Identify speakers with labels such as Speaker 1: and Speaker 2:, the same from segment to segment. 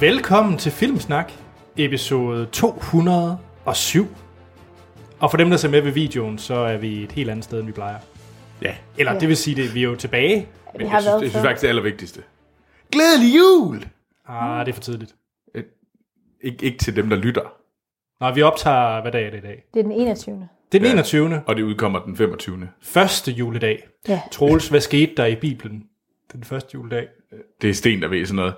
Speaker 1: Velkommen til Filmsnak, episode 207. Og for dem, der ser med ved videoen, så er vi et helt andet sted, end vi plejer.
Speaker 2: Ja,
Speaker 1: Eller det vil sige, at vi er jo tilbage.
Speaker 2: men
Speaker 3: Vi
Speaker 2: jeg,
Speaker 3: har
Speaker 2: synes, jeg
Speaker 3: været
Speaker 2: synes
Speaker 3: før.
Speaker 2: faktisk, det allervigtigste. Glædelig jul!
Speaker 1: Ah, det er for tidligt.
Speaker 2: Ik- ikke til dem, der lytter.
Speaker 1: Nå, vi optager, hvad dag er det i dag?
Speaker 3: Det er den 21.
Speaker 1: Det er den
Speaker 2: Ja.
Speaker 1: 21.
Speaker 2: Og det udkommer den 25.
Speaker 1: Første juledag.
Speaker 3: Ja.
Speaker 1: Troels, hvad skete der i Bibelen? Den første juledag.
Speaker 2: Det er sten, der ved sådan noget.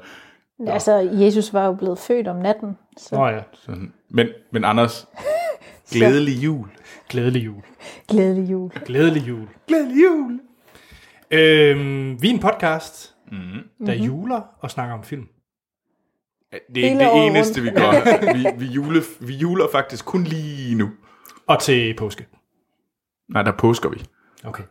Speaker 3: ja. Altså, Jesus var jo blevet født om natten. Så
Speaker 1: Nå ja,
Speaker 2: Sådan. Men, men Anders, glædelig jul.
Speaker 1: glædelig jul.
Speaker 3: glædelig jul.
Speaker 1: Glædelig jul.
Speaker 2: Glædelig jul!
Speaker 1: Øhm, vi er en podcast,
Speaker 2: Mm.
Speaker 1: der juler og snakker om film.
Speaker 2: Det er ikke
Speaker 3: Hele
Speaker 2: det
Speaker 3: året
Speaker 2: eneste, vi
Speaker 3: rundt.
Speaker 2: gør. Vi, vi, jule, vi juler faktisk kun lige nu.
Speaker 1: Og til påske.
Speaker 2: Nej, der påsker vi.
Speaker 1: Okay.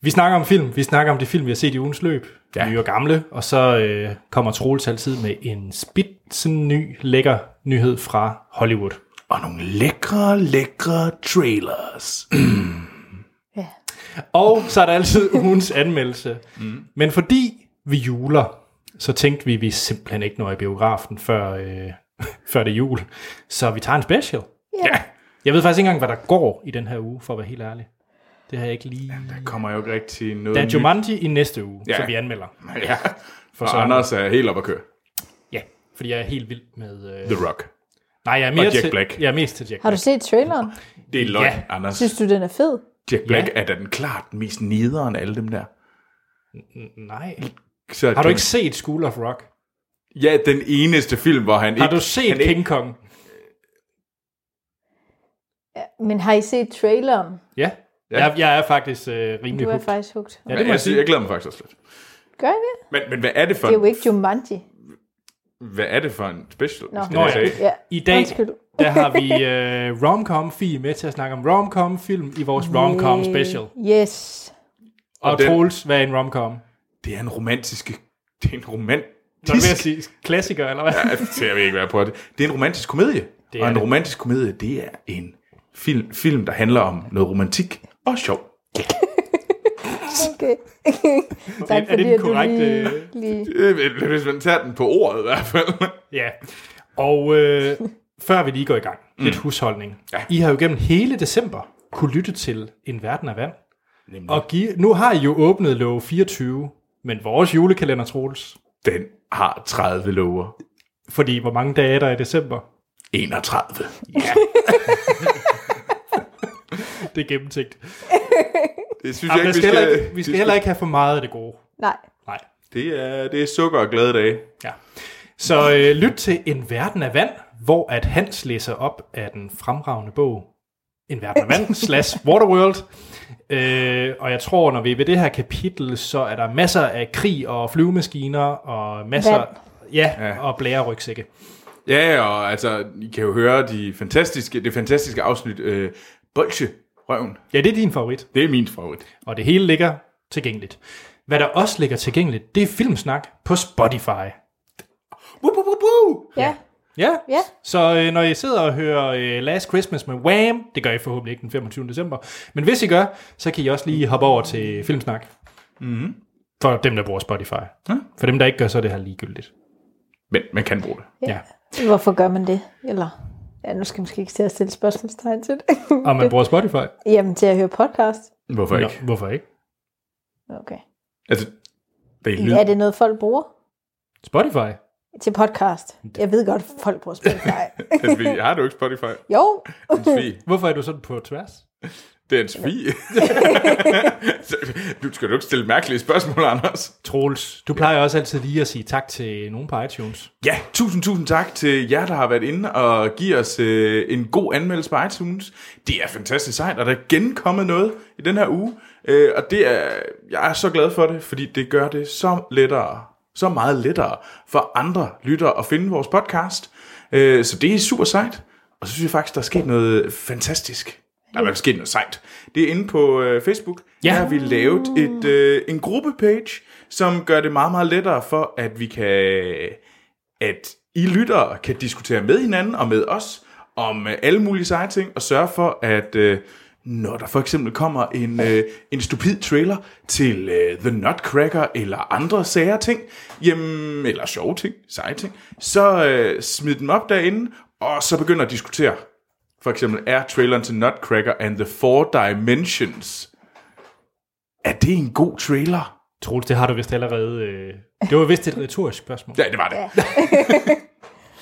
Speaker 1: Vi snakker om film. Vi snakker om de film, vi har set i ugens løb. Ja.
Speaker 2: Ja.
Speaker 1: Nye og gamle. Og så øh, kommer Troels altid med en spidsen ny, lækker nyhed fra Hollywood.
Speaker 2: Og nogle lækre, lækre trailers.
Speaker 3: Ja.
Speaker 1: Og så er der altid ugens anmeldelse. Mm. Men fordi vi juler, så tænkte vi, at vi simpelthen ikke når i biografen før, øh, før det er jul. Så vi tager en special.
Speaker 3: Ja.
Speaker 1: Jeg ved faktisk ikke engang, hvad der går i den her uge, for at være helt ærlig. Det har jeg ikke lige...
Speaker 2: Der kommer jo ikke rigtig noget
Speaker 1: Der er
Speaker 2: nyt.
Speaker 1: Jumanji i næste uge, ja.
Speaker 2: Ja.
Speaker 1: som vi anmelder.
Speaker 2: Ja, for
Speaker 1: søren.
Speaker 2: Anders er helt op at køre.
Speaker 1: Ja, fordi jeg er helt vild med... Øh,
Speaker 2: The Rock.
Speaker 1: Nej, jeg er mere
Speaker 2: Og Jack
Speaker 1: til,
Speaker 2: Black.
Speaker 1: Jeg er mest til Jack
Speaker 3: Har du
Speaker 1: Black.
Speaker 3: set traileren?
Speaker 2: Det er løgn,
Speaker 1: Ja.
Speaker 2: ja. Anders.
Speaker 3: Synes du, den er fed?
Speaker 2: Jack Black ja. er da den klart mest nederen af alle dem der.
Speaker 1: Nej.
Speaker 2: Så
Speaker 1: Har du ikke set School of Rock?
Speaker 2: Ja, den eneste film, hvor han
Speaker 1: Har
Speaker 2: ikke...
Speaker 1: du set
Speaker 2: han ikke-
Speaker 1: King Kong?
Speaker 3: Men har I set traileren?
Speaker 1: Ja.
Speaker 2: Ja.
Speaker 1: Jeg, jeg er faktisk øh, rimelig
Speaker 3: Du er
Speaker 1: hooked.
Speaker 3: faktisk hugt.
Speaker 1: Ja,
Speaker 2: Ja,
Speaker 1: det må jeg
Speaker 2: jeg,
Speaker 1: sige.
Speaker 2: jeg glæder mig faktisk også lidt.
Speaker 3: Gør I det?
Speaker 2: Men, men hvad er det for
Speaker 3: Det er jo
Speaker 2: en,
Speaker 3: ikke Jumanji.
Speaker 2: hvad er det for en special?
Speaker 3: Nå.
Speaker 2: skal
Speaker 1: Nå
Speaker 2: jeg
Speaker 1: ja.
Speaker 2: sige?
Speaker 3: Ja.
Speaker 1: I dag,
Speaker 3: Undskyld.
Speaker 1: der har vi øh, romcom Fie med til at snakke om romcom film i vores romcom special.
Speaker 3: Yes.
Speaker 1: Og,
Speaker 2: Og
Speaker 1: og
Speaker 2: den-
Speaker 1: Troels, hvad er en romcom?
Speaker 2: Det er en romantisk... Det er en romantisk...
Speaker 1: Når du vil at sige klassiker, eller hvad?
Speaker 2: Ja, det- jeg ved ikke, hvad jeg prøver det. Det er en romantisk komedie.
Speaker 1: Det
Speaker 2: Det
Speaker 1: er
Speaker 2: og en
Speaker 1: det.
Speaker 2: romantisk komedie, det er en film, film, der handler om noget romantik og sjov.
Speaker 3: Okay. tak
Speaker 1: Er- er det
Speaker 3: fordi,
Speaker 1: den
Speaker 3: at du
Speaker 1: korrekte-
Speaker 3: lige, lige...
Speaker 2: Øh, Hvis man tager den på ordet i hvert fald.
Speaker 1: Ja. Og øh, før vi lige går i gang, lidt husholdning.
Speaker 2: Mm. Ja.
Speaker 1: I har jo gennem hele december kunne lytte til En Verden af Vand.
Speaker 2: Nemlig.
Speaker 1: Og give, nu har I jo åbnet lov 24, men vores julekalender, Troels,
Speaker 2: Den har 30 lover.
Speaker 1: fordi hvor mange dage er der i december?
Speaker 2: 31.
Speaker 1: Det er gennemtænkt.
Speaker 2: Det synes
Speaker 1: Jamen,
Speaker 2: jeg
Speaker 1: der
Speaker 2: ikke,
Speaker 1: skal
Speaker 2: vi
Speaker 1: heller
Speaker 2: skal...
Speaker 1: ikke, vi skal heller ikke have for meget af det gode.
Speaker 3: Nej.
Speaker 1: Nej.
Speaker 2: Det er, det er sukker og glade dage.
Speaker 1: Ja. Så øh, lyt til En Verden af Vand, hvor at Hans læser op af den fremragende bog En Verden af Vand slash Waterworld. Øh, og jeg tror, når vi er ved det her kapitel, så er der masser af krig og flyvemaskiner og masser...
Speaker 3: Vand.
Speaker 1: Ja, ja,
Speaker 2: Ja.
Speaker 1: og blærerygsække.
Speaker 2: Ja, og altså, I kan jo høre de fantastiske, det fantastiske afsnit øh, Bolsje Røven.
Speaker 1: Ja, det er din favorit.
Speaker 2: Det er min favorit.
Speaker 1: Og det hele ligger tilgængeligt. Hvad der også ligger tilgængeligt, det er Filmsnak på Spotify.
Speaker 2: Woo, woo, woo, woo.
Speaker 3: Ja.
Speaker 1: Ja.
Speaker 3: Ja.
Speaker 1: Så øh, når I sidder og hører øh, Last Christmas med Wham, det gør I forhåbentlig ikke den 25. december, men hvis I gør, så kan I også lige hoppe over til Filmsnak. Mm-hmm. For dem, der bruger Spotify.
Speaker 2: Ja.
Speaker 1: For dem, der ikke gør, så er det her ligegyldigt.
Speaker 2: Men man kan bruge det.
Speaker 1: Ja. ja.
Speaker 3: Hvorfor gør man det? Eller... Ja, nu skal man måske ikke til at stille spørgsmålstegn til det.
Speaker 1: Og man bruger Spotify.
Speaker 3: Jamen, til at høre podcast.
Speaker 2: Hvorfor ikke?
Speaker 1: Nå, hvorfor ikke?
Speaker 3: Okay.
Speaker 2: Altså, det er lyd.
Speaker 3: Er det noget, folk bruger?
Speaker 1: Spotify?
Speaker 3: Til podcast. Jeg ved godt, folk bruger Spotify.
Speaker 2: En svig. Har du ikke Spotify?
Speaker 3: jo,
Speaker 2: En svig.
Speaker 1: Hvorfor er du sådan på tværs?
Speaker 2: Det er en svig. du skal du ikke stille mærkelige spørgsmål, Anders.
Speaker 1: Troels, du plejer også altid lige at sige tak til nogen på iTunes.
Speaker 2: Ja, tusind, tusind tak til jer, der har været inde og giver os øh, en god anmeldelse på iTunes. Det er fantastisk sejt, og der er genkommet noget i den her uge. Øh, og det er, jeg er så glad for det, fordi det gør det så lettere, så meget lettere for andre lyttere at finde vores podcast. Øh, så det er super sejt. Og så synes jeg faktisk, der er sket noget fantastisk. Der er i hvert fald sket noget sejt. Det er inde på øh, Facebook.
Speaker 1: Ja.
Speaker 2: Der har vi lavet et, øh, en gruppepage, som gør det meget, meget lettere for, at vi kan at I lyttere kan diskutere med hinanden og med os om øh, alle mulige seje ting, og sørge for, at øh, når der for eksempel kommer en, øh, en stupid trailer til øh, The Nutcracker eller andre sære ting, jamen, eller sjove ting, seje ting, så øh, smid dem op derinde, og så begynder at diskutere. For eksempel, er traileren til Nutcracker and the Four Dimensions, er det en god trailer?
Speaker 1: Troels, det har du vist allerede... Øh... Det var vist et retorisk spørgsmål.
Speaker 2: Ja, det var det. Ja.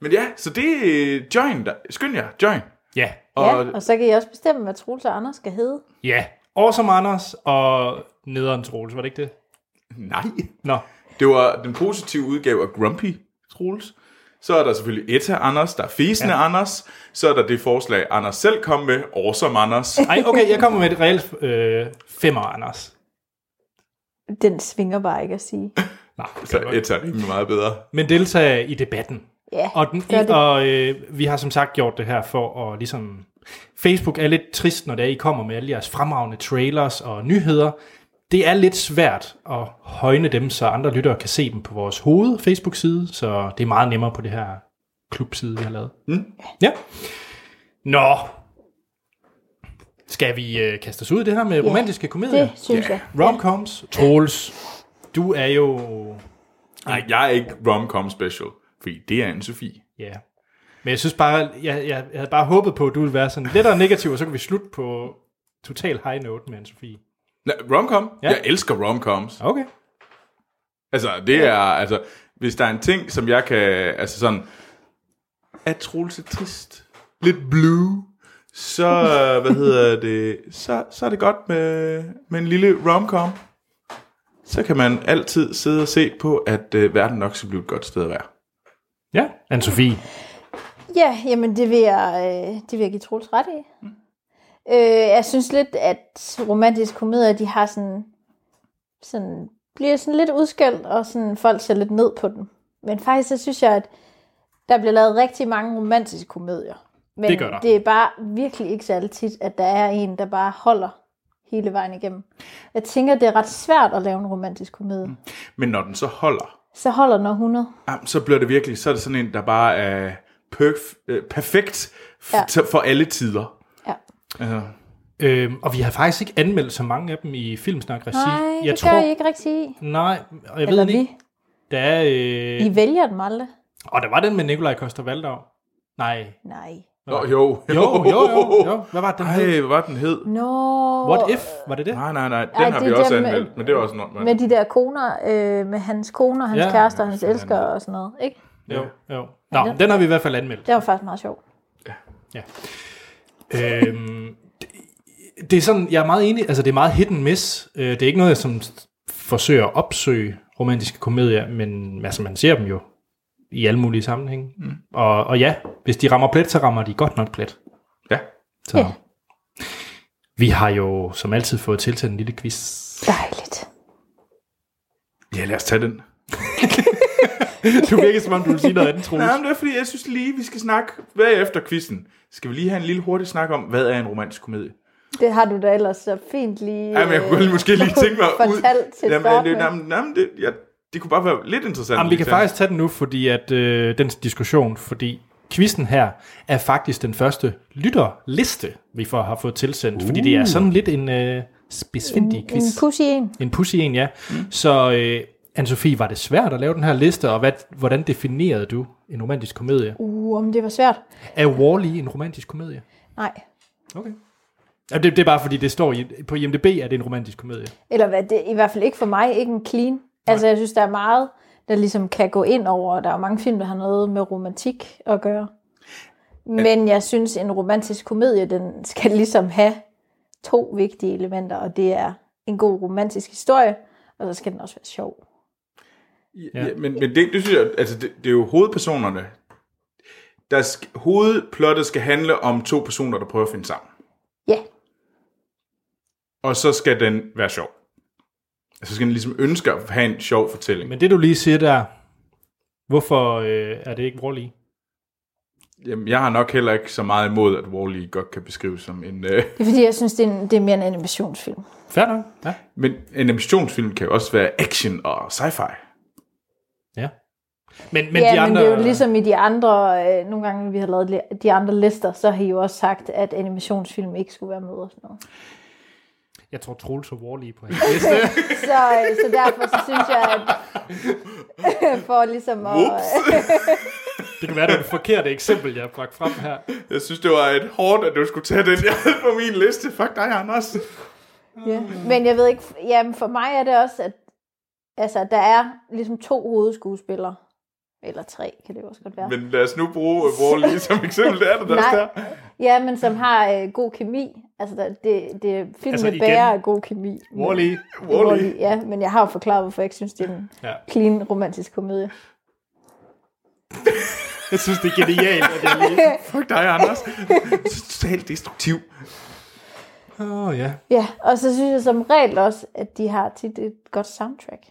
Speaker 2: Men ja, så det er join. Der. Skynd jer, join.
Speaker 1: Ja,
Speaker 2: Og
Speaker 3: Ja, og så kan I også bestemme, hvad Troels og Anders skal hedde.
Speaker 1: ja. Awesome Anders og nederen Troels, var det ikke det?
Speaker 2: nej,
Speaker 1: Nå,
Speaker 2: det var den positive udgave af Grumpy Troels. Så er der selvfølgelig Etta Anders, der er Fesende ja. Anders. Så er der det forslag, Anders selv kom med, Awesome Anders.
Speaker 1: Ej, okay, jeg kommer med et reelt øh, femmer, Anders.
Speaker 3: Den svinger bare ikke at sige.
Speaker 1: Nå, okay,
Speaker 2: Så
Speaker 1: godt.
Speaker 2: Etta er rimelig meget bedre.
Speaker 1: Men deltage i debatten.
Speaker 3: Ja,
Speaker 1: Og, den,
Speaker 3: gør det.
Speaker 1: og øh, vi har som sagt gjort det her for at ligesom... Facebook er lidt trist, når det er, I kommer med alle jeres fremragende trailers og nyheder. Det er lidt svært at højne dem, så andre lyttere kan se dem på vores hoved Facebook-side, så det er meget nemmere på det her klubside, vi har lavet. Mm. Ja. Nå. Skal vi øh, kaste os ud i det her med romantiske komedier?
Speaker 3: det synes jeg.
Speaker 1: Romcoms. Troels, du er jo...
Speaker 2: Nej, jeg er ikke romcom special, fordi det er en Sofie.
Speaker 1: Ja. Men jeg synes bare, jeg, jeg, jeg havde bare håbet på, at du ville være sådan lidt negativ, og så kan vi slutte på total high note med Anne-Sophie.
Speaker 2: Nej, Romcom? Ja.
Speaker 1: Ja.
Speaker 2: Jeg elsker romcoms.
Speaker 1: Okay.
Speaker 2: Altså, det er, altså, hvis der er en ting, som jeg kan, altså sådan, er Troels lidt trist, lidt blue, så, øh, hvad hedder det, så, så er det godt med, med en lille romcom. Så kan man altid sidde og se på, at øh, verden nok skal blive et godt sted at være.
Speaker 1: Ja, Anne-Sophie.
Speaker 3: Ja, jamen det vil jeg, øh, det vil jeg give Troels ret i. Mm. Øh, jeg synes lidt, at romantiske komedier, de har sådan, sådan, bliver sådan lidt udskældt, og sådan, folk ser lidt ned på dem. Men faktisk, så synes jeg, at der bliver lavet rigtig mange romantiske komedier. Men
Speaker 1: Det gør der.
Speaker 3: det er bare virkelig ikke særlig tit, at der er en, der bare holder hele vejen igennem. Jeg tænker, det er ret svært at lave en romantisk komedie. Mm.
Speaker 2: Men når den så holder,
Speaker 3: Så holder den 100.
Speaker 2: Jamen, så bliver det virkelig, så er det sådan en, der bare er perf, øh, perfekt f-
Speaker 3: Ja.
Speaker 2: ja. for alle tider.
Speaker 3: Ja.
Speaker 2: Altså,
Speaker 1: Øhm, og vi har faktisk ikke anmeldt så mange af dem i Filmsnak Regi.
Speaker 3: Nej,
Speaker 1: jeg
Speaker 3: det
Speaker 1: tror,
Speaker 3: gør I ikke rigtig.
Speaker 1: Nej, og jeg
Speaker 3: Eller
Speaker 1: ved det
Speaker 3: vi.
Speaker 1: ikke. Der er, øh...
Speaker 3: I vælger dem aldrig.
Speaker 1: Og der var den med Nikolaj Koster-Valdau. Nej.
Speaker 3: Nej.
Speaker 2: Nå, jo.
Speaker 1: Jo, jo, jo, jo. Hvad var den
Speaker 2: Ej,
Speaker 1: hed?
Speaker 2: hvad var den hed?
Speaker 3: Nå.
Speaker 1: What If? Var det det?
Speaker 2: Nej, nej, nej. Den
Speaker 3: Ej,
Speaker 2: Ej, har
Speaker 3: det
Speaker 2: vi
Speaker 3: er
Speaker 2: også
Speaker 3: der med-
Speaker 2: anmeldt, men det er også en
Speaker 3: Med de der koner, øh, med hans koner, hans
Speaker 1: Ja.
Speaker 3: ja, kærester, hans
Speaker 2: Ja, sådan
Speaker 3: elsker
Speaker 2: noget.
Speaker 3: og sådan noget. Ikke?
Speaker 1: Jo, jo. Nå, den har vi i hvert fald anmeldt.
Speaker 3: Det var faktisk meget sjovt.
Speaker 1: øhm, det, det er sådan, jeg er meget enig, altså det er meget hit and miss. Øh, det er ikke noget, jeg som forsøger at opsøge romantiske komedier, men altså man ser dem jo i alle mulige sammenhænge. Mm. Og, og ja, hvis de rammer plet, så rammer de godt nok plet.
Speaker 2: Ja.
Speaker 1: Så.
Speaker 3: Ja.
Speaker 1: Vi har jo som altid fået tilsendt en lille quiz.
Speaker 3: Dejligt.
Speaker 2: Ja, lad os tage den.
Speaker 1: Du virker som om, du vil sige noget andet, Troels.
Speaker 2: Nej, men det er fordi, jeg synes lige, vi skal snakke bagefter quizzen. Skal vi lige have en lille hurtig snak om, hvad er en romantisk komedie?
Speaker 3: Det har du da ellers så fint lige...
Speaker 2: Ja, men jeg kunne
Speaker 3: øh,
Speaker 2: godt måske lige tænke mig ud.
Speaker 3: Fortalt til
Speaker 2: jamen, øh,
Speaker 3: start
Speaker 2: det,
Speaker 3: med.
Speaker 2: jamen, jamen, det, ja, det kunne bare være lidt interessant.
Speaker 1: Jamen, vi
Speaker 2: lige
Speaker 1: kan
Speaker 2: tage.
Speaker 1: faktisk tage den nu, fordi at øh, den diskussion, fordi quizzen her er faktisk den første lytterliste, vi får, har fået tilsendt, uh. fordi det er sådan lidt en øh, spidsfindig
Speaker 3: En
Speaker 1: quiz.
Speaker 3: pussy en.
Speaker 1: En pussy en, ja. Mm. Så øh, Anne-Sophie, var det svært at lave den her liste, og hvad, hvordan definerede du en romantisk komedie?
Speaker 3: Uh, om det var svært.
Speaker 1: Er Wall-E en romantisk komedie?
Speaker 3: Nej.
Speaker 1: Okay. Jamen, det, det er bare fordi, det står i, på IMDb, at det er en romantisk komedie.
Speaker 3: Eller hvad, det, i hvert fald ikke for mig, ikke en clean. Altså, jeg synes, der er meget, der ligesom kan gå ind over, og der er jo mange film, der har noget med romantik at gøre.
Speaker 1: Øh.
Speaker 3: Men jeg synes, en romantisk komedie, den skal ligesom have to vigtige elementer, og det er en god romantisk historie, og så skal den også være sjov.
Speaker 2: Ja. Ja, men, men det, det synes jeg, altså det, det er jo hovedpersonerne. Der skal, hovedplottet skal handle om to personer, der prøver at finde sammen.
Speaker 3: Ja,
Speaker 2: Og så skal den være sjov. Altså så skal den ligesom ønske at have en sjov fortælling.
Speaker 1: Men det, du lige siger der, hvorfor øh, er det ikke Wall-E?
Speaker 2: Jamen, jeg har nok heller ikke så meget imod, at Wall-E godt kan beskrives som en... Øh,
Speaker 3: det er fordi, jeg synes, det er, en, det er mere en animationsfilm.
Speaker 1: Fair nok. Ja.
Speaker 2: men en animationsfilm kan jo også være action og sci-fi.
Speaker 1: ja. Men, men
Speaker 3: Men ja,
Speaker 1: de
Speaker 3: de
Speaker 1: andre...
Speaker 3: men det er jo ligesom i de andre, øh, nogle gange når vi har lavet li- de andre lister, så har I jo også sagt, at animationsfilm ikke skulle være med og sådan noget.
Speaker 1: Jeg tror, Troels og Warley på hans liste.
Speaker 3: Så, øh, så derfor så synes jeg, at for ligesom at...
Speaker 2: Ups.
Speaker 1: Det kan være, det er det forkerte eksempel, jeg har bragt frem her.
Speaker 2: Jeg synes, det var et hårdt, at du skulle tage den, jeg havde på min liste. Fuck dig, Anders.
Speaker 3: øh, Ja. Men jeg ved ikke, jamen for mig er det også, at altså, der er ligesom to hovedskuespillere. Eller tre, kan det jo også godt være.
Speaker 2: Men lad os nu bruge øh, Wall-E som eksempel. Det er det, der
Speaker 3: Nej.
Speaker 2: der.
Speaker 3: Ja, men som har øh, god kemi. Altså, der, det, det filmen
Speaker 1: Altså,
Speaker 3: altså,
Speaker 1: igen-
Speaker 3: bærer af god kemi. Men-
Speaker 1: Warley.
Speaker 2: Wall-E.
Speaker 3: Ja, men jeg har jo forklaret, hvorfor jeg ikke synes, det er en
Speaker 1: Ja.
Speaker 3: clean romantisk komedie.
Speaker 1: Jeg synes, det er genialt, at jeg lige...
Speaker 2: Fuck dig, Anders. Totalt destruktiv.
Speaker 1: Åh, oh, ja.
Speaker 3: Ja, og så synes jeg som regel også, at de har tit et godt soundtrack.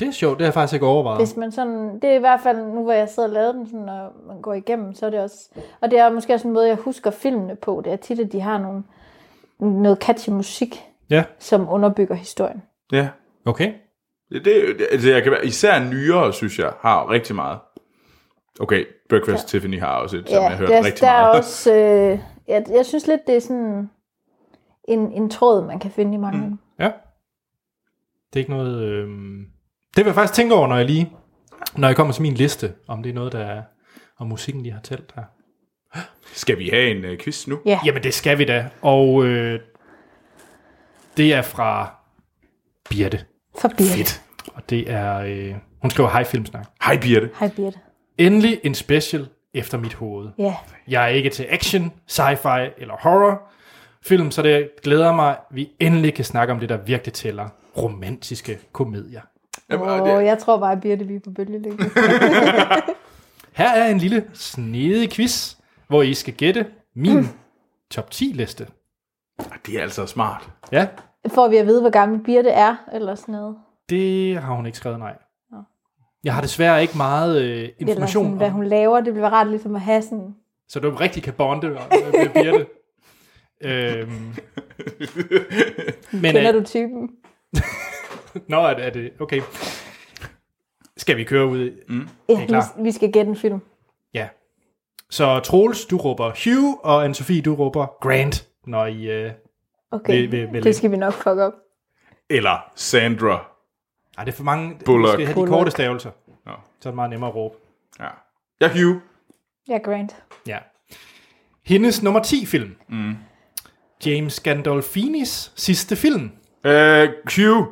Speaker 1: Det er sjovt, det har jeg faktisk ikke overvejet.
Speaker 3: Hvis man sådan, det er i hvert fald nu, hvor jeg sidder og laver den, sådan, og man går igennem, så er det også... Og det er måske også en måde, jeg husker filmene på. Det er tit, at de har nogle, noget catchy musik,
Speaker 1: Ja,
Speaker 3: som underbygger historien.
Speaker 2: Ja.
Speaker 1: okay.
Speaker 2: Det, det, altså, jeg kan være, især nyere, synes jeg, har rigtig meget. Okay, Breakfast ja. Tiffany har også et, som jeg har hørt
Speaker 3: det er,
Speaker 2: rigtig
Speaker 3: der
Speaker 2: meget.
Speaker 3: er også... Øh, jeg, jeg synes lidt, det er sådan en, en tråd, man kan finde i mange mm.
Speaker 1: Ja. Det er ikke noget... Øh... Det vil jeg faktisk tænke over, når jeg lige... Når jeg kommer til min liste, om det er noget, der er... Om musikken lige har talt her.
Speaker 2: Skal vi have en øh, quiz nu?
Speaker 3: Ja,
Speaker 1: Jamen, det skal vi da. Og øh... det er fra Birte.
Speaker 3: for Birte.
Speaker 2: Fedt.
Speaker 1: Og det er... Øh... Hun skriver, hej Filmsnak.
Speaker 2: Hej, Birte.
Speaker 3: Hej Birte.
Speaker 1: Endelig en special efter mit hoved.
Speaker 3: Ja,
Speaker 1: Jeg er ikke til action, sci-fi eller horror film, så det glæder mig, at vi endelig kan snakke om det, der virkelig tæller. Romantiske komedier.
Speaker 2: Jamen,
Speaker 3: og
Speaker 2: det-
Speaker 3: jeg tror bare, at Birte vi er på bølgelængde.
Speaker 1: Her er en lille snedig quiz, hvor I skal gætte min top 10 liste.
Speaker 2: Det er altså smart.
Speaker 1: Ja,
Speaker 3: Får vi at vide, hvor gammel Birte er, eller sådan noget.
Speaker 1: det har hun ikke skrevet nej.
Speaker 3: Nå.
Speaker 1: Jeg har desværre ikke meget øh,
Speaker 3: Eller
Speaker 1: information
Speaker 3: sådan, hvad
Speaker 1: om,
Speaker 3: hun laver. Det bliver rart ligesom at have sådan...
Speaker 1: så du rigtig kan bonde øh, med Birte. øhm, men,
Speaker 3: Kender
Speaker 1: øh,
Speaker 3: du typen?
Speaker 1: Nå, er det, er det... Okay. Skal vi køre ud? i-
Speaker 2: Mm.
Speaker 3: Ja,
Speaker 1: klar.
Speaker 3: vi, vi skal gætte en film.
Speaker 1: Ja. Så Troels, du råber Hugh, og Anne-Sophie, du råber Grant, når I... Øh...
Speaker 3: Okay,
Speaker 1: Vil- vil- vil-
Speaker 3: det skal vi nok fuck op.
Speaker 2: Eller Sandra.
Speaker 1: Ej, det er for mange...
Speaker 2: Bullock.
Speaker 1: Vi skal have de
Speaker 3: Bullock.
Speaker 1: korte stavelser.
Speaker 2: Nå.
Speaker 1: Så er det meget nemmere at råbe.
Speaker 2: Ja. Jeg er Hugh.
Speaker 3: Ja, Grant.
Speaker 1: Ja. Hendes nummer 10 film. Mm. James Gandolfinis sidste film.
Speaker 2: Øh, Hugh.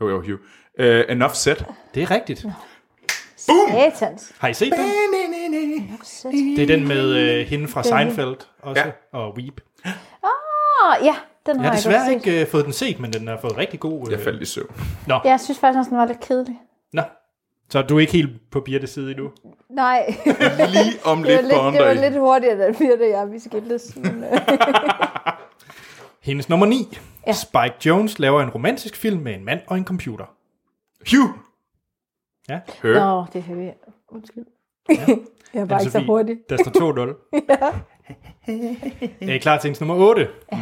Speaker 2: Jo, jo, Hugh. Øh, enough said.
Speaker 1: Det er rigtigt.
Speaker 3: Satans.
Speaker 1: Har I set den? Det er den med øh, hende fra Seinfeld også,
Speaker 2: Ja.
Speaker 1: og Weep.
Speaker 3: Åh, ja, den har
Speaker 1: Jeg har
Speaker 3: jeg godt
Speaker 1: desværre
Speaker 3: set.
Speaker 1: ikke øh, fået den set, men den har fået rigtig god...
Speaker 2: Jeg
Speaker 1: Øh...
Speaker 2: faldt i søvn.
Speaker 3: Jeg synes faktisk også, den var lidt kedelig.
Speaker 1: Nå. Så du er ikke helt på Birtes side endnu?
Speaker 3: Nej,
Speaker 2: Lige om
Speaker 3: det
Speaker 2: lidt på
Speaker 3: var lidt, det var lidt hurtigere, den bliver det, jeg vi skal lidt men, øh,
Speaker 1: Hendes nummer 9. Ja.
Speaker 3: Ja.
Speaker 1: Spike Jones laver en romantisk film med en mand og en computer.
Speaker 2: Hugh.
Speaker 1: Ja.
Speaker 2: Her.
Speaker 3: Nå, det kan vi. Undskyld. jeg er bare ikke så
Speaker 1: Anne-Sophie,
Speaker 3: hurtig.
Speaker 1: Der står 2-0. ja. Er I klar til hendes nummer 8? Ja.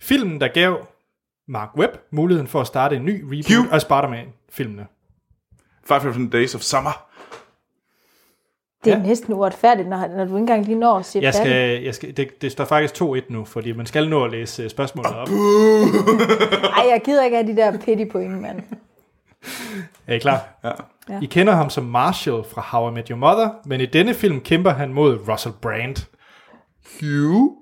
Speaker 1: Filmen, der gav Mark Webb muligheden for at starte en ny reboot
Speaker 2: Hugh.
Speaker 1: af Spider-Man-filmene.
Speaker 2: 500 Days of Summer.
Speaker 3: Det er
Speaker 1: Ja.
Speaker 3: næsten uretfærdigt, når, når du ikke engang lige når at sige
Speaker 1: Jeg
Speaker 3: færdig.
Speaker 1: skal, jeg skal, det, det står faktisk 2-1 nu, fordi man skal nå at læse øh, spørgsmålet op.
Speaker 3: Ej, jeg gider ikke have de der pity point, mand.
Speaker 1: Er I klar?
Speaker 2: Ja.
Speaker 3: Ja.
Speaker 1: I kender ham som Marshall fra How I Met Your Mother, men i denne film kæmper han mod Russell Brand.
Speaker 2: Hugh.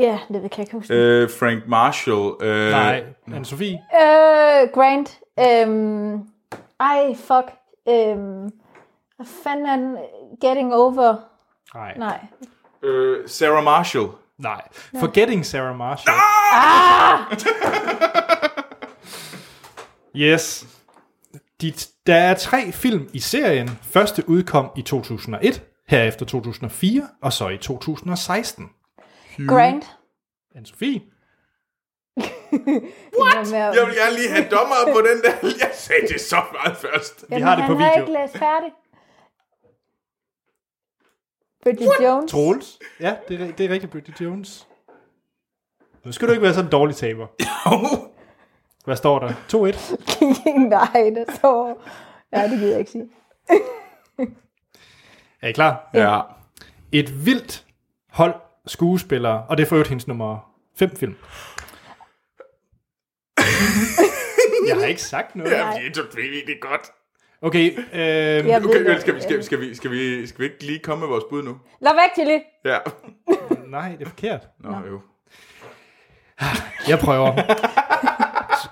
Speaker 3: Ja, det kan jeg ikke huske. Øh,
Speaker 2: Øh, Frank Marshall. Øh,
Speaker 1: Nej, Anne-Sophie.
Speaker 3: Øh, Grant. Øhm, ej, fuck. Øhm, hvad fanden er den? Getting over?
Speaker 1: Nej.
Speaker 3: Nej.
Speaker 2: Øh, Sarah Marshall.
Speaker 1: Nej. Forgetting Sarah Marshall. Ah! Yes. De, der er tre film i serien. Første udkom i 2001, herefter 2004, og så i 2016. Hmm?
Speaker 3: Grant.
Speaker 1: Anne-Sophie.
Speaker 3: What? Med, at-
Speaker 2: Jeg vil gerne lige have dommer på den der. Jeg sagde det så meget først.
Speaker 3: Jamen,
Speaker 1: har det på
Speaker 3: han havde
Speaker 1: video.
Speaker 3: ikke læst færdig. Bridget What? Jones.
Speaker 1: Troels. Ja, det er, ri- det er rigtigt, Bridget Jones. Nu skal du ikke være sådan en dårlig taber. Hvad står der? 2-1.
Speaker 3: Nej, der står Ja, det gider jeg ikke sige.
Speaker 1: Er I klar?
Speaker 2: Ja.
Speaker 1: Et vildt hold skuespillere, og det er for øvrigt hendes nummer 5 film. Jeg har ikke sagt noget.
Speaker 2: Ja, fordi så ved vi det godt.
Speaker 1: Okay, øh,
Speaker 3: Jeg ved
Speaker 2: Okay,
Speaker 3: det.
Speaker 2: men skal vi, skal, vi- skal, vi, skal, vi, skal vi ikke lige komme med vores bud nu?
Speaker 3: Lad væk, Tilly.
Speaker 2: Ja.
Speaker 1: nej, det er forkert.
Speaker 2: Nå, Nå. jo.
Speaker 1: Jeg prøver.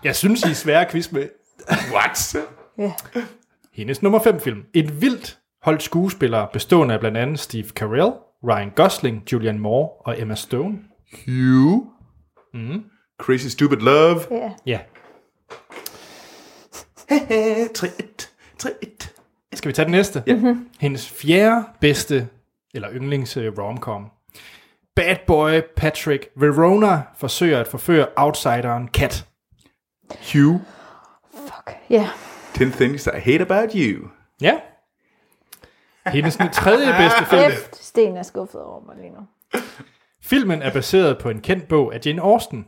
Speaker 1: Jeg synes, I er svære at quiz med.
Speaker 2: What?
Speaker 3: Ja.
Speaker 1: Hendes nummer 5 film. Et vildt hold skuespillere, bestående af blandt andet Steve Carell, Ryan Gosling, Julian Moore og Emma Stone.
Speaker 2: You? Mm. Crazy Stupid Love.
Speaker 3: ja.
Speaker 1: Ja,
Speaker 2: Trit. Trit.
Speaker 1: Skal vi tage den næste? Ja. Mm-hmm. Hendes fjerde bedste, eller yndlings øh, romcom. Bad boy Patrick Verona forsøger at forføre outsideren Kat.
Speaker 2: You?
Speaker 3: Fuck. Ja.
Speaker 2: 10 Things I Hate About You.
Speaker 1: Ja. Hendes den tredje bedste film.
Speaker 3: Kæft, Sten er skuffet over mig lige nu.
Speaker 1: Filmen er baseret på en kendt bog af Jane Austen.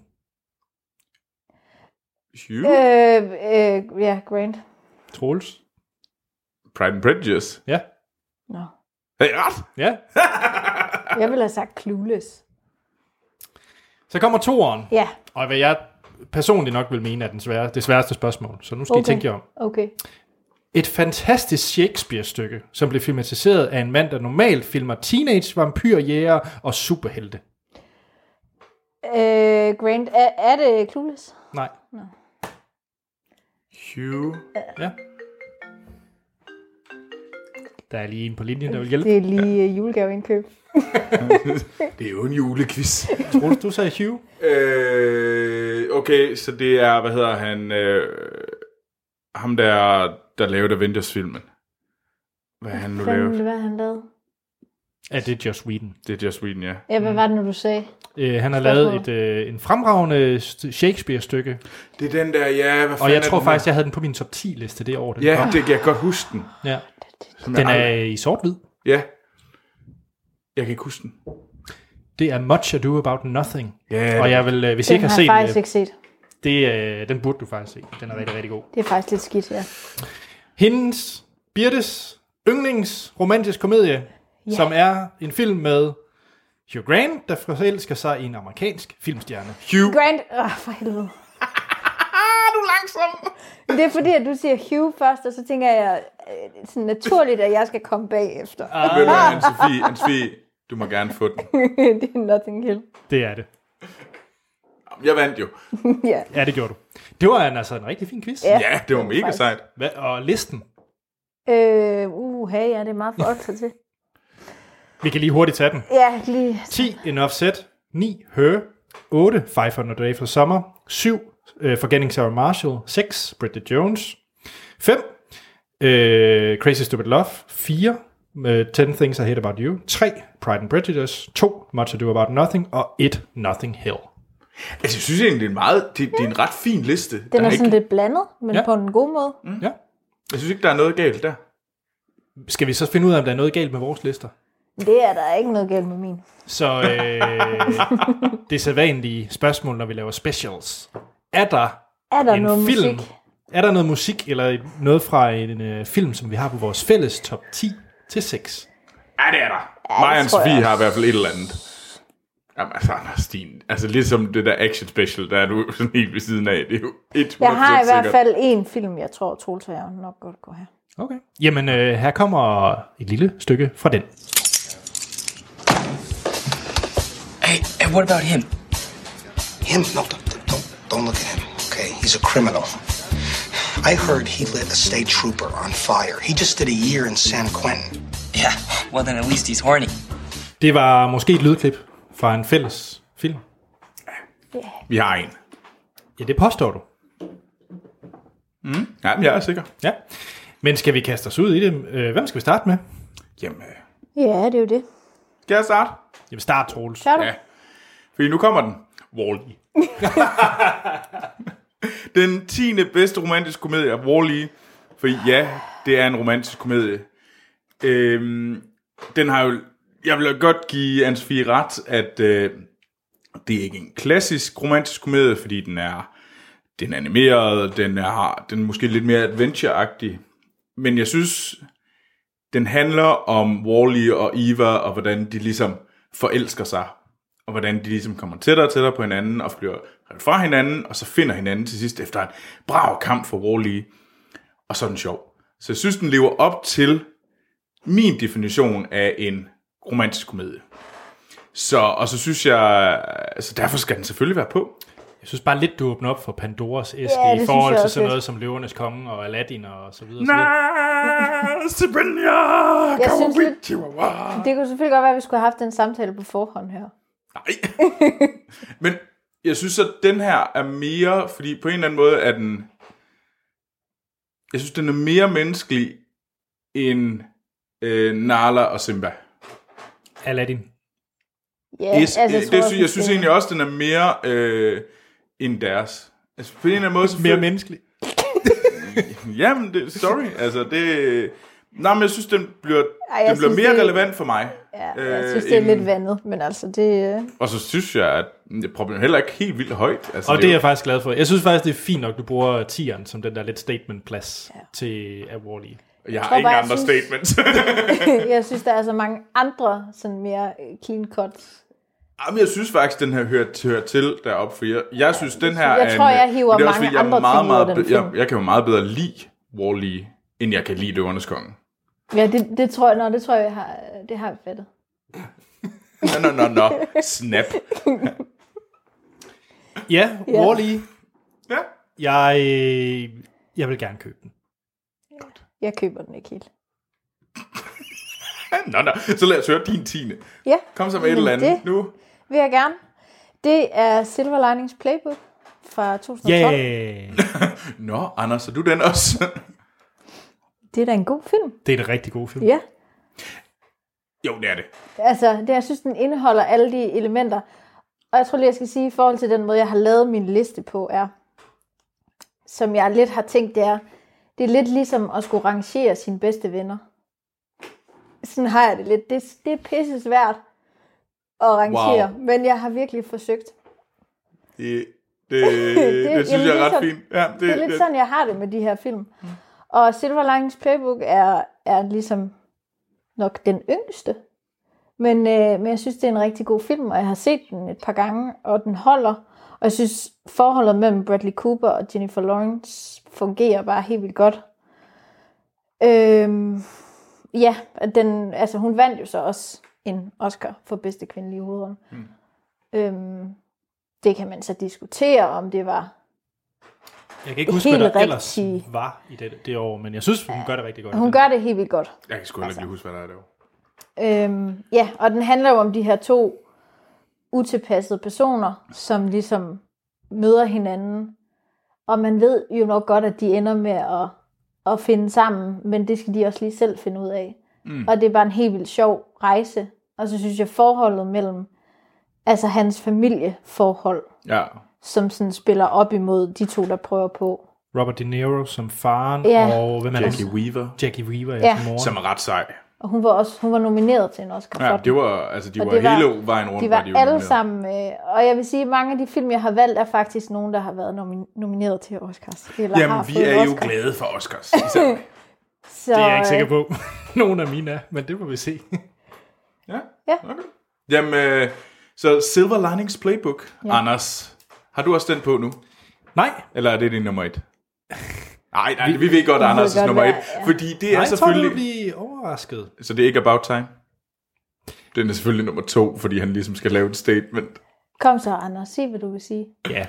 Speaker 2: You?
Speaker 3: Øh, øh, ja, Grant.
Speaker 1: Troels.
Speaker 2: Pride and Prejudice.
Speaker 1: Ja.
Speaker 3: Nå.
Speaker 2: Er I ret?
Speaker 1: Ja.
Speaker 3: Jeg ville have sagt Clueless.
Speaker 1: Så kommer toeren,
Speaker 3: Ja,
Speaker 1: og hvad jeg personligt nok vil mene er den svære, det sværeste spørgsmål. Så nu skal okay. I
Speaker 3: Okay.
Speaker 1: tænke jer om.
Speaker 3: okay.
Speaker 1: Et fantastisk Shakespeare-stykke, som blev filmatiseret af en mand, der normalt filmer teenage vampyrjæger og superhelte.
Speaker 3: Øh, Grant, er, er det Clueless?
Speaker 1: Nej.
Speaker 2: You?
Speaker 1: Ja. Der er lige en på linjen, der vil hjælpe.
Speaker 3: Det er lige øh, ja. julegaveindkøb.
Speaker 2: Det er jo en julequiz.
Speaker 1: Troels, du sagde Hugh.
Speaker 2: øh, okay, så det er, hvad hedder han? Øh, ham der, der lavede Avengers-filmen. Hvad er han nu
Speaker 3: Fanden,
Speaker 2: lavede?
Speaker 3: hvad han lavede?
Speaker 1: Ja, det er Joss Whedon.
Speaker 2: Det er Just Whedon, ja.
Speaker 3: Ja, hvad var det nu, du sagde?
Speaker 1: Øh, han har lavet et, øh, en fremragende st- Shakespeare-stykke,
Speaker 2: Det er den der, ja, hvad
Speaker 1: og
Speaker 2: fanden
Speaker 1: jeg
Speaker 2: er
Speaker 1: tror
Speaker 2: den nu?
Speaker 1: faktisk, jeg havde den på min top 10-liste det år. Den,
Speaker 2: Ja,
Speaker 1: kom.
Speaker 2: det kan jeg godt huske den.
Speaker 1: ja.
Speaker 2: Som
Speaker 1: den
Speaker 2: jeg
Speaker 1: er
Speaker 2: aldrig-
Speaker 1: i sort-hvid.
Speaker 2: Ja. Jeg kan ikke huske den.
Speaker 1: Det er Much Ado About Nothing.
Speaker 2: Ja,
Speaker 1: og jeg vil, øh, hvis I
Speaker 3: Den
Speaker 1: ikke
Speaker 3: har
Speaker 1: har
Speaker 3: jeg
Speaker 1: set
Speaker 3: faktisk
Speaker 1: den,
Speaker 3: ikke set.
Speaker 1: øh, det, øh, den burde du faktisk se. Den er rigtig, rigtig god.
Speaker 3: Det er faktisk lidt skidt, ja.
Speaker 1: Hendes, Birtes, yndlings romantisk komedie, ja. som er en film med Hugh Grant, der forelsker sig i en amerikansk filmstjerne.
Speaker 2: Hugh.
Speaker 3: Grant, åh, for helvede.
Speaker 2: Ah, du er langsom.
Speaker 3: Det er fordi, at du siger Hugh først, og så tænker jeg øh, sådan naturligt, at jeg skal komme bagefter.
Speaker 2: Ah. Ved du hvad, Anne-Sophie, Anne-Sophie, du må gerne få den.
Speaker 3: det er nothing hill.
Speaker 1: Det er det.
Speaker 2: Jeg vandt jo.
Speaker 3: ja.
Speaker 1: Ja, det gjorde du. Det var en, altså en rigtig fin quiz.
Speaker 3: ja.
Speaker 2: Ja, det var mega
Speaker 3: Faktisk.
Speaker 2: sejt.
Speaker 1: Hvad, og listen.
Speaker 3: Øh, uh, hey, ja, det er meget for okser til.
Speaker 1: Vi kan lige hurtigt tage den.
Speaker 3: Ja, lige.
Speaker 1: 10, en offset. 9, Her. 8, 500 Day for Summer. 7, uh, Forgetting Sarah Marshall. 6, Bridget Jones. 5, uh, Crazy Stupid Love. 4, uh, 10 Things I Hate About You. 3, Pride and Prejudice. 2, Much Ado About Nothing. Og 1, Nothing Hill.
Speaker 2: Altså, jeg synes egentlig, det er en, meget, det, det er en ret fin liste.
Speaker 3: Den
Speaker 2: Der
Speaker 3: er
Speaker 2: er
Speaker 3: sådan
Speaker 2: ikke,
Speaker 3: lidt blandet, men
Speaker 1: Ja. Mm.
Speaker 3: på en god måde.
Speaker 1: Ja.
Speaker 2: jeg synes ikke, der er noget galt der.
Speaker 1: Skal vi så finde ud af, om der er noget galt med vores lister?
Speaker 3: Det er der ikke noget galt med min.
Speaker 1: Så øh, det er sædvanlige spørgsmål, når vi laver specials. Er der
Speaker 3: Er der
Speaker 1: en
Speaker 3: noget
Speaker 1: film.
Speaker 3: musik?
Speaker 1: Er der noget musik eller et- noget fra en øh, film, som vi har på vores fælles top 10 til 6?
Speaker 2: Ja, det er der. Mig og
Speaker 3: tror jeg
Speaker 2: Anne-Sophie
Speaker 3: også.
Speaker 2: har i hvert fald et eller andet. Jamen, altså, Anders Stien, altså ligesom det der action special, der er du sådan helt ved siden af. Det er jo 100% sikkert.
Speaker 3: Jeg har i hvert fald en film, jeg tror, Troels og jeg nok godt kunne have.
Speaker 1: Okay. Jamen, øh, her kommer et lille stykke fra den.
Speaker 4: Hey, and what about him?
Speaker 5: Him? No, don't, don't, don't look at him. Okay, he's a criminal. I heard he lit a state trooper on fire. He just did a year in San Quentin.
Speaker 4: Yeah, well, then at least he's horny.
Speaker 1: Det var måske et lydklip fra en fælles film.
Speaker 2: Vi har en.
Speaker 1: Ja, det påstår du.
Speaker 2: Jamen, jeg er sikker.
Speaker 1: Ja. Men skal vi kaste os ud i det? Øh, Hvem skal vi starte med?
Speaker 2: Jamen, øh,
Speaker 3: Ja, det er jo det.
Speaker 2: skal jeg starte?
Speaker 1: Jamen, start, Troels.
Speaker 3: Klar du?
Speaker 2: Ja. Fordi nu kommer den. Wall-E. den tiende bedste romantiske komedie er Wall-E. For ja, det er en romantisk komedie. Øhm, den har jo... Jeg vil godt give anne Sofie ret, at øh, det er ikke en klassisk romantisk komedie, fordi den er den er animeret, den er, den er måske lidt mere adventure-agtig. Men jeg synes, den handler om Wally og Eva, og hvordan de ligesom forelsker sig, og hvordan de ligesom kommer tættere og tættere på hinanden, og bliver revet fra hinanden, og så finder hinanden til sidst efter en brav kamp for Wally, og så er den sjov. Så jeg synes, den lever op til min definition af en romantisk komedie. Så, og så synes jeg, altså derfor skal den selvfølgelig være på.
Speaker 1: Jeg synes bare lidt, du åbner op for Pandoras æske
Speaker 3: Ja, det
Speaker 1: i
Speaker 3: synes
Speaker 1: forhold
Speaker 3: jeg
Speaker 1: til
Speaker 3: også
Speaker 1: sådan
Speaker 3: lidt.
Speaker 1: noget som Løvernes Konge og Aladdin og så videre. Nej.
Speaker 2: Nej, Sabrina,
Speaker 3: synes
Speaker 2: Kawaii,
Speaker 3: lidt-
Speaker 2: Chihuahua.
Speaker 3: Det kunne selvfølgelig godt være, at vi skulle have haft den samtale på forhånd her.
Speaker 2: Nej. Men jeg synes, at den her er mere, fordi på en eller anden måde er den, jeg synes, den er mere menneskelig end øh, Nala og Simba.
Speaker 1: Aladdin.
Speaker 3: Ja,
Speaker 2: Yes, altså, jeg, det,
Speaker 3: også,
Speaker 2: sy-
Speaker 3: vi
Speaker 2: jeg synes
Speaker 3: skal-
Speaker 2: egentlig også, den er mere øh, end deres. Altså, på en eller anden måde...
Speaker 1: Mere
Speaker 2: selvfølgelig-
Speaker 1: menneskelig.
Speaker 2: Jamen, det, sorry. Altså, det... Nej, men jeg synes, den bliver,
Speaker 3: Ej,
Speaker 2: Ej,
Speaker 3: jeg
Speaker 2: den bliver
Speaker 3: synes,
Speaker 2: mere
Speaker 3: det-
Speaker 2: relevant for mig.
Speaker 3: Ja,
Speaker 2: øh,
Speaker 3: jeg synes, det er
Speaker 2: end-
Speaker 3: lidt vandet, men altså, det... øh,
Speaker 2: Og så synes jeg, at det problem heller ikke helt vildt højt. Altså,
Speaker 1: Og det er
Speaker 2: jo-
Speaker 1: jeg faktisk glad for. Jeg synes faktisk, det er fint nok, du bruger tieren som den der lidt statement-plads ja. til af Wall-E.
Speaker 2: Jeg har
Speaker 3: tror
Speaker 2: ingen
Speaker 3: bare, jeg
Speaker 2: andre
Speaker 3: synes-
Speaker 2: statements.
Speaker 3: Jeg synes, der er så mange andre sådan mere øh, clean cuts.
Speaker 2: Jamen, jeg synes faktisk, den her hører, hører til deroppe, for jeg, jeg synes, den her
Speaker 3: jeg
Speaker 2: er
Speaker 3: tror,
Speaker 2: en,
Speaker 3: jeg hiver
Speaker 2: men det er
Speaker 3: mange
Speaker 2: fordi, jeg er
Speaker 3: andre ting ud af den
Speaker 2: be- jeg,
Speaker 3: film.
Speaker 2: jeg kan jo meget bedre lide Wall-E, end jeg kan lide Løvernes Konge.
Speaker 3: Ja, det, det tror jeg, nå, det tror jeg, jeg har, øh, det har jeg fattet.
Speaker 2: Nå, nå, nå, nå. Snap.
Speaker 1: Ja,
Speaker 3: Ja.
Speaker 1: Wall-E.
Speaker 2: Ja.
Speaker 1: Jeg, øh, jeg vil gerne købe den.
Speaker 3: Jeg køber den ikke helt.
Speaker 2: Nå, nå. Så lad os høre din tiende.
Speaker 3: Ja,
Speaker 2: Kom så med et
Speaker 3: Jamen,
Speaker 2: eller andet
Speaker 3: det-
Speaker 2: nu.
Speaker 3: vil jeg gerne. Det er Silver Linings Playbook fra 2012.
Speaker 1: Yeah.
Speaker 2: Nå, Anders, er du den også?
Speaker 3: Det er da en god film.
Speaker 1: Det er en rigtig god film.
Speaker 3: Ja,
Speaker 2: jo, det er det.
Speaker 3: altså, det, jeg synes, den indeholder alle de elementer. Og jeg tror lige, jeg skal sige, i forhold til den måde, jeg har lavet min liste på, er, som jeg lidt har tænkt, det er, det er lidt ligesom at skulle rangere sine bedste venner. Sådan har jeg det lidt. Det, det er pisse svært at rangere, wow. men jeg har virkelig forsøgt.
Speaker 2: Det, det, det, det synes
Speaker 3: jamen,
Speaker 2: jeg
Speaker 3: det
Speaker 2: er
Speaker 3: er
Speaker 2: ret
Speaker 3: sådan-
Speaker 2: fint. Ja, det,
Speaker 3: det er lidt sådan, jeg har det med de her film. Og Silver Linings Playbook er, er ligesom nok den yngste. Men, øh, men jeg synes, det er en rigtig god film, og jeg har set den et par gange, og den holder. Og jeg synes, forholdet mellem Bradley Cooper og Jennifer Lawrence fungerer bare helt vildt godt. Øhm, ja, og den, altså hun vandt jo så også en Oscar for bedste kvindelige hovedrolle. Mm. Øhm, det kan man så diskutere, om det var
Speaker 1: Jeg kan ikke huske, hvad
Speaker 3: Helt
Speaker 1: der ellers
Speaker 3: rigtig.
Speaker 1: var i det, det år, men jeg synes, hun gør det rigtig godt. i
Speaker 3: Hun
Speaker 1: den.
Speaker 3: gør det helt vildt godt.
Speaker 2: Jeg kan sgu heller ikke
Speaker 3: Altså.
Speaker 2: lige huske, hvad der er derovre.
Speaker 3: Øhm, ja, og den handler jo om de her to utilpassede personer, som ligesom møder hinanden. Og man ved jo nok godt, at de ender med at, at finde sammen, men det skal de også lige selv finde ud af. Mm. Og det er bare en helt vildt sjov rejse. Og så synes jeg forholdet mellem, altså hans familieforhold,
Speaker 2: Ja.
Speaker 3: som sådan spiller op imod de to, der prøver på.
Speaker 1: Robert De Niro som faren,
Speaker 3: Ja.
Speaker 1: og hvem er
Speaker 2: Jackie
Speaker 1: Jackie,
Speaker 2: Weaver,
Speaker 1: Jackie Weaver ja.
Speaker 3: Ja.
Speaker 1: som mor.
Speaker 2: som er ret sej.
Speaker 3: Og hun var også hun var nomineret til en Oscar for
Speaker 2: Ja,
Speaker 3: den.
Speaker 2: det var, altså, de
Speaker 3: Og
Speaker 2: var,
Speaker 3: det var-
Speaker 2: hele vejen rundt.
Speaker 3: De var
Speaker 2: jo
Speaker 3: alle
Speaker 2: nomineret.
Speaker 3: sammen, øh, og jeg vil sige, at mange af de film, jeg har valgt, er faktisk nogen, der har været nomi- nomineret til Oscars. Eller har
Speaker 2: Jamen, vi
Speaker 3: fået
Speaker 2: er jo
Speaker 3: Oscar.
Speaker 2: glade for Oscars. især.
Speaker 3: Så,
Speaker 1: Det er jeg ikke
Speaker 3: øh,
Speaker 1: sikker på. Nogen af mine er, men det må vi se.
Speaker 2: ja,
Speaker 3: øh, Ja.
Speaker 2: okay. Jamen, øh, så Silver Linings Playbook, ja. Anders. Har du også den på nu?
Speaker 1: Nej,
Speaker 2: Eller er det din nummer et? Nej, nej, vi, vi ved godt, at
Speaker 3: Vi ved
Speaker 2: Anders er
Speaker 3: godt,
Speaker 2: nummer et.
Speaker 3: hvad- ja.
Speaker 2: Fordi det er
Speaker 1: nej jeg tror, du
Speaker 2: selvfølgelig...
Speaker 1: vil blive overrasket.
Speaker 2: Så det er ikke About Time? Den er selvfølgelig nummer to, fordi han ligesom skal lave et statement.
Speaker 3: Kom så, Anders, sig, hvad du vil sige.
Speaker 1: Ja.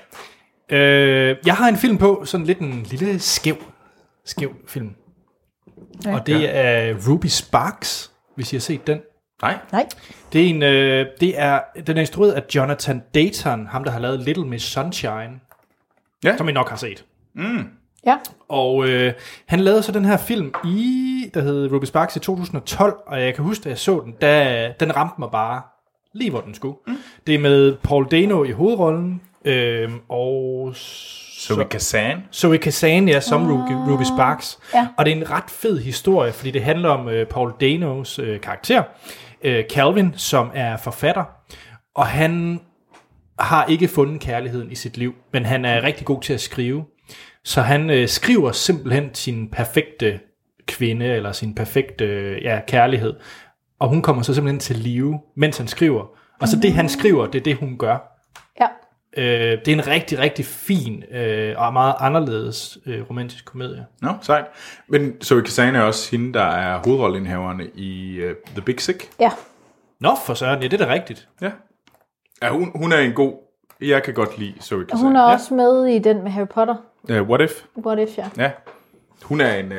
Speaker 1: Øh, jeg har en film på, sådan lidt en lille skæv, skæv film. Ja. Og det er Ruby Sparks, hvis I har set den.
Speaker 2: Nej.
Speaker 3: Nej.
Speaker 1: Det er en, øh, det er, den er instrueret af Jonathan Dayton, ham der har lavet Little Miss Sunshine,
Speaker 2: Ja.
Speaker 1: som I nok har set.
Speaker 3: Ja,
Speaker 1: Og øh, han lavede så den her film i, der hed Ruby Sparks i 2012, og jeg kan huske, da jeg så den, da, den ramte mig bare lige hvor den skulle. Mm. Det er med Paul Dano i hovedrollen, øh, og
Speaker 2: Så vi Kazan.
Speaker 1: Zoe Kazan, ja, som Ruby, Ruby Sparks.
Speaker 3: Ja.
Speaker 1: Og det er en ret fed historie, fordi det handler om øh, Paul Danos øh, karakter, øh, Calvin, som er forfatter. Og han har ikke fundet kærligheden i sit liv, men han er rigtig god til at skrive. Så han øh, skriver simpelthen sin perfekte kvinde, eller sin perfekte øh, ja, kærlighed. Og hun kommer så simpelthen til live, mens han skriver. Og så det, han skriver, det er det, hun gør.
Speaker 3: Ja.
Speaker 1: Øh, det er en rigtig, rigtig fin øh, og meget anderledes øh, romantisk komedie.
Speaker 2: Nå, sejt. Men Zoe Kazan er også hende, der er hovedrolleindhaverne i uh, The Big Sick.
Speaker 3: ja.
Speaker 1: Nå for søren, ja, det er da rigtigt.
Speaker 2: Ja. ja hun, hun er en god... Jeg kan godt lide Zoe Kazan.
Speaker 3: Hun er også med i den med Harry Potter.
Speaker 2: Ja. Uh, what If?
Speaker 3: What if, ja.
Speaker 2: Ja. Hun er en... Uh,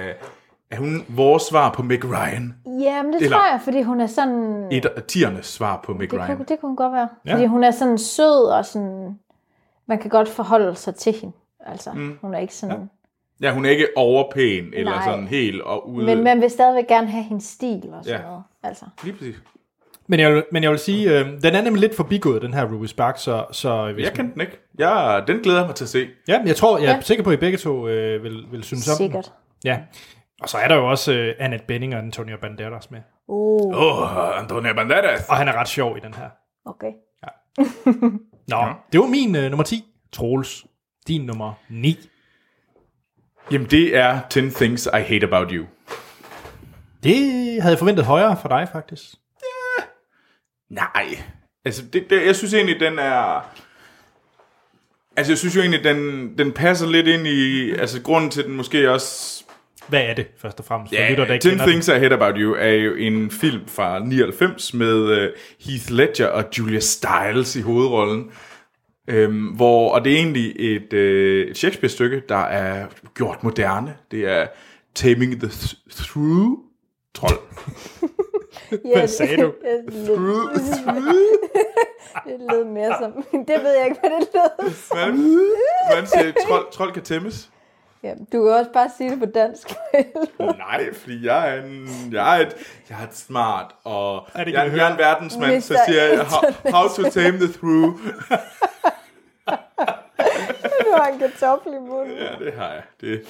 Speaker 2: er hun vores svar på Meg Ryan?
Speaker 3: Jamen, det
Speaker 2: Eller-
Speaker 3: tror jeg, fordi hun er sådan...
Speaker 2: Et af tiernes svar på Meg
Speaker 3: Det
Speaker 2: Ryan.
Speaker 3: kunne, det kunne hun godt være. Ja. Fordi hun er sådan sød, og sådan, man kan godt forholde sig til hende. Altså, mm. hun er ikke sådan... Ja.
Speaker 2: Ja, hun er ikke overpæn eller
Speaker 3: Nej.
Speaker 2: sådan helt og ude.
Speaker 3: Men man vil stadigvæk gerne have hendes stil og sådan
Speaker 2: Ja.
Speaker 3: ja. noget. Altså.
Speaker 2: Lige præcis.
Speaker 1: Men jeg, vil- men jeg vil sige, øh, den er nemlig lidt forbigået, den her Ruby Spark, så, så hvis
Speaker 2: Jeg kendte den ikke. Ja, den glæder jeg mig til at se.
Speaker 1: Ja, men jeg tror, jeg er ja.
Speaker 3: Ja.
Speaker 1: sikker på, at I begge to øh, vil, vil synes om den.
Speaker 3: Sikkert.
Speaker 1: Ja. Og så er der jo også øh, Annette Benning og Antonio Banderas med.
Speaker 3: Uh,
Speaker 2: Åh, oh, Antonio Banderas.
Speaker 1: Og han er ret sjov i den her.
Speaker 3: okay.
Speaker 1: Nå, ja. det var min øh, nummer 10, Troels. Din nummer 9.
Speaker 2: Jamen, det er 10 Things I Hate About You.
Speaker 1: Det havde jeg forventet højere for dig, faktisk.
Speaker 2: Nej. Altså, det, det, jeg synes egentlig, den er... Altså, jeg synes jo egentlig, den, den passer lidt ind i... Altså, grunden til, den måske også
Speaker 1: Hvad er det, først og fremmest? for
Speaker 2: Ja,
Speaker 1: lytter, der ikke
Speaker 2: 10
Speaker 1: kender
Speaker 2: Things I Hate About You er jo en film fra 99 med øh, Heath Ledger og Julia Stiles i hovedrollen. Øhm, hvor, og det er egentlig et, øh, et Shakespeare-stykke, der er gjort moderne. Det er Taming the Th- Through Troll.
Speaker 3: Ja, det-
Speaker 1: sagde du?
Speaker 3: det lød- Det lød mere som... Det ved jeg ikke, hvad det lød som.
Speaker 2: Man, man siger, trold, trold kan tæmmes.
Speaker 3: Ja, du kan også bare sige det på dansk.
Speaker 2: Nej, fordi jeg er, en, jeg, er et, jeg er et smart, og
Speaker 1: det kan
Speaker 2: jeg,
Speaker 1: jeg
Speaker 2: jeg er en verdensmand, så
Speaker 3: Mr.
Speaker 2: siger jeg, how, how to tame the through.
Speaker 3: du har en kartoffel i munden.
Speaker 2: Ja, det har jeg. Det.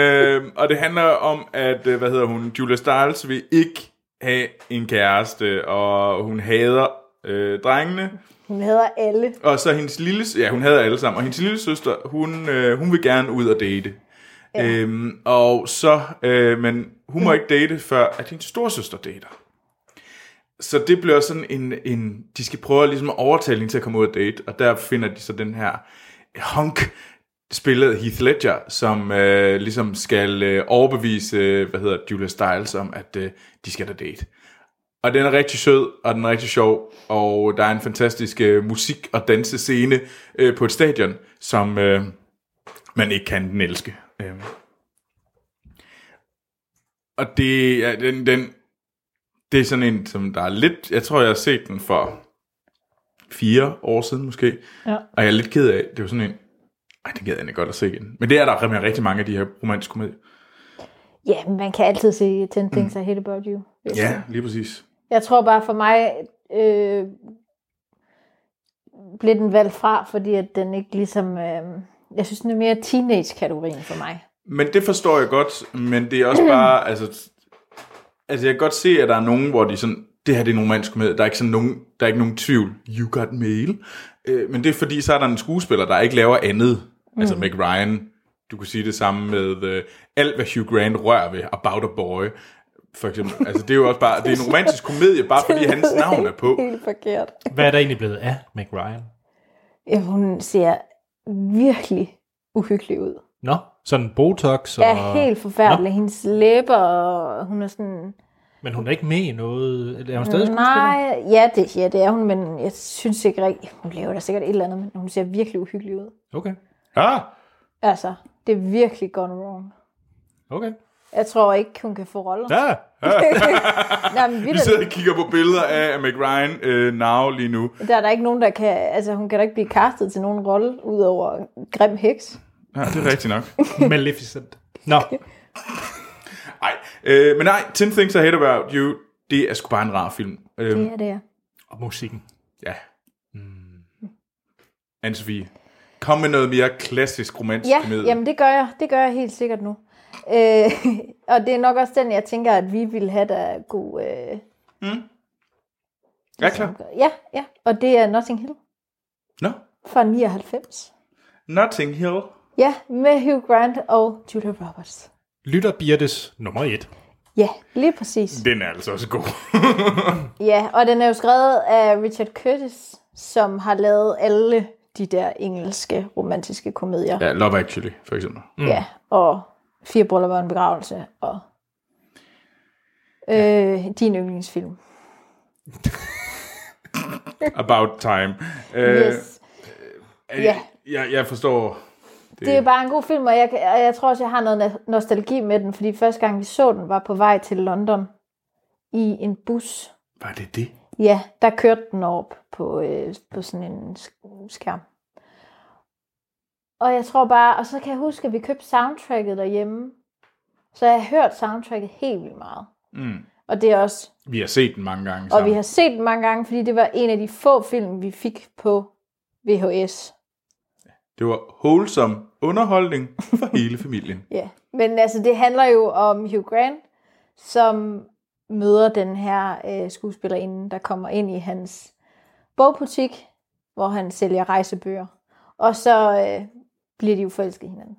Speaker 2: øhm, og det handler om, at, øh, hvad hedder hun, Julia Stiles vil ikke have en kæreste, og hun hader øh, drengene.
Speaker 3: Hun hedder alle.
Speaker 2: Og så hendes lille, ja hun havde alle sammen, og hendes lille søster, hun, øh, hun vil gerne ud og date. Ja. Øhm, og så, øh, men hun må ikke date, før at hendes storsøster dater. Så det bliver sådan en, en de skal prøve at ligesom at overtale hende til at komme ud og date, og der finder de så den her honk, spillet af Heath Ledger, som øh, ligesom skal øh, overbevise, øh, hvad hedder det, Julia Stiles om, at øh, de skal da date. Og den er rigtig sød, og den er rigtig sjov, og der er en fantastisk øh, musik- og dansescene øh, på et stadion, som øh, man ikke kan den elske. Øh. Og det, ja, den, den, det er sådan en, som der er lidt... Jeg tror, jeg har set den for fire år siden måske,
Speaker 3: Ja.
Speaker 2: og jeg er lidt ked af, det var sådan en... Ej, det gider jeg egentlig godt at se igen. Men det er der rimelig rigtig mange af de her romantiske komedier.
Speaker 3: Ja, men man kan altid se 10 Things I Hate About You. hvis
Speaker 2: Ja, lige præcis.
Speaker 3: Jeg tror bare for mig øh, blev den valgt fra, fordi at den ikke ligesom... Øh, jeg synes, den er mere teenage-kategorien for mig.
Speaker 2: Men det forstår jeg godt, men det er også bare, altså, altså jeg kan godt se, at der er nogen, hvor de sådan, det her det er en romantisk komedie, der er ikke sådan nogen, der er ikke nogen tvivl, you got mail, øh, men det er fordi, så er der en skuespiller, der ikke laver andet, mm. altså Meg Ryan, du kunne sige det samme med øh, alt, hvad Hugh Grant rører ved, About a Boy, for eksempel, altså det er jo også bare, det er en romantisk komedie, bare fordi hans navn er på.
Speaker 3: Helt forkert.
Speaker 1: den. Hvad er der egentlig blevet af Meg Ryan?
Speaker 3: Ja, hun ser virkelig uhyggelig ud.
Speaker 1: Nå, sådan Botox og...
Speaker 3: Ja, helt forfærdelig. Hendes læber, og hun er sådan...
Speaker 1: Men hun er ikke med i noget. Er hun stadig skuespiller?
Speaker 3: Nej, ja det, ja, det er hun, men jeg synes ikke rigtigt... Hun laver da sikkert et eller andet, men hun ser virkelig uhyggelig ud.
Speaker 1: Okay,
Speaker 2: Ja,
Speaker 3: Altså, det er virkelig gone wrong.
Speaker 1: okay.
Speaker 3: Jeg tror ikke, hun kan få roller.
Speaker 1: Ja,
Speaker 3: Nej, men
Speaker 2: vi sidder og kigger på billeder af Meg Ryan øh, now lige nu.
Speaker 3: Der er der ikke nogen, der kan... Altså, hun kan da ikke blive castet til nogen rolle, udover Grim Heks.
Speaker 2: Ja, Ah, det er rigtigt nok.
Speaker 1: Maleficent. Nå,
Speaker 2: Nej, øh, men nej, 10 Things I Hate About You, det er sgu bare en rar film. Øhm,
Speaker 3: Det er det, ja.
Speaker 1: og musikken.
Speaker 2: Ja. Mm. Anne-Sophie, kom med noget mere klassisk romantisk
Speaker 3: Ja,
Speaker 2: komedie.
Speaker 3: jamen det gør jeg. Det gør jeg helt sikkert nu. Øh, og det er nok også den, jeg tænker, at vi ville have, der er god... Øh,
Speaker 2: er klar.
Speaker 3: ja, ja. Og det er Notting Hill
Speaker 2: Nå,
Speaker 3: fra 99.
Speaker 2: Notting Hill.
Speaker 3: Ja, med Hugh Grant og Julia Roberts.
Speaker 1: Lytter Birtes nummer 1.
Speaker 3: Ja, lige præcis.
Speaker 2: Den er altså også god.
Speaker 3: Ja, og den er jo skrevet af Richard Curtis, som har lavet alle de der engelske romantiske komedier.
Speaker 2: ja, Love Actually, for eksempel.
Speaker 3: Mm. Ja, og Fire Bryllup og en begravelse, og øh, din yndlingsfilm.
Speaker 2: About Time. Øh,
Speaker 3: Øh, yes.
Speaker 2: øh,
Speaker 3: ja.
Speaker 2: jeg, jeg forstår.
Speaker 3: Det er bare en god film, og jeg, kan- og jeg tror også, jeg har noget na- nostalgi med den, fordi første gang vi så den, var på vej til London i en bus.
Speaker 2: Var det det?
Speaker 3: Ja, der kørte den op på, øh, på sådan en sk- skærm. Og jeg tror bare, og så kan jeg huske, at vi købte soundtracket derhjemme. Så jeg har hørt soundtracket helt vildt meget.
Speaker 2: Mm.
Speaker 3: Og det er også,
Speaker 2: Vi har set den mange gange
Speaker 3: og
Speaker 2: sammen.
Speaker 3: vi har set den mange gange, fordi det var en af de få film, vi fik på VHS.
Speaker 2: Det var wholesome underholdning for hele familien.
Speaker 3: Ja, men altså det handler jo om Hugh Grant, som møder den her øh, skuespillerinde, der kommer ind i hans bogbutik, hvor han sælger rejsebøger. Og så øh, bliver de jo forelsket i hinanden.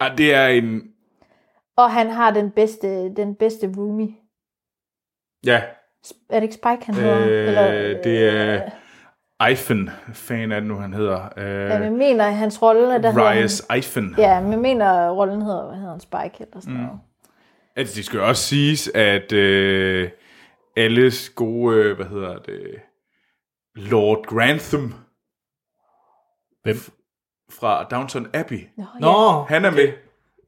Speaker 2: Ah, det er en...
Speaker 3: Og han har den bedste, den bedste roomie.
Speaker 2: Ja,
Speaker 3: Sp- Er det ikke Spike, han hedder?
Speaker 2: øh, det er... Eifen, fan af den nu, han hedder.
Speaker 3: Ja,
Speaker 2: Øh,
Speaker 3: men mener i hans rolle, der
Speaker 2: Rias Eifen.
Speaker 3: hedder han, Ja, men mener rollen hedder, hvad hedder han, Spike eller sådan noget.
Speaker 2: Altså, det skal jo også siges, at øh, alles gode, øh, hvad hedder det, Lord Grantham
Speaker 1: Hvem?
Speaker 2: fra Downton Abbey,
Speaker 1: Nå,
Speaker 2: han er med, okay.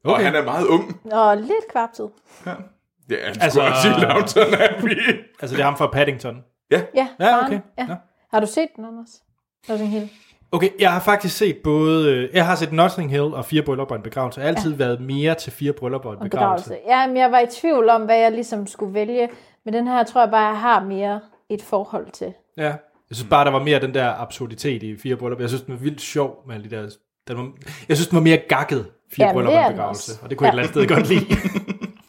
Speaker 2: og
Speaker 1: Okay.
Speaker 2: han er meget ung.
Speaker 3: Og lidt kvapset.
Speaker 2: Ja, han altså,
Speaker 1: Altså-
Speaker 2: skulle også i Downton Abbey.
Speaker 1: altså det er ham fra Paddington.
Speaker 3: Ja,
Speaker 1: Ja,
Speaker 3: faren.
Speaker 1: okay.
Speaker 3: Ja.
Speaker 1: Nå.
Speaker 3: Har du set den, Anders? Notting Hill?
Speaker 1: Okay, jeg har faktisk set både... øh, Jeg har set Notting Hill og Fire Bryllupper og en begravelse. Jeg har altid ja. været mere til Fire Bryllupper og en
Speaker 3: Og
Speaker 1: begravelse.
Speaker 3: begravelse. Ja, men jeg var i tvivl om, hvad jeg ligesom skulle vælge. Men den her tror jeg bare, jeg har mere et forhold til.
Speaker 1: Ja. Jeg synes bare, der var mere den der absurditet i Fire Bryllupper. Jeg synes, den var vildt sjov med alle de der... Den var, jeg synes, den var mere gakket, Fire
Speaker 3: Jamen,
Speaker 1: Bryllupper
Speaker 3: det er
Speaker 1: og en
Speaker 3: den
Speaker 1: begravelse.
Speaker 3: også.
Speaker 1: Og det kunne jeg
Speaker 3: Ja.
Speaker 1: et eller andet sted godt lide.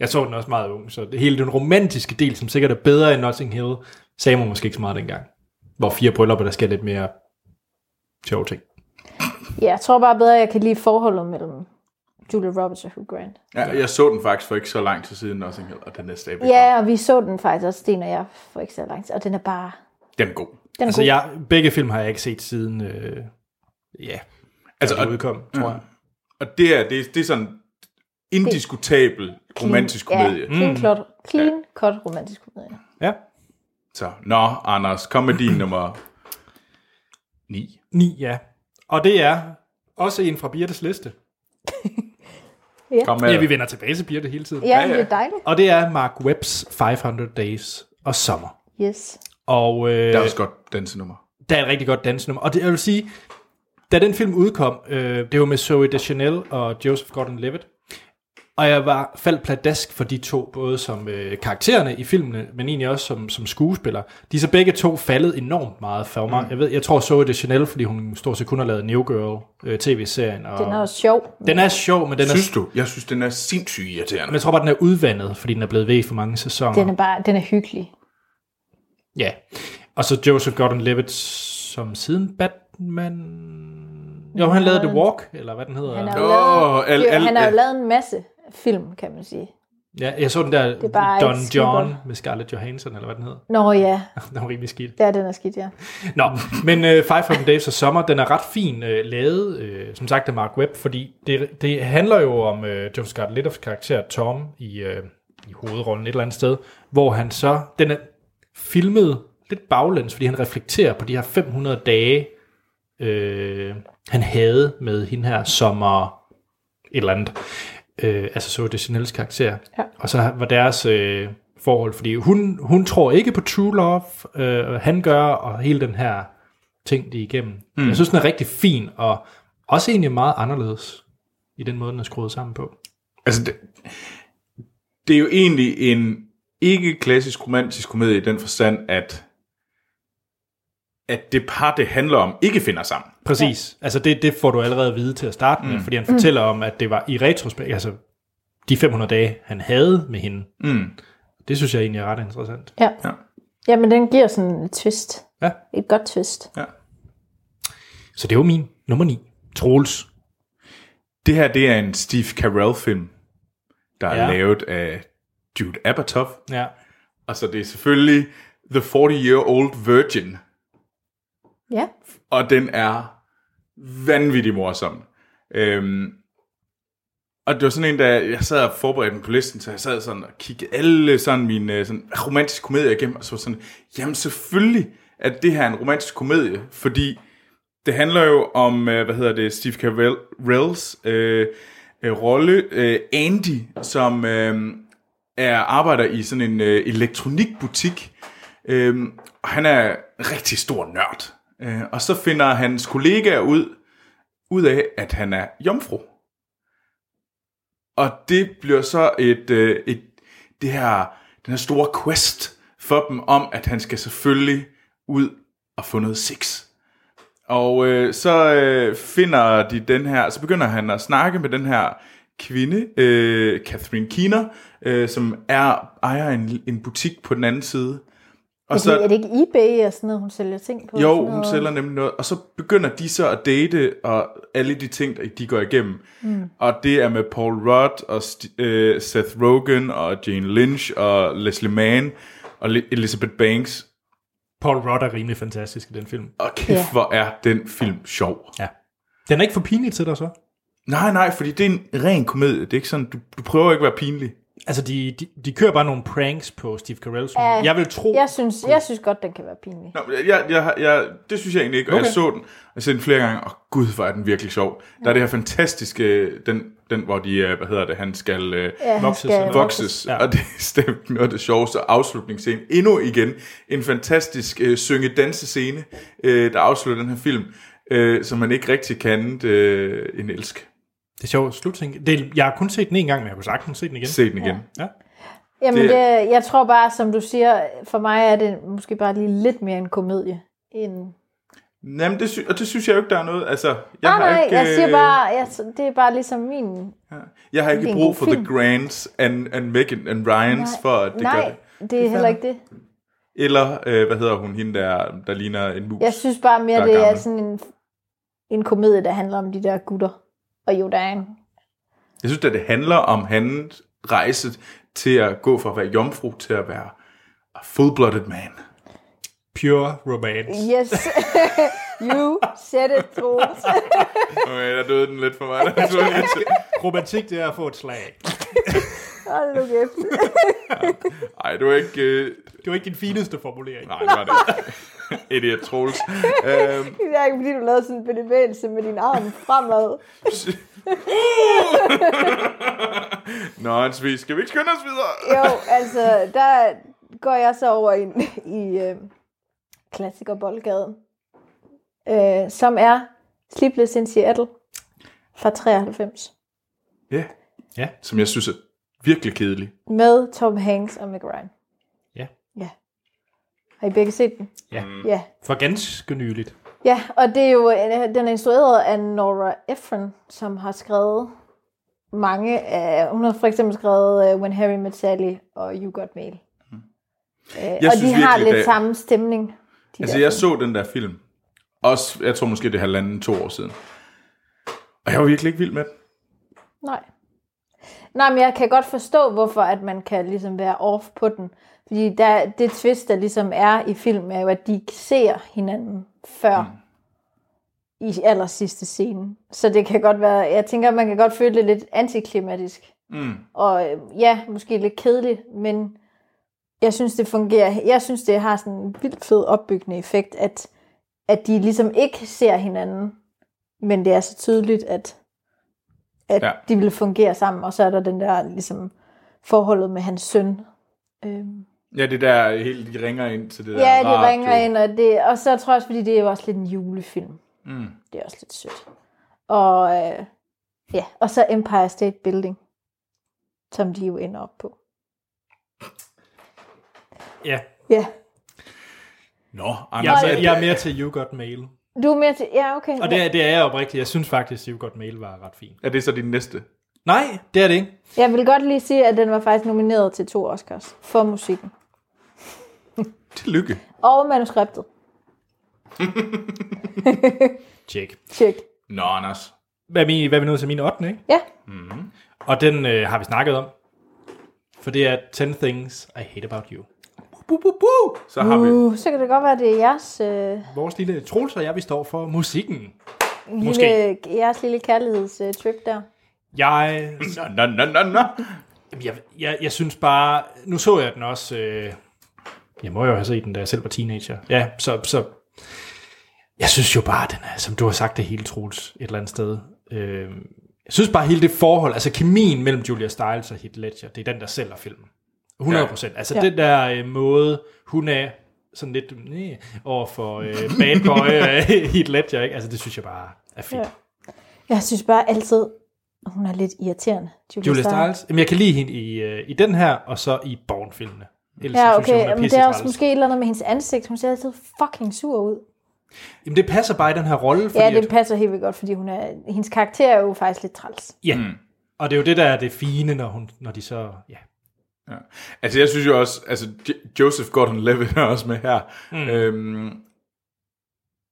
Speaker 1: jeg så den også meget ung, så det hele den romantiske del, som sikkert er bedre end Notting Hill, sagde man måske ikke så meget dengang. Hvor Fire Bryllupper, der sker lidt mere sjove ting.
Speaker 3: Ja, jeg tror bare bedre, jeg kan lide forholdet mellem Julia Roberts og Hugh Grant.
Speaker 2: Ja, jeg så den faktisk for ikke så lang tid siden, også, og den er stadigvæk god.
Speaker 3: Ja, og vi så den faktisk også, Sten og jeg, for ikke så lang tid. Og den er bare...
Speaker 2: Den er god.
Speaker 3: Den er
Speaker 1: Altså,
Speaker 3: god.
Speaker 1: jeg, begge film har jeg ikke set siden... Øh, ja, altså,
Speaker 2: Altså,
Speaker 1: Mm.
Speaker 2: og-
Speaker 1: de udkom, tror jeg.
Speaker 2: Og det er, det, er- det er sådan indiskutabel romantisk komedie.
Speaker 3: Ja, clean, cut, clean cut romantisk komedie.
Speaker 1: Ja.
Speaker 2: Så, nå, Anders, kom med din nummer 9.
Speaker 1: 9, ja. Og det er også en fra Birtes liste.
Speaker 2: Kom med.
Speaker 1: Ja, vi vender tilbage til Birte hele tiden.
Speaker 3: Ja,
Speaker 2: ja.
Speaker 3: det er dejligt.
Speaker 1: Og det er Mark Webbs 500 Days og Sommer.
Speaker 3: Yes.
Speaker 1: Og øh,
Speaker 2: Der er også godt dansenummer.
Speaker 1: der er et rigtig godt dansnummer. Og det, jeg vil sige, da den film udkom, øh, det var med Zoe Deschanel og Joseph Gordon-Levitt, og jeg var faldt pladask for de to, både som øh, karaktererne i filmene, men egentlig også som, som skuespiller. De er så begge to faldet enormt meget for mig. Mm. Jeg, ved, jeg tror Zoe Deschanel, fordi hun stort set kun har lavet New Girl, øh, tv-serien. Og
Speaker 3: Den er også sjov.
Speaker 1: den er sjov, men den er,
Speaker 2: Synes du? Jeg synes, den er sindssygt irriterende.
Speaker 1: men jeg tror bare, den er udvandet, fordi den er blevet ved for mange sæsoner.
Speaker 3: Den er bare... Den er hyggelig.
Speaker 1: Ja. Og så Joseph Gordon-Levitt, som siden Batman... Jo, han lavede The Walk, eller hvad den hedder.
Speaker 3: Han har
Speaker 2: Åh,
Speaker 3: jo lavet,
Speaker 2: al-
Speaker 3: jo,
Speaker 2: al-
Speaker 3: han har jo
Speaker 2: al-
Speaker 3: lavet en masse film, kan man sige.
Speaker 1: Ja, jeg så den der
Speaker 3: er bare
Speaker 1: Don
Speaker 3: ikke
Speaker 1: John
Speaker 3: skidt.
Speaker 1: med Scarlett Johansson, eller hvad den hedder.
Speaker 3: Nå ja,
Speaker 1: Den var rimelig skidt.
Speaker 3: ja den er skidt, ja.
Speaker 1: Nå, men uh, Five Hundred Days of Summer, den er ret fin uh, lavet, uh, som sagt af Mark Webb, fordi det, det handler jo om uh, Joseph Scarlett karakter Tom i, uh, i hovedrollen et eller andet sted, hvor han så, den er filmet lidt baglæns, fordi han reflekterer på de her 500 dage, øh, han havde med hende her sommer et eller andet. Øh, altså så det Chanel's karakter.
Speaker 3: Ja.
Speaker 1: Og så var deres øh, forhold, fordi hun, hun tror ikke på true love, øh, og han gør, og hele den her ting, de er igennem. Mm. Jeg synes, den er rigtig fin, og også egentlig meget anderledes i den måde, den er skruet sammen på.
Speaker 2: Altså, det, det er jo egentlig en ikke klassisk romantisk komedie i den forstand, at at det par, det handler om, ikke finder sammen.
Speaker 1: Præcis. Ja. Altså det, det får du allerede at vide til at starte med, mm. fordi han fortæller om, at det var i retrospekt, altså de 500 dage, han havde med hende.
Speaker 2: Mm.
Speaker 1: Det synes jeg egentlig er ret interessant.
Speaker 3: Ja.
Speaker 2: Ja.
Speaker 3: ja. Jamen, den giver sådan et twist.
Speaker 1: Ja.
Speaker 3: Et godt twist.
Speaker 2: Ja.
Speaker 1: Så det var min nummer 9. Troels.
Speaker 2: Det her, det er en Steve Carell-film. der ja.
Speaker 1: Ja.
Speaker 2: er lavet af Jude Apatow.
Speaker 1: Ja.
Speaker 2: Og så Altså, det er selvfølgelig The 40-Year-Old Virgin.
Speaker 3: Ja.
Speaker 2: og den er vanvittig morsom. Øhm, og det var sådan en, der jeg sad og forberedte den på listen, så jeg sad sådan og kiggede alle sådan mine øh, sådan, romantiske komedier igennem, og så var sådan, jamen selvfølgelig at det her er en romantisk komedie, fordi det handler jo om, øh, hvad hedder det, Steve Carell's øh, øh, rolle, øh, Andy, som øh, er arbejder i sådan en øh, elektronikbutik. Øh, og han er rigtig stor nørd. Øh, og så finder hans kollegaer ud, ud af, at han er jomfru. Og det bliver så et, øh, et det her, den her store quest for dem om, at han skal selvfølgelig ud og få noget sex. Og øh, så øh, finder de den her, så begynder han at snakke med den her kvinde, øh, Catherine Keener, øh, som er ejer en, en butik på den anden side. Og
Speaker 3: Er, det, er det ikke eBay og sådan noget, hun sælger ting på? og sådan
Speaker 2: Jo, hun
Speaker 3: noget?
Speaker 2: sælger nemlig noget. Og så begynder de så at date, og alle de ting, der de går igennem. Mm. Og det er med Paul Rudd, og St- øh, Seth Rogen, og Jane Lynch, og Leslie Mann, og Le- Elizabeth Banks.
Speaker 1: Paul Rudd er rimelig fantastisk i den film.
Speaker 2: Og kæft,
Speaker 3: Ja.
Speaker 2: yeah. hvor er den film sjov.
Speaker 1: Ja. Den er ikke for pinlig til dig så?
Speaker 2: Nej, nej, fordi det er en ren komedie. Det er ikke sådan, du, du prøver ikke at være pinlig.
Speaker 1: Altså, de, de, de kører bare nogle pranks på Steve Carell. Som
Speaker 3: Ja.
Speaker 1: jeg vil tro...
Speaker 3: Jeg synes, jeg synes godt, den kan være pinlig.
Speaker 2: Nå, men jeg, jeg, jeg, det synes jeg egentlig ikke, og okay. jeg så den, og jeg så den flere gange, og gud, hvor er den virkelig sjov. Der er det her fantastiske, den, den hvor de, øh, hvad hedder det, han skal... øh,
Speaker 3: Ja, han
Speaker 1: Vokses
Speaker 3: skal,
Speaker 1: eller-
Speaker 2: vokses, ja.
Speaker 1: Ja.
Speaker 2: og det er stemt noget af det sjoveste afslutningsscene. Endnu igen en fantastisk øh, synge-danse-scene, øh, der afslutter den her film, øh, som man ikke rigtig kan andet, øh, end elske.
Speaker 1: Det er sjovt. Slutting. Det er, jeg har kun set den en gang, men jeg kunne sagtens se den igen.
Speaker 2: Se den igen.
Speaker 1: Ja.
Speaker 3: Jamen,
Speaker 2: Det-
Speaker 3: det... Det, jeg tror bare, som du siger, for mig er det måske bare lige lidt mere en komedie. End...
Speaker 2: Ja. Jamen, det sy- og det synes jeg jo ikke, der er noget. Altså, jeg
Speaker 3: Nej, Ah, nej,
Speaker 2: ikke,
Speaker 3: jeg siger
Speaker 2: øh,
Speaker 3: bare, jeg, det er bare ligesom min...
Speaker 2: jeg har
Speaker 3: det er
Speaker 2: ikke
Speaker 3: en
Speaker 2: brug
Speaker 3: god
Speaker 2: for
Speaker 3: film.
Speaker 2: The Grants and, and Megan and Ryans
Speaker 3: Nej,
Speaker 2: for, at det gør det.
Speaker 3: nej, det. det er heller ikke det.
Speaker 2: Eller, øh, hvad hedder hun, hende der, der ligner en mus.
Speaker 3: Jeg synes bare mere,
Speaker 2: Der er
Speaker 3: det er
Speaker 2: gammel.
Speaker 3: sådan en, en komedie, der handler om de der gutter. Og jo, der er en.
Speaker 2: Jeg synes, at det handler om hans rejse til at gå fra at være jomfru til at være a full-blooded man.
Speaker 1: Pure romance.
Speaker 3: Yes, you said it, Troels.
Speaker 2: Okay, der døde den lidt for mig. Der tror jeg lige til.
Speaker 1: Romantik, det er at få et slag.
Speaker 3: Hold nu kæft.
Speaker 2: Ej, det var ikke... Øh...
Speaker 1: Det var ikke din fineste formulering.
Speaker 2: Nej, det var det ikke. Idiot Troels. Øhm,
Speaker 3: Det er ikke, fordi du lavede sådan en bevægelse med din arm fremad.
Speaker 2: Nå, Hans Vig, skal vi ikke skynde os videre?
Speaker 3: Jo, altså, der går jeg så over ind i øh, klassikerboldgaden, øh, som er Sleepless in Seattle fra 93,
Speaker 2: Ja.
Speaker 1: Ja.
Speaker 2: Som jeg synes er virkelig kedelig.
Speaker 3: med Tom Hanks og Meg Ryan.
Speaker 1: Ja.
Speaker 3: Ja. Har I begge set den?
Speaker 1: Ja.
Speaker 3: Ja.
Speaker 1: For ganske nyligt.
Speaker 3: Ja, og det er jo, øh, den er instrueret af Nora Ephron, som har skrevet mange af, hun har for eksempel skrevet øh, When Harry Met Sally og You Got Mail. Øh, og de
Speaker 2: Mm. synes
Speaker 3: har
Speaker 2: virkelig,
Speaker 3: lidt
Speaker 2: det-
Speaker 3: samme stemning. De
Speaker 2: Altså,
Speaker 3: der
Speaker 2: jeg
Speaker 3: film.
Speaker 2: så den der film. Også, jeg tror måske, det er halvanden, to år siden. Og jeg var virkelig ikke vild med den.
Speaker 3: Nej. Nej, men jeg kan godt forstå, hvorfor at man kan ligesom være off på den. Fordi der, det twist, der ligesom er i filmen, er jo, at de ikke ser hinanden før mm. i aller sidste scene. Så det kan godt være, jeg tænker, man kan godt føle det lidt antiklimatisk.
Speaker 2: Mm.
Speaker 3: Og øh, ja, måske lidt kedeligt, men jeg synes, det fungerer. Jeg synes, det har sådan en vildt fed opbyggende effekt, at, at de ligesom ikke ser hinanden, men det er så tydeligt, at, at
Speaker 2: Ja.
Speaker 3: ja. de vil fungere sammen. Og så er der den der ligesom forholdet med hans søn. Øhm.
Speaker 2: Ja, det der helt, de ringer ind til det der
Speaker 3: Ja, de
Speaker 2: radio.
Speaker 3: ringer ind, og, det, og så tror jeg også, fordi det er jo også lidt en julefilm. Mm. Det er også lidt sødt. Og, øh, ja, og så Empire State Building, som de jo ender op på.
Speaker 1: Ja.
Speaker 3: Ja,
Speaker 2: Nå,
Speaker 1: Jeg,
Speaker 2: Anders,
Speaker 1: er,
Speaker 2: at-
Speaker 1: mere- jeg er mere til You Got Mail.
Speaker 3: du er mere til... Ja, okay.
Speaker 1: Og det er, det er jeg oprigtigt. Jeg synes faktisk, You Got Mail var ret fint.
Speaker 2: er det så din næste?
Speaker 1: Nej, det er det ikke.
Speaker 3: Jeg vil godt lige sige, at den var faktisk nomineret til to Oscars for musikken.
Speaker 2: Tillykke.
Speaker 3: Og manuskriptet.
Speaker 1: Tjek.
Speaker 3: Tjek.
Speaker 2: Nå, Anders.
Speaker 1: Hvad er, min, hvad er vi nået til min 8, ikke?
Speaker 3: Ja,
Speaker 1: Og den øh, har vi snakket om. For det er 10 Things I Hate About You.
Speaker 2: Bu, bu, bu. Så har vi
Speaker 3: Uh, så kan det godt være, det er jeres, øh,
Speaker 1: Vores lille Troels og jeg, vi står for musikken. Måske.
Speaker 3: lille, jeres lille kærlighedstrip der.
Speaker 1: Jeg,
Speaker 2: Nå, nå, nå, nå.
Speaker 1: jamen, jeg, jeg, jeg synes bare... Nu så jeg den også... Øh, jeg må jo have set den, da jeg selv var teenager. Ja, så, så jeg synes jo bare, den er, som du har sagt det hele, Troels, et eller andet sted. Øh, jeg synes bare, hele det forhold, altså kemien mellem Julia Stiles og Heath Ledger, det er den, der sælger filmen. 100 procent. Altså
Speaker 3: Ja.
Speaker 1: ja. den der øh, måde, hun er sådan lidt næh, over for øh, bad boy øh, Heath Ledger, ikke? Altså det synes jeg bare er fedt.
Speaker 3: Ja. Jeg synes bare altid, at hun er lidt irriterende.
Speaker 1: Julia Stiles. Jamen, jeg kan lide hende i, øh, i den her, og så i Bourne-filmene. Ellers
Speaker 3: Ja,
Speaker 1: så synes jeg,
Speaker 3: okay.
Speaker 1: hun er
Speaker 3: Jamen, det er også
Speaker 1: pissetræls.
Speaker 3: måske et eller andet med hendes ansigt. Hun ser altid fucking sur ud.
Speaker 1: Jamen, det passer bare i den her rolle, fordi
Speaker 3: Ja, det
Speaker 1: at,
Speaker 3: passer helt vildt godt, fordi hun er, hendes karakter er jo faktisk lidt træls.
Speaker 1: ja. og det er jo det, der er det fine, når, hun, når de så... Ja.
Speaker 2: Ja. Altså, jeg synes jo også, altså, Jo- Joseph Gordon-Levitt er også med her. Mm. Øhm,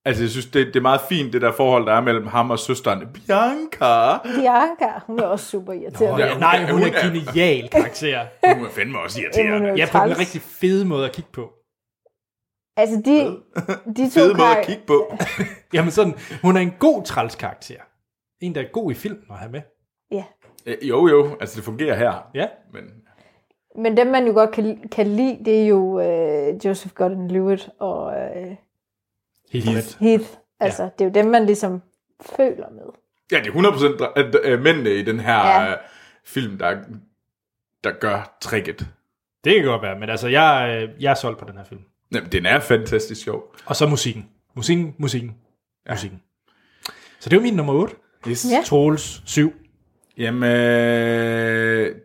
Speaker 2: altså, jeg synes, det, det er meget fint, det der forhold, der er mellem ham og søsteren Bianca.
Speaker 3: Bianca, hun er også super irriterende.
Speaker 1: Nå, ja,
Speaker 2: hun
Speaker 1: nej,
Speaker 2: er-
Speaker 1: hun,
Speaker 2: hun
Speaker 1: er
Speaker 2: er-
Speaker 1: genial karakter.
Speaker 2: Hun er fandme også
Speaker 3: Jamen, hun
Speaker 2: irriterende.
Speaker 3: er jo
Speaker 1: ja, på en
Speaker 3: træls.
Speaker 1: rigtig fed måde at kigge på.
Speaker 3: Altså, de, de to
Speaker 2: Fede måde at
Speaker 3: karakter...
Speaker 2: kigge på.
Speaker 1: Jamen sådan, hun er en god træls karakter. En, der er god i filmen at have med.
Speaker 3: Ja.
Speaker 2: Øh, Jo, jo, altså, det fungerer her.
Speaker 1: Ja.
Speaker 2: Men
Speaker 3: Men dem, man jo godt kan, kan lide, det er jo øh, Joseph Gordon-Levitt og øh,
Speaker 1: Helt ret.
Speaker 3: Heath. Altså, det er jo dem, man ligesom føler med.
Speaker 2: ja, det er 100% dre- at, øh, mændene i den her
Speaker 3: Ja.
Speaker 2: øh, film, der, der gør tricket.
Speaker 1: Det kan godt være, men altså, jeg, øh, jeg er solgt på den her film.
Speaker 2: Jamen, den er fantastisk sjov.
Speaker 1: Og så musikken. Musikken, musikken, ja. musikken. Så det var min nummer 8.
Speaker 2: Yes.
Speaker 3: Ja.
Speaker 1: Troels 7.
Speaker 2: Jamen, øh,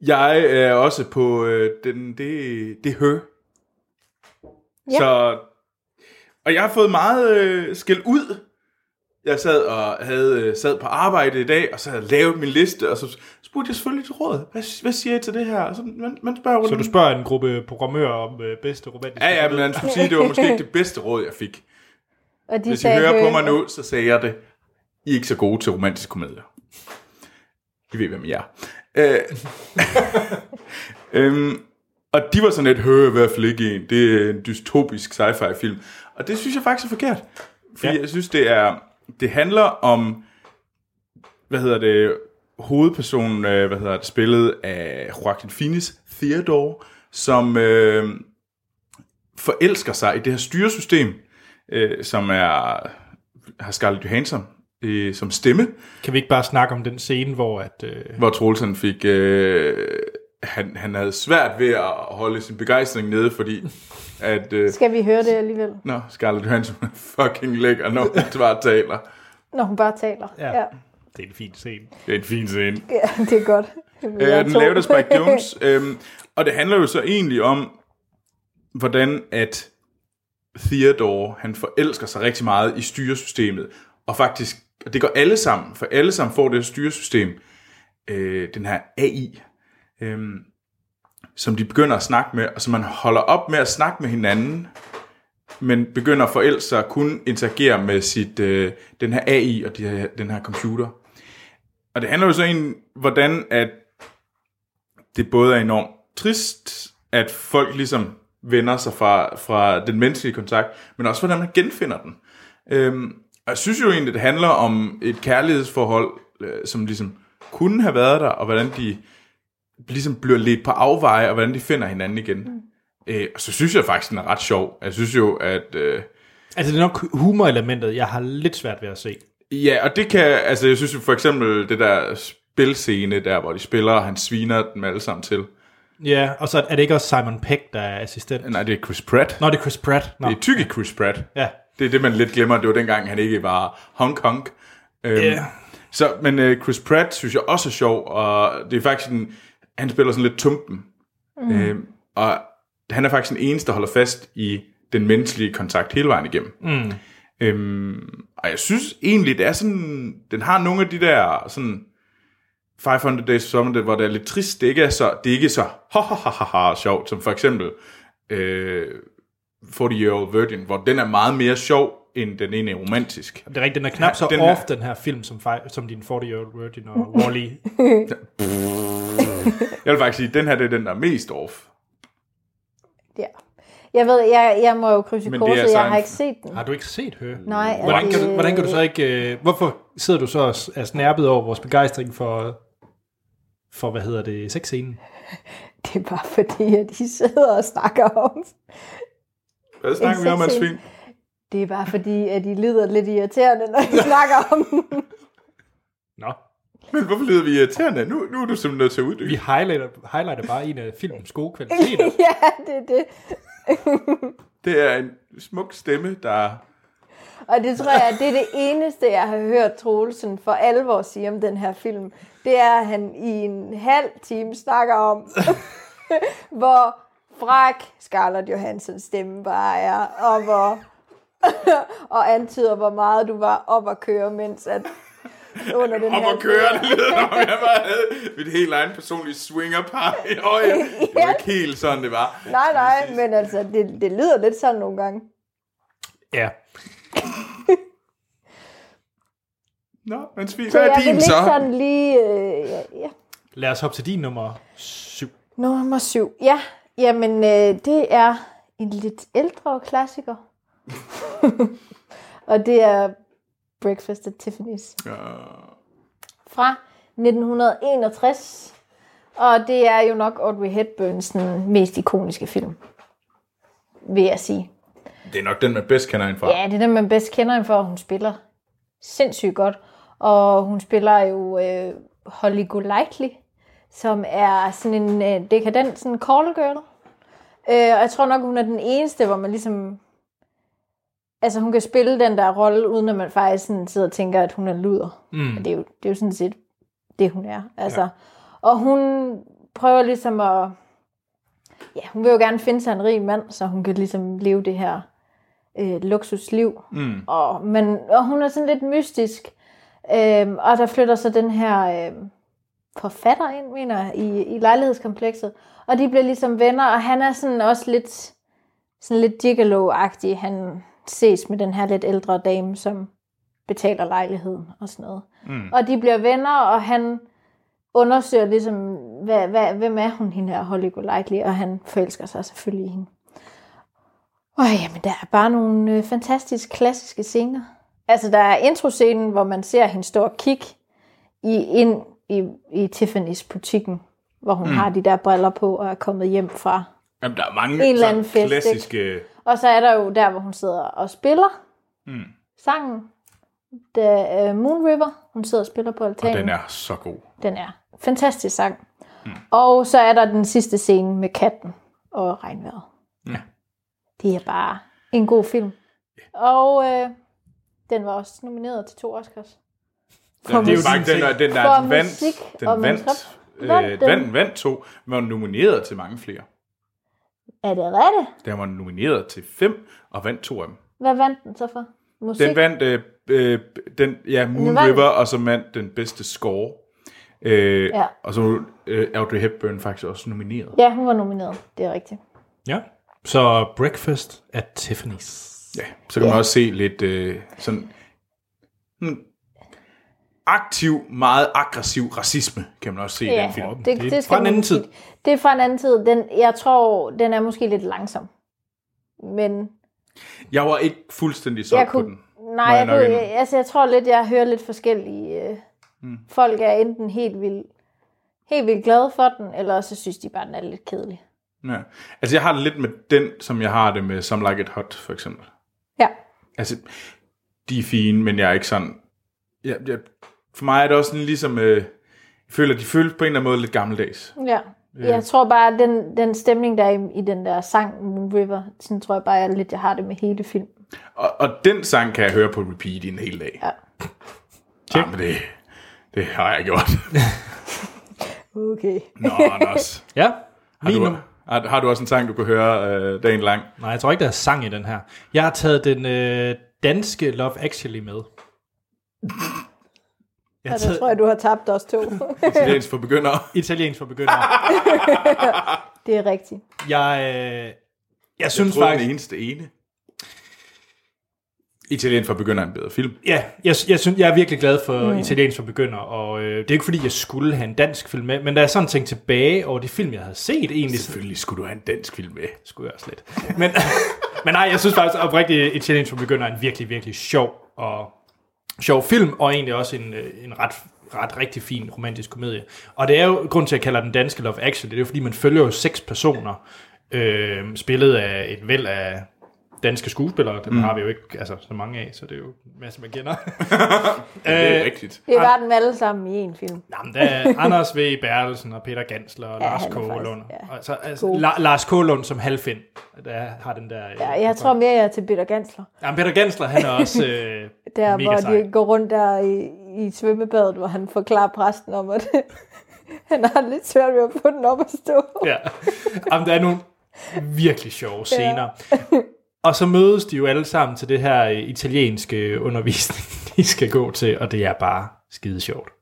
Speaker 2: jeg er også på øh, den, det, det hø.
Speaker 3: Ja.
Speaker 2: Så, og jeg har fået meget øh, skæld ud. Jeg sad og havde øh, sad på arbejde i dag, og så havde jeg lavet min liste, og så spurgte jeg selvfølgelig til råd. Hvad, hvad siger I til det her? Og så, man, man spørger rundt.
Speaker 1: Så du spørger en gruppe programmører om øh, bedste romantiske
Speaker 2: Ja, ja, men
Speaker 1: komedie.
Speaker 2: man skulle sige, det var måske ikke det bedste råd, jeg fik.
Speaker 3: Og de
Speaker 2: Hvis I
Speaker 3: sagde,
Speaker 2: hører
Speaker 3: øh,
Speaker 2: på mig nu, så sagde jeg det. I er ikke så gode til romantiske komedier. I ved, hvem jeg er. Øh, øhm, og de var sådan et, hør i hvert fald ikke en. Det er en dystopisk sci-fi film. Og det synes jeg faktisk er forkert. Fordi ja.
Speaker 1: Ja.
Speaker 2: jeg synes, det er det handler om, hvad hedder det, hovedpersonen, øh, hvad hedder det, spillet af Joaquin Phoenix, Theodore, som øh, forelsker sig i det her styresystem, øh, som er har Scarlett Johansson øh, som stemme,
Speaker 1: Kan vi ikke bare snakke om den scene, hvor at... Øh,
Speaker 2: hvor Troelsen fik... Øh, han, han havde svært ved at holde sin begejstring nede, fordi at... Øh,
Speaker 3: Skal vi høre det alligevel,
Speaker 2: Nå, Scarlett Johansson er fucking lækker, når hun bare taler.
Speaker 3: når hun bare taler?
Speaker 1: Ja.
Speaker 3: ja.
Speaker 1: det er en fin scene.
Speaker 2: Det er en fin scene.
Speaker 3: ja det er godt. Vi er
Speaker 2: Øh, den
Speaker 3: to.
Speaker 2: lavet af Spike Jones. øhm, og det handler jo så egentlig om, hvordan at Theodore, han forelsker sig rigtig meget i styresystemet. Og faktisk, og det går alle sammen, for alle sammen får det her styresystem, øh, den her AI, øhm, som de begynder at snakke med, og som man holder op med at snakke med hinanden, men begynder forældre sig at kun interagere med sit, øh, den her AI og de her, den her computer. Og det handler jo så egentlig, hvordan at det både er enormt trist, at folk ligesom vender sig fra, fra den menneskelige kontakt, men også hvordan man genfinder den. Øhm, og jeg synes jo egentlig, det handler om et kærlighedsforhold, øh, som ligesom kunne have været der, og hvordan de ligesom bliver ledt på afveje, og hvordan de finder hinanden igen. Mm. Øh, og så synes jeg faktisk, den er ret sjov. Jeg synes jo, at... Øh,
Speaker 1: Altså, det er nok humorelementet, jeg har lidt svært ved at se.
Speaker 2: Ja, og det kan, altså jeg synes jo for eksempel det der spilscene der, hvor de spiller, og han sviner dem alle sammen til.
Speaker 1: Ja, og så er det ikke også Simon Peck, der er assistent?
Speaker 2: Nej, det er Chris Pratt.
Speaker 1: Nå, det er Chris Pratt. Nå.
Speaker 2: Det er tykke Chris Pratt.
Speaker 1: Ja.
Speaker 2: Det er det, man lidt glemmer. Det var dengang, han ikke var Hong Kong. Øhm,
Speaker 1: Ja.
Speaker 2: Så, men øh, Chris Pratt synes jeg også er sjov, og det er faktisk en, han spiller sådan lidt tumpen. Mm. Øhm, og han er faktisk den eneste, der holder fast i den menneskelige kontakt hele vejen igennem. Mm. Øhm, og jeg synes egentlig, det er sådan, den har nogle af de der sådan 500 Days of Summer, hvor det er lidt trist, det ikke er så, det er ikke så ha, ha, ha, ha, ha, sjovt, som for eksempel øh, 40 Year Old Virgin, hvor den er meget mere sjov, end den ene er romantisk.
Speaker 1: Det er rigtigt, den er knap så
Speaker 2: Den
Speaker 1: den
Speaker 2: er-
Speaker 1: off, den her film, som, fej- som din 40-year-old virgin og Wall-E.
Speaker 2: Jeg vil faktisk sige, at den her det er den, der er mest off.
Speaker 3: Ja. Jeg ved, jeg, jeg må jo krydse
Speaker 2: Men det er
Speaker 3: korset,
Speaker 2: altså
Speaker 3: jeg har
Speaker 2: en-
Speaker 3: ikke set den.
Speaker 1: Har du ikke set Her?
Speaker 3: Nej, er
Speaker 1: Hvordan
Speaker 3: det,
Speaker 1: kan, du, hvordan kan du så ikke... Øh, hvorfor sidder du så og s- er snærpet over vores begejstring for, for hvad hedder det, sexscenen?
Speaker 3: Det er bare fordi, at de sidder og snakker om.
Speaker 2: Hvad snakker vi om, Mads
Speaker 3: sexscene.
Speaker 2: Fyn?
Speaker 3: Det er bare fordi, at de lyder lidt irriterende, når de snakker om den.
Speaker 1: Nå,
Speaker 2: Men hvorfor lyder vi irriterende? Nu, nu er du simpelthen nødt til at uddybe.
Speaker 1: vi highlighter, highlighter bare en af filmens gode kvaliteter.
Speaker 3: ja, det er det.
Speaker 2: Det er en smuk stemme, der...
Speaker 3: Og det tror jeg, det er det eneste, jeg har hørt Troelsen for alvor sige om den her film. Det er, at han i en halv time snakker om, hvor frak Scarlett Johansens stemme bare er, og hvor og antyder, hvor meget du var op at køre, mens at under den
Speaker 2: Om
Speaker 3: her
Speaker 2: at køre, det lyder som om jeg bare havde mit helt egen personlige swingerpar i øje. Det var ikke helt sådan, det var.
Speaker 3: Nej, nej, men altså, det, det lyder lidt sådan nogle gange.
Speaker 1: Ja.
Speaker 2: Nå, men Svi,
Speaker 3: Så
Speaker 2: hvad
Speaker 3: jeg
Speaker 2: er
Speaker 3: vil
Speaker 2: din
Speaker 3: ikke
Speaker 2: så?
Speaker 3: sådan lige... Øh, ja, ja.
Speaker 1: Lad os hoppe til din nummer syv.
Speaker 3: Nummer syv. Ja, jamen øh, det er en lidt ældre klassiker. og det er Breakfast at Tiffany's fra 1961. Og det er jo nok Audrey Hepburns den mest ikoniske film, vil jeg sige.
Speaker 2: Det er nok den, man bedst kender hende fra.
Speaker 3: Ja, det er den, man bedst kender hende for. Hun spiller sindssygt godt. Og hun spiller jo øh, Holly Golightly, som er sådan en øh, dekadent sådan call girl. Øh, og jeg tror nok, hun er den eneste, hvor man ligesom... Altså, hun kan spille den der rolle, uden at man faktisk sådan sidder og tænker, at hun er en luder. Mm. Det, er jo, det er jo sådan set det, hun er. Altså. Ja. Og hun prøver ligesom at... Ja, hun vil jo gerne finde sig en rig mand, så hun kan ligesom leve det her øh, luksusliv. Mm. Og, men, og hun er sådan lidt mystisk. Øhm, og der flytter så den her øh, forfatter ind, mener jeg, i, i lejlighedskomplekset. Og de bliver ligesom venner, og han er sådan også lidt, sådan lidt gigolo-agtig. Han ses med den her lidt ældre dame, som betaler lejligheden og sådan noget. Mm. Og de bliver venner, og han undersøger ligesom, hvad, hvad, hvem er hun, hende her Holly Golightly, og han forelsker sig selvfølgelig i hende. Åh, jamen, der er bare nogle øh, fantastisk klassiske scener. Altså, der er introscenen, hvor man ser hende stå og kigge i, ind i, i Tiffany's butikken, hvor hun mm. har de der briller på og er kommet hjem fra.
Speaker 2: Jamen, der er mange
Speaker 3: En eller
Speaker 2: sådan
Speaker 3: anden fest, ikke?
Speaker 2: klassiske...
Speaker 3: Og så er der jo der, hvor hun sidder og spiller mm. sangen. The uh, Moon River. Hun sidder og spiller på
Speaker 2: Og
Speaker 3: altanen.
Speaker 2: den er så god.
Speaker 3: Den er fantastisk sang. Mm. Og så er der den sidste scene med katten og regnvejret.
Speaker 2: Ja.
Speaker 3: Det er bare en god film. Og øh, den var også nomineret til to Oscars.
Speaker 2: Ja, det er jo
Speaker 1: musik.
Speaker 2: bare ikke den, der, den
Speaker 3: For
Speaker 2: der den
Speaker 3: musik
Speaker 2: vandt, den
Speaker 3: og
Speaker 2: vandt,
Speaker 3: musik. Vandt
Speaker 2: øh,
Speaker 3: den.
Speaker 2: vandt, vandt to, men var nomineret til mange flere.
Speaker 3: Er det rigtigt?
Speaker 2: Den var nomineret til fem, og vandt to af dem.
Speaker 3: Hvad vandt den så for? Musik?
Speaker 2: Den vandt øh, øh, den, ja, Moon
Speaker 3: Den
Speaker 2: den
Speaker 3: vandt-
Speaker 2: River, og så vandt den bedste score. Øh,
Speaker 3: Ja.
Speaker 2: ja. Og så øh, Audrey Hepburn faktisk også nomineret.
Speaker 3: Ja, hun var nomineret. Det er rigtigt.
Speaker 1: Ja. Så Breakfast at Tiffany's.
Speaker 2: Ja, så kan man også se lidt øh, sådan hmm, aktiv, meget aggressiv racisme, kan man også se i den film.
Speaker 3: det,
Speaker 1: Det er
Speaker 3: det, det
Speaker 1: fra
Speaker 3: skal
Speaker 1: en
Speaker 3: man
Speaker 1: anden
Speaker 3: sige.
Speaker 1: tid.
Speaker 3: Det er fra en anden tid. Den, jeg tror, den er måske lidt langsom. Men
Speaker 2: Jeg var ikke fuldstændig solgt
Speaker 3: jeg
Speaker 2: på
Speaker 3: kunne,
Speaker 2: den.
Speaker 3: nej,
Speaker 2: Må
Speaker 3: jeg,
Speaker 2: nok
Speaker 3: kunne,
Speaker 2: indrømme.
Speaker 3: jeg, altså, jeg tror lidt, jeg hører lidt forskellige. Øh, mm. Folk er enten helt vildt, helt vildt glade for den, eller så synes de bare, den er lidt kedelig.
Speaker 2: Ja. Altså, jeg har det lidt med den, som jeg har det med Some Like It Hot, for eksempel.
Speaker 3: Ja,
Speaker 2: Altså, de er fine, men jeg er ikke sådan... Jeg, jeg, for mig er det også sådan ligesom... Øh, jeg føler, de føles på en eller anden måde lidt gammeldags.
Speaker 3: ja. Jeg tror bare, at den, den stemning, der er i, i den der sang, Moon River, sådan tror jeg bare, jeg lidt jeg har det med hele filmen.
Speaker 2: Og, og den sang kan jeg høre på repeat i en hel dag.
Speaker 3: Ja.
Speaker 2: Check. men det, det har jeg gjort.
Speaker 3: Okay.
Speaker 2: Nå, Anders.
Speaker 1: Ja.
Speaker 2: Har
Speaker 1: Min
Speaker 2: du,
Speaker 1: nummer-
Speaker 2: har, har du også en sang, du kunne høre øh, dagen lang?
Speaker 1: Nej, jeg tror ikke, der er sang i den her. Jeg har taget den øh, danske Love Actually med. Jeg har
Speaker 3: Og der
Speaker 1: taget
Speaker 3: tror jeg, du har tabt os to.
Speaker 2: Italiensk for begyndere.
Speaker 1: italiensk for begyndere.
Speaker 3: det er rigtigt.
Speaker 1: Jeg, øh, jeg
Speaker 2: Jeg
Speaker 1: synes
Speaker 2: troede, den
Speaker 1: faktisk...
Speaker 2: eneste ene. Italien for begynder er en bedre film.
Speaker 1: Ja, jeg, jeg, synes, jeg er virkelig glad for mm. italiensk for begynder, og øh, det er ikke fordi, jeg skulle have en dansk film med, men da jeg sådan tænkte tilbage over de film, jeg havde set egentlig, så
Speaker 2: Selvfølgelig skulle du have en dansk film med.
Speaker 1: skulle jeg også lidt. Men, men nej, jeg synes faktisk oprigtigt, Italiens for begynder er en virkelig, virkelig sjov og sjov film, og egentlig også en, øh, en ret, ret rigtig fin romantisk komedie. Og det er jo, grund til, at jeg kalder den danske Love Actually, det er jo, fordi man følger jo seks personer, øh, spillet af et væld af danske skuespillere. Dem mm. har vi jo ikke altså, så mange af, så det er jo en masse, man kender.
Speaker 2: Det er rigtigt.
Speaker 3: Det var dem alle sammen i en film.
Speaker 1: Jamen, der er Anders V. Bertelsen og Peter Gansler og ja,
Speaker 3: Ja,
Speaker 1: Lars
Speaker 3: han er faktisk-
Speaker 1: Kålund.
Speaker 3: ja.
Speaker 1: Altså, altså,
Speaker 3: God.
Speaker 1: La- Lars Kålund som halvfind, der har den der... øh,
Speaker 3: Ja, jeg tror mere, jeg er til Peter Gansler.
Speaker 1: Jamen, Peter Gensler, han er også øh,
Speaker 3: Der,
Speaker 1: mega
Speaker 3: hvor
Speaker 1: sej.
Speaker 3: de går rundt der i, i svømmebadet, hvor han forklarer præsten om, at han har lidt svært ved at få den op at stå.
Speaker 1: Ja. Jamen, der er nogle virkelig sjove scener. Og så mødes de jo alle sammen til det her øh, italienske undervisning, de skal gå til, og det er bare skide sjovt.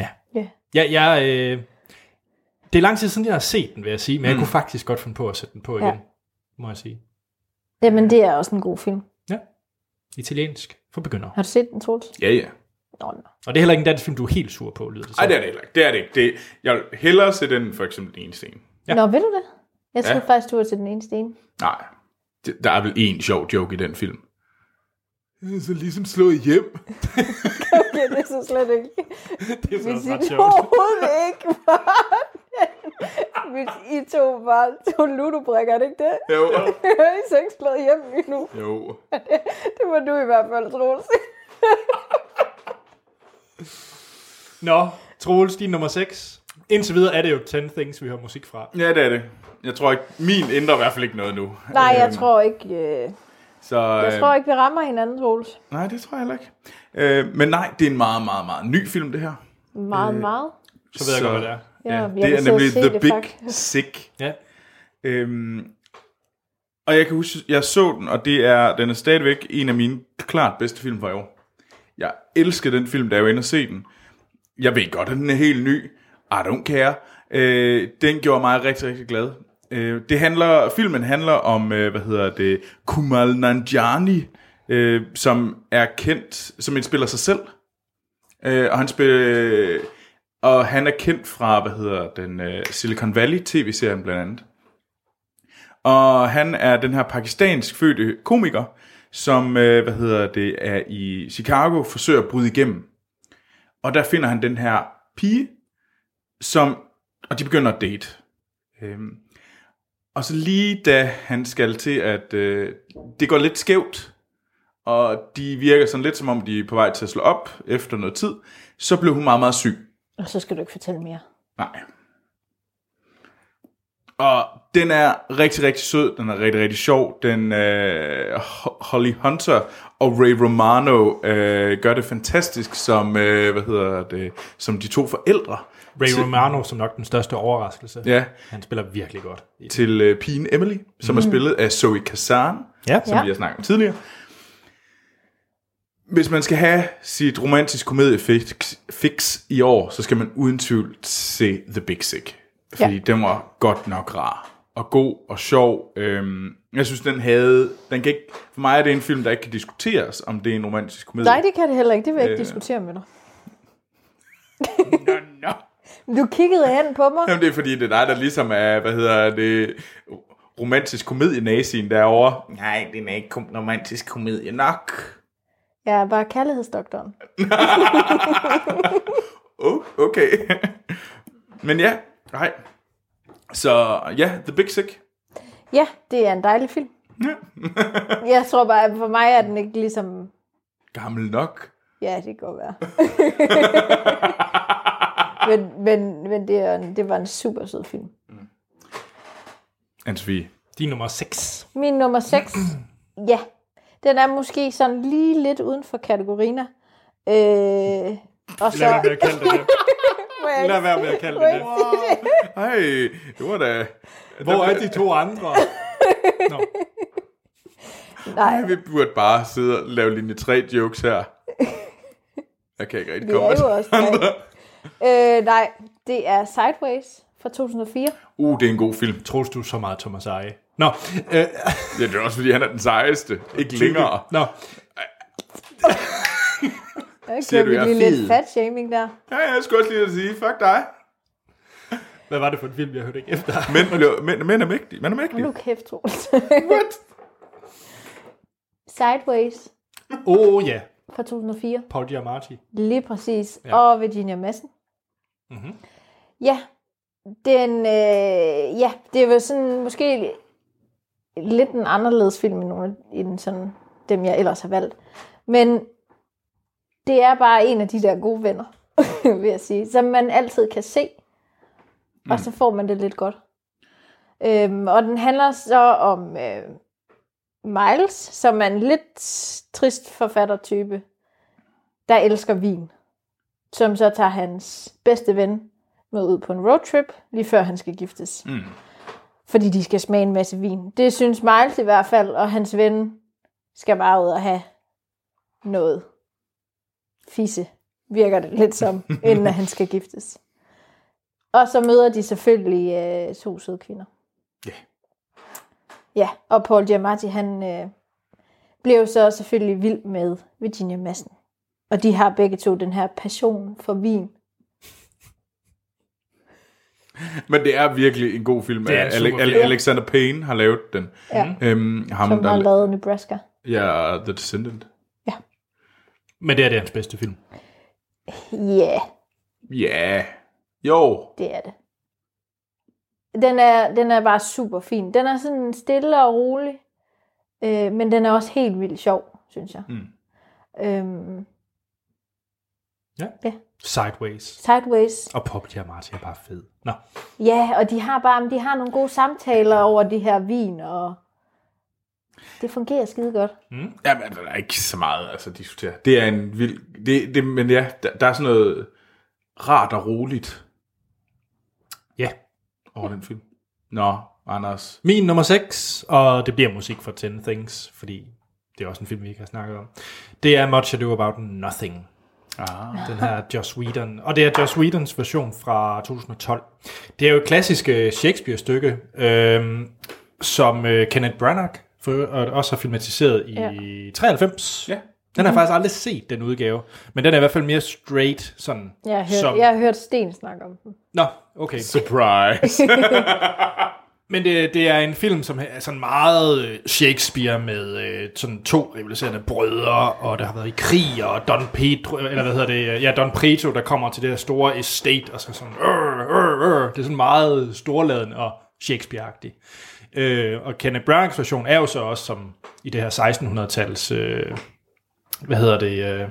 Speaker 1: Ja.
Speaker 3: Ja.
Speaker 1: Jeg, jeg, øh, det er lang tid siden, jeg har set den, vil jeg sige, men mm. jeg kunne faktisk godt finde på at sætte den på igen,
Speaker 3: Ja.
Speaker 1: ja. må jeg sige.
Speaker 3: Jamen, det er også en god film.
Speaker 1: Ja. Italiensk for begyndere.
Speaker 3: Har du set den, Troels?
Speaker 2: Ja, ja.
Speaker 3: Nå, nå.
Speaker 1: Og det er heller ikke en dansk film, du er helt sur på, lyder det
Speaker 2: Nej, det er det heller ikke. Det er det ikke. Det, jeg vil hellere se den, for eksempel den ene scene.
Speaker 1: Ja.
Speaker 3: Ja. Nå, ved du det? Jeg troede
Speaker 2: Ja.
Speaker 3: ja. faktisk, du var til den eneste ene.
Speaker 2: Nej. Det- Der er vel en sjov joke i den film. Jeg er Så ligesom slået hjem.
Speaker 3: Okay, det er så slet ikke.
Speaker 1: det er
Speaker 3: Hvis
Speaker 1: faktisk
Speaker 3: I
Speaker 1: ret sjovt.
Speaker 3: overhovedet ikke var den. Hvis I to var to ludobrikker, er det ikke det?
Speaker 2: Jo.
Speaker 3: Jeg er I så ikke slået hjem endnu.
Speaker 2: jo.
Speaker 3: Det må du i hvert fald, Troels.
Speaker 1: Nå, Troels, din nummer 6. Indtil videre er det jo 10 things, vi har musik fra.
Speaker 2: Ja, det er det. Jeg tror ikke, min ændrer i hvert fald ikke noget nu.
Speaker 3: Nej, jeg
Speaker 2: Øhm,
Speaker 3: tror ikke, øh,
Speaker 2: Så,
Speaker 1: Øhm.
Speaker 2: øhm,
Speaker 3: jeg tror ikke vi rammer hinanden, Troels.
Speaker 2: Nej, det tror jeg heller ikke. Øh, men nej, det er en meget, meget, meget ny film, det her.
Speaker 3: Meget,
Speaker 2: Øh,
Speaker 3: meget.
Speaker 1: Så ved jeg godt, hvad det er.
Speaker 3: Ja,
Speaker 2: Ja,
Speaker 3: vi har
Speaker 2: det er
Speaker 3: siddet og
Speaker 2: nemlig
Speaker 3: set
Speaker 2: The
Speaker 3: det,
Speaker 2: Big
Speaker 3: fuck.
Speaker 2: Sick.
Speaker 1: Ja.
Speaker 2: Øhm, og jeg kan huske, jeg så den, og det er, den er stadigvæk en af mine klart bedste film fra i år. Jeg elskede den film, da jeg var inde og se den. Jeg ved godt, at den er helt ny. I don't care. Øh, den gjorde mig rigtig, rigtig glad. Øh, det handler, filmen handler om, øh, hvad hedder det, Kumal Nanjiani, øh, som er kendt, som indspiller sig selv. Øh, og han spiller... øh, Og han er kendt fra, hvad hedder den, øh, Silicon Valley tv-serien blandt andet. Og han er den her pakistansk fødte komiker, som, øh, hvad hedder det, er i Chicago, forsøger at bryde igennem. Og der finder han den her pige, som, og de begynder at date. Øhm, og så lige da han skal til at, øh, det går lidt skævt, og de virker sådan lidt som om, de er på vej til at slå op efter noget tid, så blev hun meget, meget syg.
Speaker 3: Og så skal du ikke fortælle mere.
Speaker 2: Nej. Og den er rigtig, rigtig sød. Den er rigtig, rigtig sjov. Den øh, Ho- Holly Hunter og Ray Romano øh, gør det fantastisk som, øh, hvad hedder det, som de to forældre
Speaker 1: Ray Romano som nok den største overraskelse.
Speaker 2: ja,
Speaker 1: Han spiller virkelig godt.
Speaker 2: til øh, pigen Emily, som mm. er spillet af Zoe Kazan,
Speaker 1: Ja.
Speaker 2: som
Speaker 3: Ja.
Speaker 2: vi har snakket om tidligere. Hvis man skal have sit romantisk komediefix fix i år, så skal man uden tvivl se The Big Sick. Fordi ja.
Speaker 3: Ja.
Speaker 2: den var godt nok rar. Og god og sjov. Øhm, jeg synes, den havde... Den kan ikke, for mig er det en film, der ikke kan diskuteres, om det er en romantisk komedie.
Speaker 3: Nej, det kan det heller ikke. Det vil jeg ikke
Speaker 2: Øh.
Speaker 3: diskutere med dig.
Speaker 2: Nå, nå.
Speaker 3: Du kiggede hen på mig.
Speaker 2: Jamen, det er fordi, det er dig, der ligesom er, hvad hedder det, romantisk komedienasien derovre. Nej, den er ikke kom- romantisk komedie nok.
Speaker 3: Jeg er bare kærlighedsdoktoren.
Speaker 2: Oh, okay. Men ja, nej. Så ja, The Big Sick.
Speaker 3: Ja, det er en dejlig film. jeg tror bare, at for mig er den ikke ligesom...
Speaker 2: Gammel nok.
Speaker 3: Ja, det kan godt være. men men, men det, er en, det var en super sød film.
Speaker 2: Anne-Sophie.
Speaker 1: Din nummer 6.
Speaker 3: Min nummer 6, ja, den er måske sådan lige lidt uden for kategoriner. Øh, og så...
Speaker 1: at kalde det det.
Speaker 3: Må jeg ikke-
Speaker 1: være med at kalde
Speaker 3: må jeg ikke
Speaker 2: Hej, det var da...
Speaker 1: Hvor er de to andre? Nå.
Speaker 3: Nej,
Speaker 2: Vi burde bare sidde og lave linje 3 jokes her. Jeg kan ikke rigtig
Speaker 3: vi er
Speaker 2: komme.
Speaker 3: jo også tre. øh, nej, det er Sideways fra 2004.
Speaker 2: Uh, det er en god film.
Speaker 1: Troels du så meget Thomas Eje? Nå, øh,
Speaker 2: Ja, det er også, fordi han er den sejeste. Ikke længere.
Speaker 1: nå.
Speaker 3: Jeg
Speaker 2: Siger
Speaker 3: kører
Speaker 2: du,
Speaker 3: vi
Speaker 2: jeg er
Speaker 3: lige
Speaker 2: fed?
Speaker 3: lidt fat shaming der.
Speaker 2: Ja, jeg skulle også lige at sige, fuck dig.
Speaker 1: Hvad var det for en film, jeg hørte ikke efter?
Speaker 2: Mænd, bliver- mænd, mænd er mægtige. Mænd er
Speaker 3: Hold
Speaker 2: mægtige.
Speaker 3: nu kæft, Troels.
Speaker 2: What?
Speaker 3: Sideways
Speaker 1: Åh oh, ja,
Speaker 3: fra 2004.
Speaker 1: Paul Giamatti.
Speaker 3: Lige præcis.
Speaker 1: Ja.
Speaker 3: Ja. Og Virginia Madsen.
Speaker 1: Mhm.
Speaker 3: Ja, den, øh, ja, det er jo sådan måske lidt en anderledes film end nogle af end sådan, dem, jeg ellers har valgt. Men det er bare en af de der gode venner, vil jeg sige, som man altid kan se, og så får man det lidt godt. Øhm, og den handler så om øh, Miles, som er en lidt trist forfattertype, der elsker vin, som så tager hans bedste ven med ud på en roadtrip, lige før han skal giftes. Mm. Fordi de skal smage en masse vin. Det synes Miles i hvert fald, og hans ven skal bare ud og have noget fisse, virker det lidt som, inden at han skal giftes. Og så møder de selvfølgelig øh, to søde kvinder.
Speaker 2: Ja.
Speaker 3: Ja, og Paul Giamatti, han øh, blev så selvfølgelig vild med Virginia Madsen. Og de har begge to den her passion for vin.
Speaker 2: Men det er virkelig en god film.
Speaker 1: Det er en
Speaker 2: Ale-
Speaker 1: super
Speaker 2: Ale-
Speaker 1: film.
Speaker 2: Alexander Payne har lavet den.
Speaker 3: Ja.
Speaker 2: Øhm, ham,
Speaker 3: Som har
Speaker 2: der,
Speaker 3: lavet Nebraska.
Speaker 2: ja, The Descendant.
Speaker 1: Men det er det hans bedste film.
Speaker 3: Ja, yeah,
Speaker 2: Ja. Yeah. Jo.
Speaker 3: det er det. Den er, den er bare super fin. Den er sådan stille og rolig, øh, men den er også helt vildt sjov, synes jeg.
Speaker 2: Mm.
Speaker 3: Øhm,
Speaker 1: Sideways.
Speaker 3: sideways.
Speaker 1: Og Paul Giamatti er bare fed. Nå,
Speaker 3: Ja, og de har bare de har nogle gode samtaler over det her vin, og det fungerer skide godt.
Speaker 2: Ja, men der er ikke så meget altså, at diskutere. Det er en vild... Det, det, men ja, der, der er sådan noget rart og roligt
Speaker 1: ja.
Speaker 2: over den film. Nå, Anders.
Speaker 1: Min nummer 6, og det bliver musik for 10 Things, fordi det er også en film, vi ikke har snakket om. Det er Much Ado About Nothing.
Speaker 2: Ah.
Speaker 1: Den her Joss Whedon. Og det er Joss Whedons version fra 2012. Det er jo et klassisk øh, Shakespeare-stykke, øhm, som øh, Kenneth Branagh for, og også har filmatiseret i ja. 93.
Speaker 2: Ja.
Speaker 1: Den har jeg faktisk aldrig set, den udgave. Men den er i hvert fald mere straight, sådan
Speaker 3: Jeg har hørt, jeg har hørt Sten snakke om den.
Speaker 1: Nå, okay.
Speaker 2: Surprise.
Speaker 1: Men det, det er en film, som er sådan meget øh, Shakespeare med øh, sådan to rivaliserende brødre, og der har været i krig, og Don Pedro, eller hvad hedder det, øh, ja, Don Preto, der kommer til det her store estate, og så sådan, øh, øh, øh. det er sådan meget storladen og Shakespeare-agtigt. Øh, og Kenneth Branaghs version er jo så også som i det her 1600-tals, øh, hvad hedder det, øh,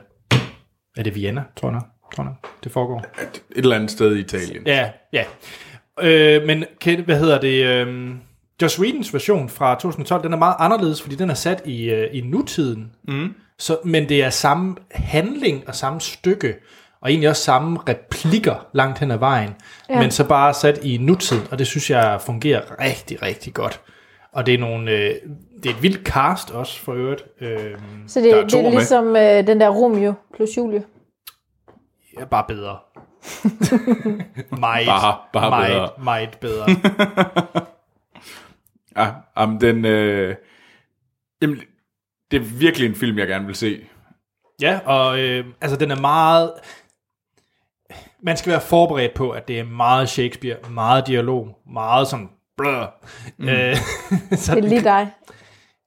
Speaker 1: er det Vienna, tror jeg, nok? tror jeg, nok, det foregår.
Speaker 2: Et eller andet sted i Italien.
Speaker 1: Ja, ja. Øh, men Ken- hvad hedder det? Øh, Joss Whedons version fra 2012, den er meget anderledes, fordi den er sat i, øh, i nutiden. Mm. Så, men det er samme handling og samme stykke, og egentlig også samme replikker langt hen ad vejen, ja. men så bare sat i nutiden, og det synes jeg fungerer rigtig, rigtig godt. Og det er, nogle, øh, det er et vildt cast også, for øvrigt. Øh,
Speaker 3: Så det,
Speaker 2: Der er
Speaker 3: er,
Speaker 2: to
Speaker 3: det er
Speaker 2: med.
Speaker 3: ligesom øh, den der Romeo plus Julie.
Speaker 1: er bare bedre. meget,
Speaker 2: Bare- bare
Speaker 1: meget,
Speaker 2: bedre.
Speaker 1: meget bedre.
Speaker 2: Ja, jamen, den... Øh, jamen, det er virkelig en film, jeg gerne vil se.
Speaker 1: Ja, og øh, altså den er meget... Man skal være forberedt på, at det er meget Shakespeare, meget dialog, meget sådan... Bløh. Mm. Øh, så,
Speaker 3: Det er lige dig.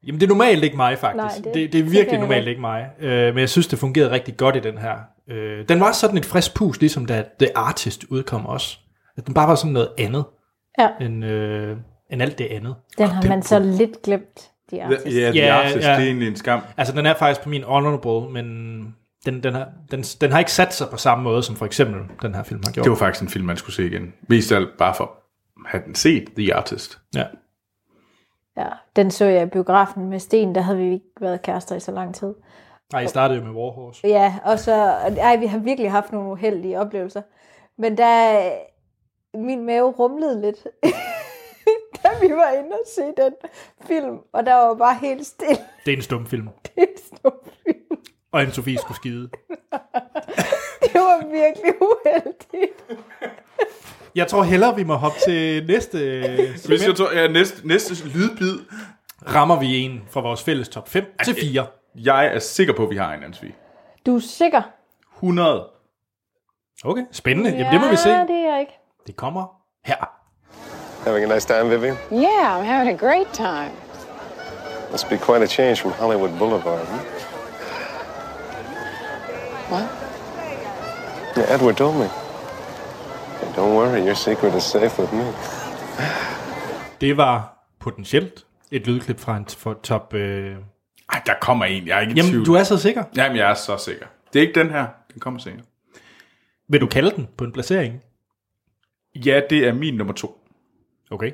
Speaker 1: jamen det er normalt ikke mig faktisk.
Speaker 3: Nej,
Speaker 1: det, det,
Speaker 3: det-
Speaker 1: det er
Speaker 3: det
Speaker 1: virkelig
Speaker 3: kan jeg
Speaker 1: normalt
Speaker 3: godt.
Speaker 1: ikke mig. Øh, men jeg synes, det fungerede rigtig godt i den her. Øh, den var også sådan et frisk pus, ligesom da The Artist udkom også. At den bare var sådan noget andet
Speaker 3: Ja,
Speaker 1: end, øh, end alt det andet.
Speaker 3: den har man så lidt glemt, de artists.
Speaker 2: Ja, The
Speaker 1: Ja,
Speaker 2: Artist,
Speaker 1: ja.
Speaker 2: det er egentlig en skam.
Speaker 1: Altså, den er faktisk på min honorable, men den, den, har, den, den har ikke sat sig på samme måde, som for eksempel den her film har gjort.
Speaker 2: Det var faktisk en film, man skulle se igen. Mest af alt bare for at have den set, The Artist.
Speaker 1: Ja.
Speaker 3: Ja, den så jeg i biografen med Sten, der havde vi ikke været kærester i så lang tid.
Speaker 1: Nej, I startede jo med Warhorse.
Speaker 3: Ja, og så, ej, vi har virkelig haft nogle uheldige oplevelser. Men da min mave rumlede lidt, da vi var inde og se den film, og der var bare helt stille.
Speaker 1: Det er en stumfilm.
Speaker 3: Det stod film.
Speaker 1: Og en Sofie skulle skide.
Speaker 3: Det var virkelig uheldigt.
Speaker 1: Jeg tror hellere, vi må hoppe til næste øh,
Speaker 2: Hvis jeg
Speaker 1: segment.
Speaker 2: tror, ja, næste, næste lydbid,
Speaker 1: Rammer vi en fra vores fælles top 5 til 4.
Speaker 2: jeg er sikker på, at vi har en ansvig.
Speaker 3: Du er sikker?
Speaker 2: 100.
Speaker 1: Okay, spændende. Jamen, det må vi se.
Speaker 3: Ja, det er jeg ikke.
Speaker 1: Det kommer her.
Speaker 6: Having a nice time, Vivian?
Speaker 7: Yeah, I'm having a great time.
Speaker 6: Must be quite a change from Hollywood Boulevard. hmm?
Speaker 7: What?
Speaker 6: Yeah, Edward told me. Hey, don't worry, your secret is safe with me.
Speaker 1: Det var potentielt et lydklip fra en t- for top... Øh...
Speaker 2: Ej, der kommer en, jeg er ikke i
Speaker 1: Jamen,
Speaker 2: tvivl.
Speaker 1: du er så sikker.
Speaker 2: Jamen, jeg er så sikker. Det er ikke den her, den kommer senere.
Speaker 1: Vil du kalde den på en placering?
Speaker 2: Ja, det er min nummer to.
Speaker 1: Okay.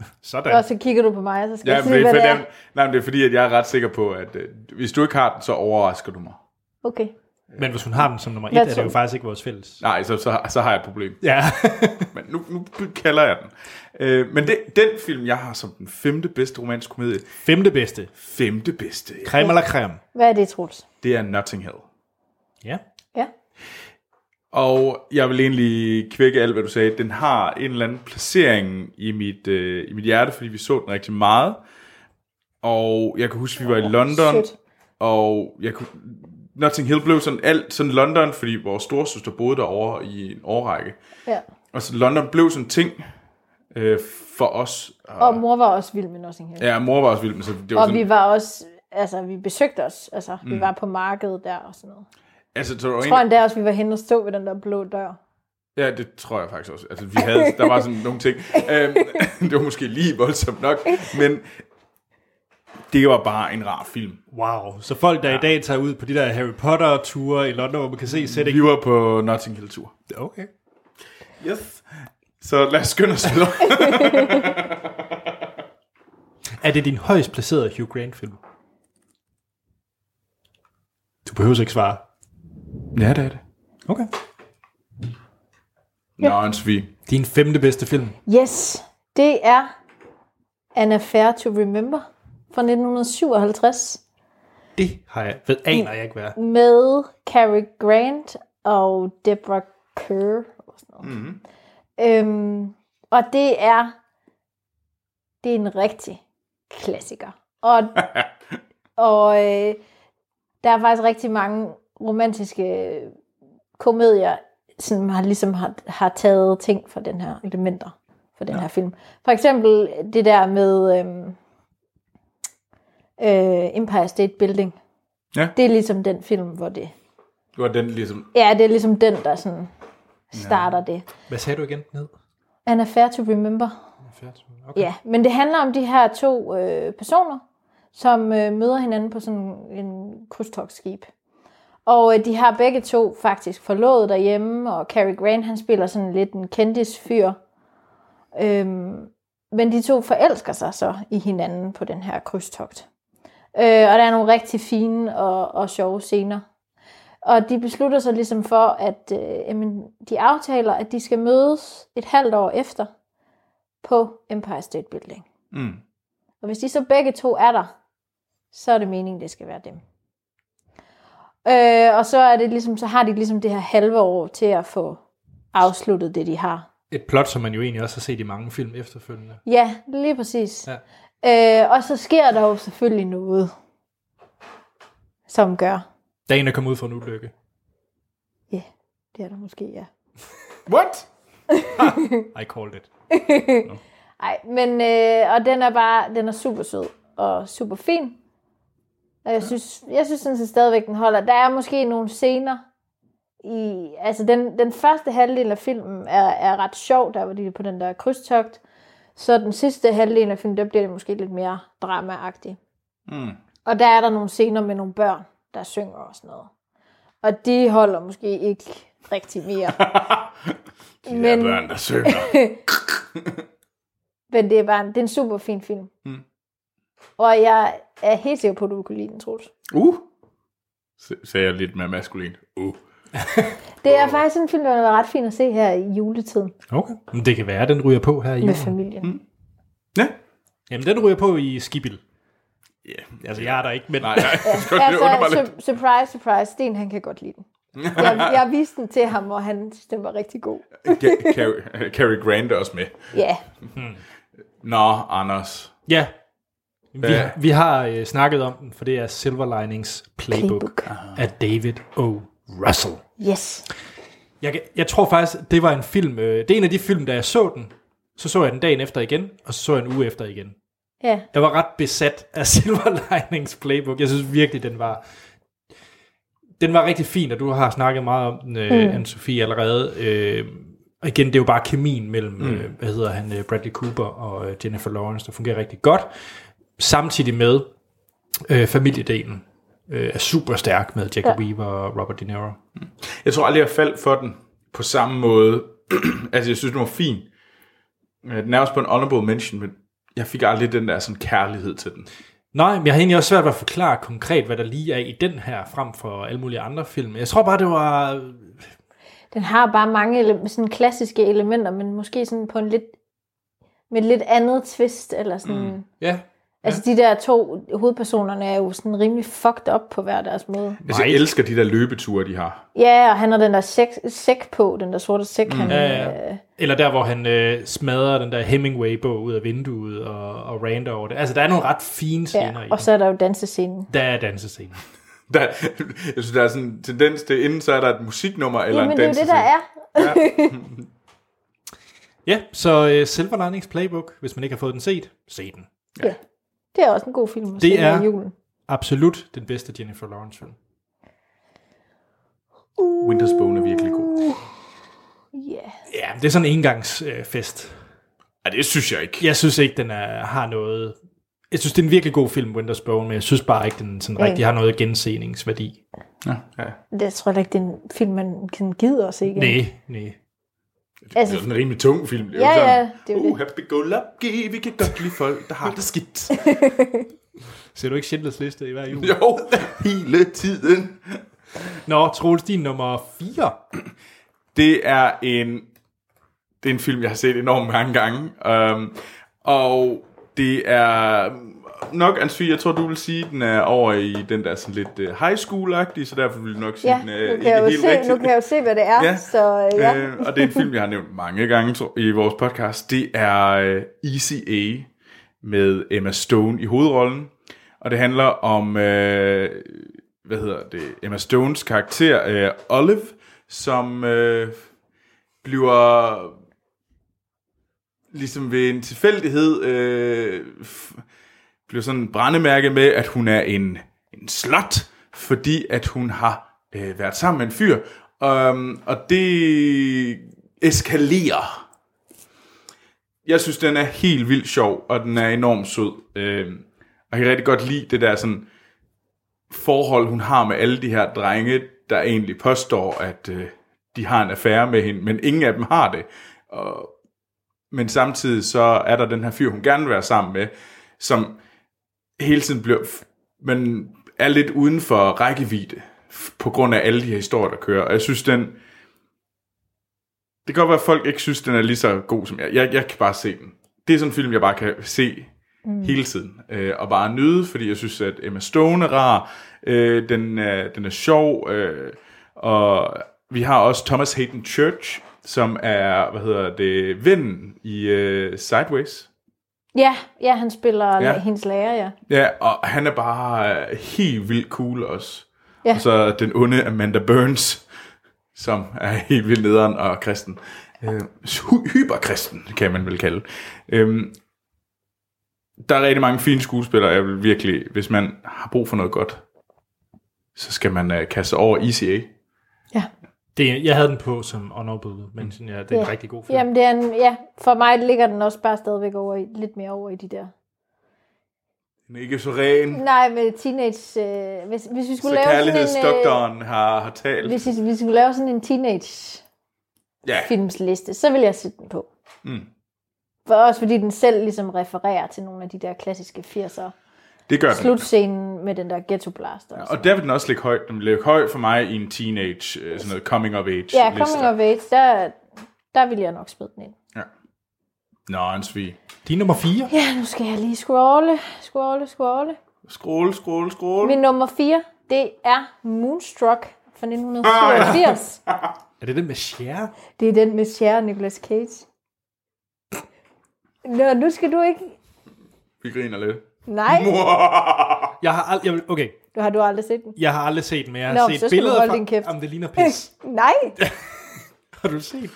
Speaker 3: Og
Speaker 1: Sådan.
Speaker 3: så kigger du på mig, og så skal
Speaker 2: Ja,
Speaker 3: jeg sige, hvad
Speaker 2: for
Speaker 3: det er.
Speaker 2: dem- nej, men det er fordi, at jeg er ret sikker på, at øh, hvis du ikke har den, så overrasker du mig.
Speaker 3: Okay.
Speaker 1: Men hvis hun har den som nummer 1,
Speaker 3: Hvad
Speaker 1: er det
Speaker 3: tror
Speaker 1: jo
Speaker 3: du?
Speaker 1: faktisk ikke vores fælles.
Speaker 2: Nej, så, så, så har jeg et problem.
Speaker 1: Ja.
Speaker 2: Men nu, nu kalder jeg den. Øh, men det, den film, jeg har som den femte bedste romantisk komedie,
Speaker 1: Femte bedste.
Speaker 2: femte bedste,
Speaker 1: Creme eller creme?
Speaker 3: Hvad er det, Truls?
Speaker 2: det er Notting Hill.
Speaker 1: Ja.
Speaker 3: Ja.
Speaker 2: Og jeg vil egentlig kvække alt, hvad du sagde. Den har en eller anden placering i mit, øh, i mit hjerte, fordi vi så den rigtig meget. Og jeg kan huske, vi var i London,
Speaker 3: sødt.
Speaker 2: og jeg kunne, Notting Hill blev sådan alt sådan London, fordi vores storesøster boede derovre i en årrække.
Speaker 3: ja.
Speaker 2: Og så London blev sådan en ting øh, for os.
Speaker 3: Og mor var også vild med Notting Hill.
Speaker 2: Ja, mor var også vild, men så det var
Speaker 3: Og
Speaker 2: sådan, Mm.
Speaker 3: vi var også, altså vi besøgte os, altså vi var på markedet der og sådan noget.
Speaker 2: altså, så der var
Speaker 3: Jeg tror
Speaker 2: en,
Speaker 3: endda også, vi var henne og stå ved den der blå dør.
Speaker 2: ja, det tror jeg faktisk også. Altså, vi havde, der var sådan nogle ting. Øhm, det var måske lige voldsomt nok, men det var bare en rar film.
Speaker 1: Wow. Så folk, der i dag tager ud på de der Harry Potter-ture i London, hvor man kan
Speaker 3: Mm.
Speaker 1: se sætning.
Speaker 2: Vi var på Notting Hill-tur.
Speaker 1: Okay.
Speaker 2: Yes. Så lad os skynde os videre.
Speaker 1: Er det din højst placerede Hugh Grant-film? Du behøver ikke svare.
Speaker 2: ja, det er det.
Speaker 1: Okay.
Speaker 2: Nå, en svig.
Speaker 1: Din femte bedste film.
Speaker 3: Yes, det er An Affair to Remember fra 1957
Speaker 1: Det har jeg, ved, aner jeg ikke, hvad er.
Speaker 3: med Cary Grant og Deborah Kerr. Og, sådan noget. Mm-hmm. Øhm, og det er det er en rigtig klassiker. Og, og øh, der er faktisk rigtig mange romantiske komedier, som har, ligesom har, har taget ting fra den her elementer for den ja. her film. For eksempel det der med øhm, øh, Empire State Building.
Speaker 2: Ja.
Speaker 3: Det er ligesom den film, hvor det...
Speaker 2: Det var den ligesom...
Speaker 3: Ja, det er ligesom den, der sådan starter ja. det.
Speaker 1: Hvad sagde du igen? Ned?
Speaker 3: An Affair to Remember.
Speaker 1: Okay.
Speaker 3: Ja, men det handler om de her to øh, personer, som øh, møder hinanden på sådan en krydstogsskib. Og øh, de har begge to faktisk forlovet derhjemme, og Cary Grant han spiller sådan lidt en kendisfyr. Øhm, men de to forelsker sig så i hinanden på den her krydstogt. Øh, og der er nogle rigtig fine og, og sjove scener. Og de beslutter sig ligesom for, at øh, jamen, de aftaler, at de skal mødes et halvt år efter, på Empire State Building.
Speaker 2: Mm.
Speaker 3: Og hvis de så begge to er der, så er det meningen, det skal være dem. Øh, og så, er det ligesom, så har de ligesom det her halve år til at få afsluttet det, de har.
Speaker 1: Et plot, som man jo egentlig også har set i mange film efterfølgende.
Speaker 3: Ja, lige præcis.
Speaker 1: Ja.
Speaker 3: Ja. Øh, og så sker der jo selvfølgelig noget, som gør,
Speaker 1: Dagen er kommet ud for en ulykke.
Speaker 3: ja, det er der måske, ja.
Speaker 2: What?
Speaker 1: I called it.
Speaker 3: Ej, men, øh, og den er bare, den er super sød og super fin. Og jeg synes, jeg synes sådan set stadigvæk, den holder. Der er måske nogle scener i, altså den, den første halvdel af filmen er, er ret sjov, der var de er på den der krydstogt. Så den sidste halvdel af filmen, der bliver det måske lidt mere dramaagtigt.
Speaker 2: Mm.
Speaker 3: Og der er der nogle scener med nogle børn, der synger og sådan noget. Og de holder måske ikke rigtig mere.
Speaker 2: De men... der børn, der synger.
Speaker 3: Men det er bare en, det er en super fin film. Mm. Og jeg er helt sikker på, at du vil kunne lide den, Troels.
Speaker 2: Uh! S- sagde jeg lidt mere maskulin. Uh.
Speaker 3: Det er faktisk en film, der er ret fin at se her i juletiden
Speaker 1: Okay. Men det kan være, at den ryger på her i
Speaker 3: med
Speaker 1: julen.
Speaker 3: familien. Mm.
Speaker 2: Ja.
Speaker 1: Jamen, den ryger på i Skibil.
Speaker 2: Yeah.
Speaker 1: Altså, jeg er der ikke, men...
Speaker 2: Nej, nej. Det
Speaker 3: Altså,
Speaker 2: under mig lidt.
Speaker 3: su- surprise, surprise, Sten han kan godt lide den. Jeg, jeg viste den til ham, og han synes, den var rigtig god.
Speaker 2: Ga- Cary- Cary Grant er også med.
Speaker 3: Ja,
Speaker 2: Nå, Anders.
Speaker 1: Ja. Vi,
Speaker 2: Ja.
Speaker 1: vi har øh, snakket om den, for det er Silver Linings Playbook,
Speaker 3: Playbook.
Speaker 1: af David O. Russell.
Speaker 3: yes.
Speaker 1: Jeg, kan- jeg tror faktisk, det var en film, øh, det er en af de film, da jeg så den, så så jeg den dagen efter igen, og så så jeg en uge efter igen.
Speaker 3: Ja,
Speaker 1: Jeg var ret besat af Silver Linings Playbook. Jeg synes virkelig, den var... Den var rigtig fin, og du har snakket meget om den, øh, mm. Anne-Sophie, allerede. Øh, og igen, det er jo bare kemien mellem, mm. øh, hvad hedder han, øh, Bradley Cooper og øh, Jennifer Lawrence, der fungerer rigtig godt. Samtidig med øh, familiedelen øh, er super stærk med Jack ja. Weaver og Robert De Niro.
Speaker 2: Jeg tror aldrig, jeg faldt for den på samme måde. altså, jeg synes, den var fin. Øh, Den er også på en honorable mention, men jeg fik aldrig den der sådan kærlighed til den.
Speaker 1: Nej, men jeg har egentlig også svært ved at forklare konkret, hvad der lige er i den her, frem for alle mulige andre film. Jeg tror bare, det var...
Speaker 3: den har bare mange ele- sådan klassiske elementer, men måske sådan på en lidt, med lidt andet twist, eller sådan... Mm.
Speaker 1: Ja,
Speaker 3: Altså, de der to hovedpersonerne er jo sådan rimelig fucked up på hver deres måde.
Speaker 2: Altså, jeg
Speaker 1: Meget.
Speaker 2: elsker de der løbeture, de har.
Speaker 3: Ja, og han har den der sæk, sæk på, den der sorte sæk, mm. han...
Speaker 1: Ja,
Speaker 3: Øh,
Speaker 1: ja. Eller der, hvor han øh, smadrer den der Hemingway-bog ud af vinduet og, og rander over det. Altså, der er nogle ret fine scener ja,
Speaker 3: ja.
Speaker 1: i
Speaker 3: Og
Speaker 1: det.
Speaker 3: så er der jo dansescenen.
Speaker 1: Der er dansescener.
Speaker 2: Der, jeg synes, der er sådan en tendens til, inden så er der et musiknummer eller
Speaker 3: Jamen,
Speaker 2: en
Speaker 3: det er jo
Speaker 2: dans.
Speaker 3: det, der er.
Speaker 1: Ja, så øh, Silver Linings Playbook, hvis man ikke har fået den set, se den.
Speaker 3: Det er også en god film at
Speaker 1: Det
Speaker 3: se her
Speaker 1: er-
Speaker 3: i julen.
Speaker 1: Absolut den bedste Jennifer Lawrence-film.
Speaker 2: Winter's Bone er virkelig god.
Speaker 3: Yeah.
Speaker 1: Ja, men det er sådan en engangsfest. Øh, fest.
Speaker 2: Ja, det synes jeg ikke.
Speaker 1: jeg synes ikke, den er, har noget... Jeg synes, det er en virkelig god film, Winter's Bone, men jeg synes bare ikke, den sådan rigtig har noget genseningsværdi.
Speaker 2: Ja. ja.
Speaker 3: Det jeg tror jeg ikke, det er en film, man kan gider at se igen.
Speaker 1: Nej, nej.
Speaker 2: Det er jo
Speaker 3: Altså,
Speaker 2: sådan en rimelig tung film. Det er
Speaker 3: Ja,
Speaker 2: jo sådan,
Speaker 3: ja, det er jo
Speaker 2: uh, happy go lucky, vi kan godt lide folk, der har det skidt.
Speaker 1: Ser du ikke Schindlers Liste i hver jul?
Speaker 2: jo, hele tiden.
Speaker 1: Nå, Troels, din nummer 4.
Speaker 2: Det er en det er en film, jeg har set enormt mange gange. Um, og det er nok, Ansvi, jeg tror, du vil sige, den er over i den der sådan lidt uh, high school-agtig, så derfor vil du nok sige,
Speaker 3: ja,
Speaker 2: den er
Speaker 3: nu
Speaker 2: ikke
Speaker 3: kan, jeg jo
Speaker 2: helt
Speaker 3: se,
Speaker 2: rigtig.
Speaker 3: nu kan jeg jo se, hvad det er.
Speaker 2: Ja.
Speaker 3: Ja. Så øh, ja.
Speaker 2: Øh, og det er en film, jeg har nævnt mange gange tror, i vores podcast. Det er øh, Easy A med Emma Stone i hovedrollen. Og det handler om, øh, hvad hedder det, Emma Stones karakter, øh, Olive, som øh, bliver ligesom ved en tilfældighed øh, f- bliver sådan brændemærke med, at hun er en, en slot, fordi at hun har øh, været sammen med en fyr. Um, og det eskalerer. Jeg synes, den er helt vildt sjov, og den er enormt sød. Øh, og jeg kan rigtig godt lide det der sådan forhold, hun har med alle de her drenge, der egentlig påstår, at øh, de har en affære med hende, men ingen af dem har det. Og, men samtidig så er der den her fyr, hun gerne vil være sammen med, som hele tiden bliver, men er lidt uden for rækkevidde, f- på grund af alle de her historier, der kører. Og jeg synes, den... Det kan godt være, at folk ikke synes, den er lige så god som jeg. Jeg, jeg kan bare se den. Det er sådan en film, jeg bare kan se mm. hele tiden. Øh, og bare nyde, fordi jeg synes, at Emma Stone er rar. Øh, den, er, den er sjov. Øh, og vi har også Thomas Hayden Church, som er, hvad hedder det, vennen i øh, Sideways.
Speaker 3: ja, ja, han spiller
Speaker 2: Ja.
Speaker 3: ja. hendes lærer, ja.
Speaker 2: Ja, og han er bare øh, helt vildt cool også.
Speaker 3: Ja.
Speaker 2: Og så den onde Amanda Burns, som er helt vildt nederen og kristen. Øh, hy- hyperkristen, kan man vel kalde. Øhm, der er rigtig mange fine skuespillere, jeg vil virkelig, hvis man har brug for noget godt, så skal man øh, kaste sig over ECA.
Speaker 3: ja.
Speaker 1: Det, jeg havde den på som honorable mention. Ja, det er en
Speaker 3: Ja.
Speaker 1: rigtig god film.
Speaker 3: Jamen, det er en, ja, for mig ligger den også bare stadigvæk over i, lidt mere over i de der.
Speaker 2: Den er ikke så ren,
Speaker 3: Nej, med teenage... Øh, hvis, hvis vi skulle
Speaker 2: så
Speaker 3: lave sådan en... Øh,
Speaker 2: kærlighedsdoktoren har, har talt.
Speaker 3: hvis, vi, hvis vi skulle lave sådan en teenage
Speaker 2: ja,
Speaker 3: filmsliste, så vil jeg sætte den på. Mm. For også fordi den selv ligesom refererer til nogle af de der klassiske 80'er.
Speaker 2: det gør den.
Speaker 3: Slutscenen med den der ghetto blaster. Ja,
Speaker 2: Og der vil den også ligge højt. Den vil ligge højt for mig i en teenage, øh, sådan noget coming of age
Speaker 3: ja Coming of Age, der, der vil jeg nok smide den ind.
Speaker 2: Ja. Nå, en svig.
Speaker 1: Din nummer 4.
Speaker 3: Ja, nu skal jeg lige scrolle, scrolle, scrolle.
Speaker 2: Skrål, skrål, skrål.
Speaker 3: Min nummer 4, det er Moonstruck fra 1987.
Speaker 1: Er det det med Cher?
Speaker 3: Det er den med Cher og Nicolas Cage. Nå, nu skal du ikke...
Speaker 2: Vi griner lidt.
Speaker 3: Nej,
Speaker 1: Jeg har ald- jeg, vil- okay,
Speaker 3: du har du aldrig set den.
Speaker 1: jeg har aldrig set den, men jeg har
Speaker 3: Nå, så
Speaker 1: set
Speaker 3: skal du
Speaker 1: billeder
Speaker 3: holde din kæft.
Speaker 1: Jamen, det ligner pis.
Speaker 3: Nej,
Speaker 1: har du set?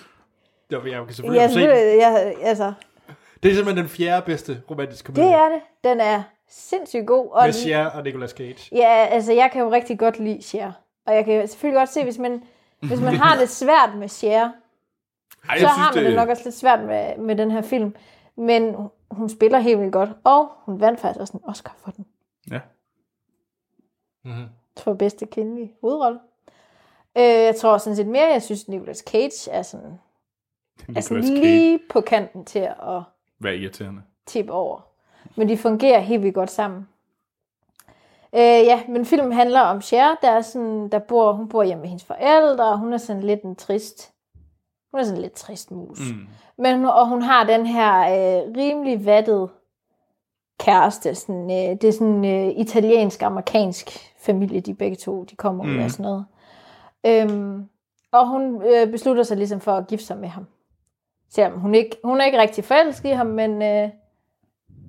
Speaker 1: Jo, men Jeg kan selvfølgelig
Speaker 3: jeg,
Speaker 1: yes, se den.
Speaker 3: jeg, jeg, altså,
Speaker 1: Det er simpelthen den fjerde bedste romantiske komedie.
Speaker 3: det er det. Den er sindssygt god. Og
Speaker 1: Mm. Med Cher og Nicolas Cage.
Speaker 3: ja, altså, jeg kan jo rigtig godt lide Cher. Og jeg kan selvfølgelig godt se, hvis man, hvis man har det svært med Cher,
Speaker 2: Ej,
Speaker 3: så har man det nok også lidt svært med, med den her film. Men hun spiller helt vildt godt, og hun vandt faktisk også en Oscar for den.
Speaker 2: Ja.
Speaker 3: For bedste kvindelige hovedrolle. Øh, jeg tror sådan set mere, jeg synes, Nicolas Cage er sådan, er sådan
Speaker 2: Nicolas Cage.
Speaker 3: Altså, lige på kanten til at
Speaker 2: Hvad irriterende.
Speaker 3: tippe over. Men de fungerer helt vildt godt sammen. Øh, ja, men filmen handler om Cher, der, er sådan, der bor, hun bor hjemme med hendes forældre, og hun er sådan lidt en trist, hun er sådan lidt trist mus. Mm. Men, og hun har den her øh, rimelig vattede kæreste. Sådan, øh, det er sådan øh, italiensk-amerikansk familie, de begge to, de kommer ud af sådan noget. Øhm, og hun øh, beslutter sig ligesom for at gifte sig med ham. Selvom hun, ikke, hun er ikke rigtig forelsket i ham, men, øh,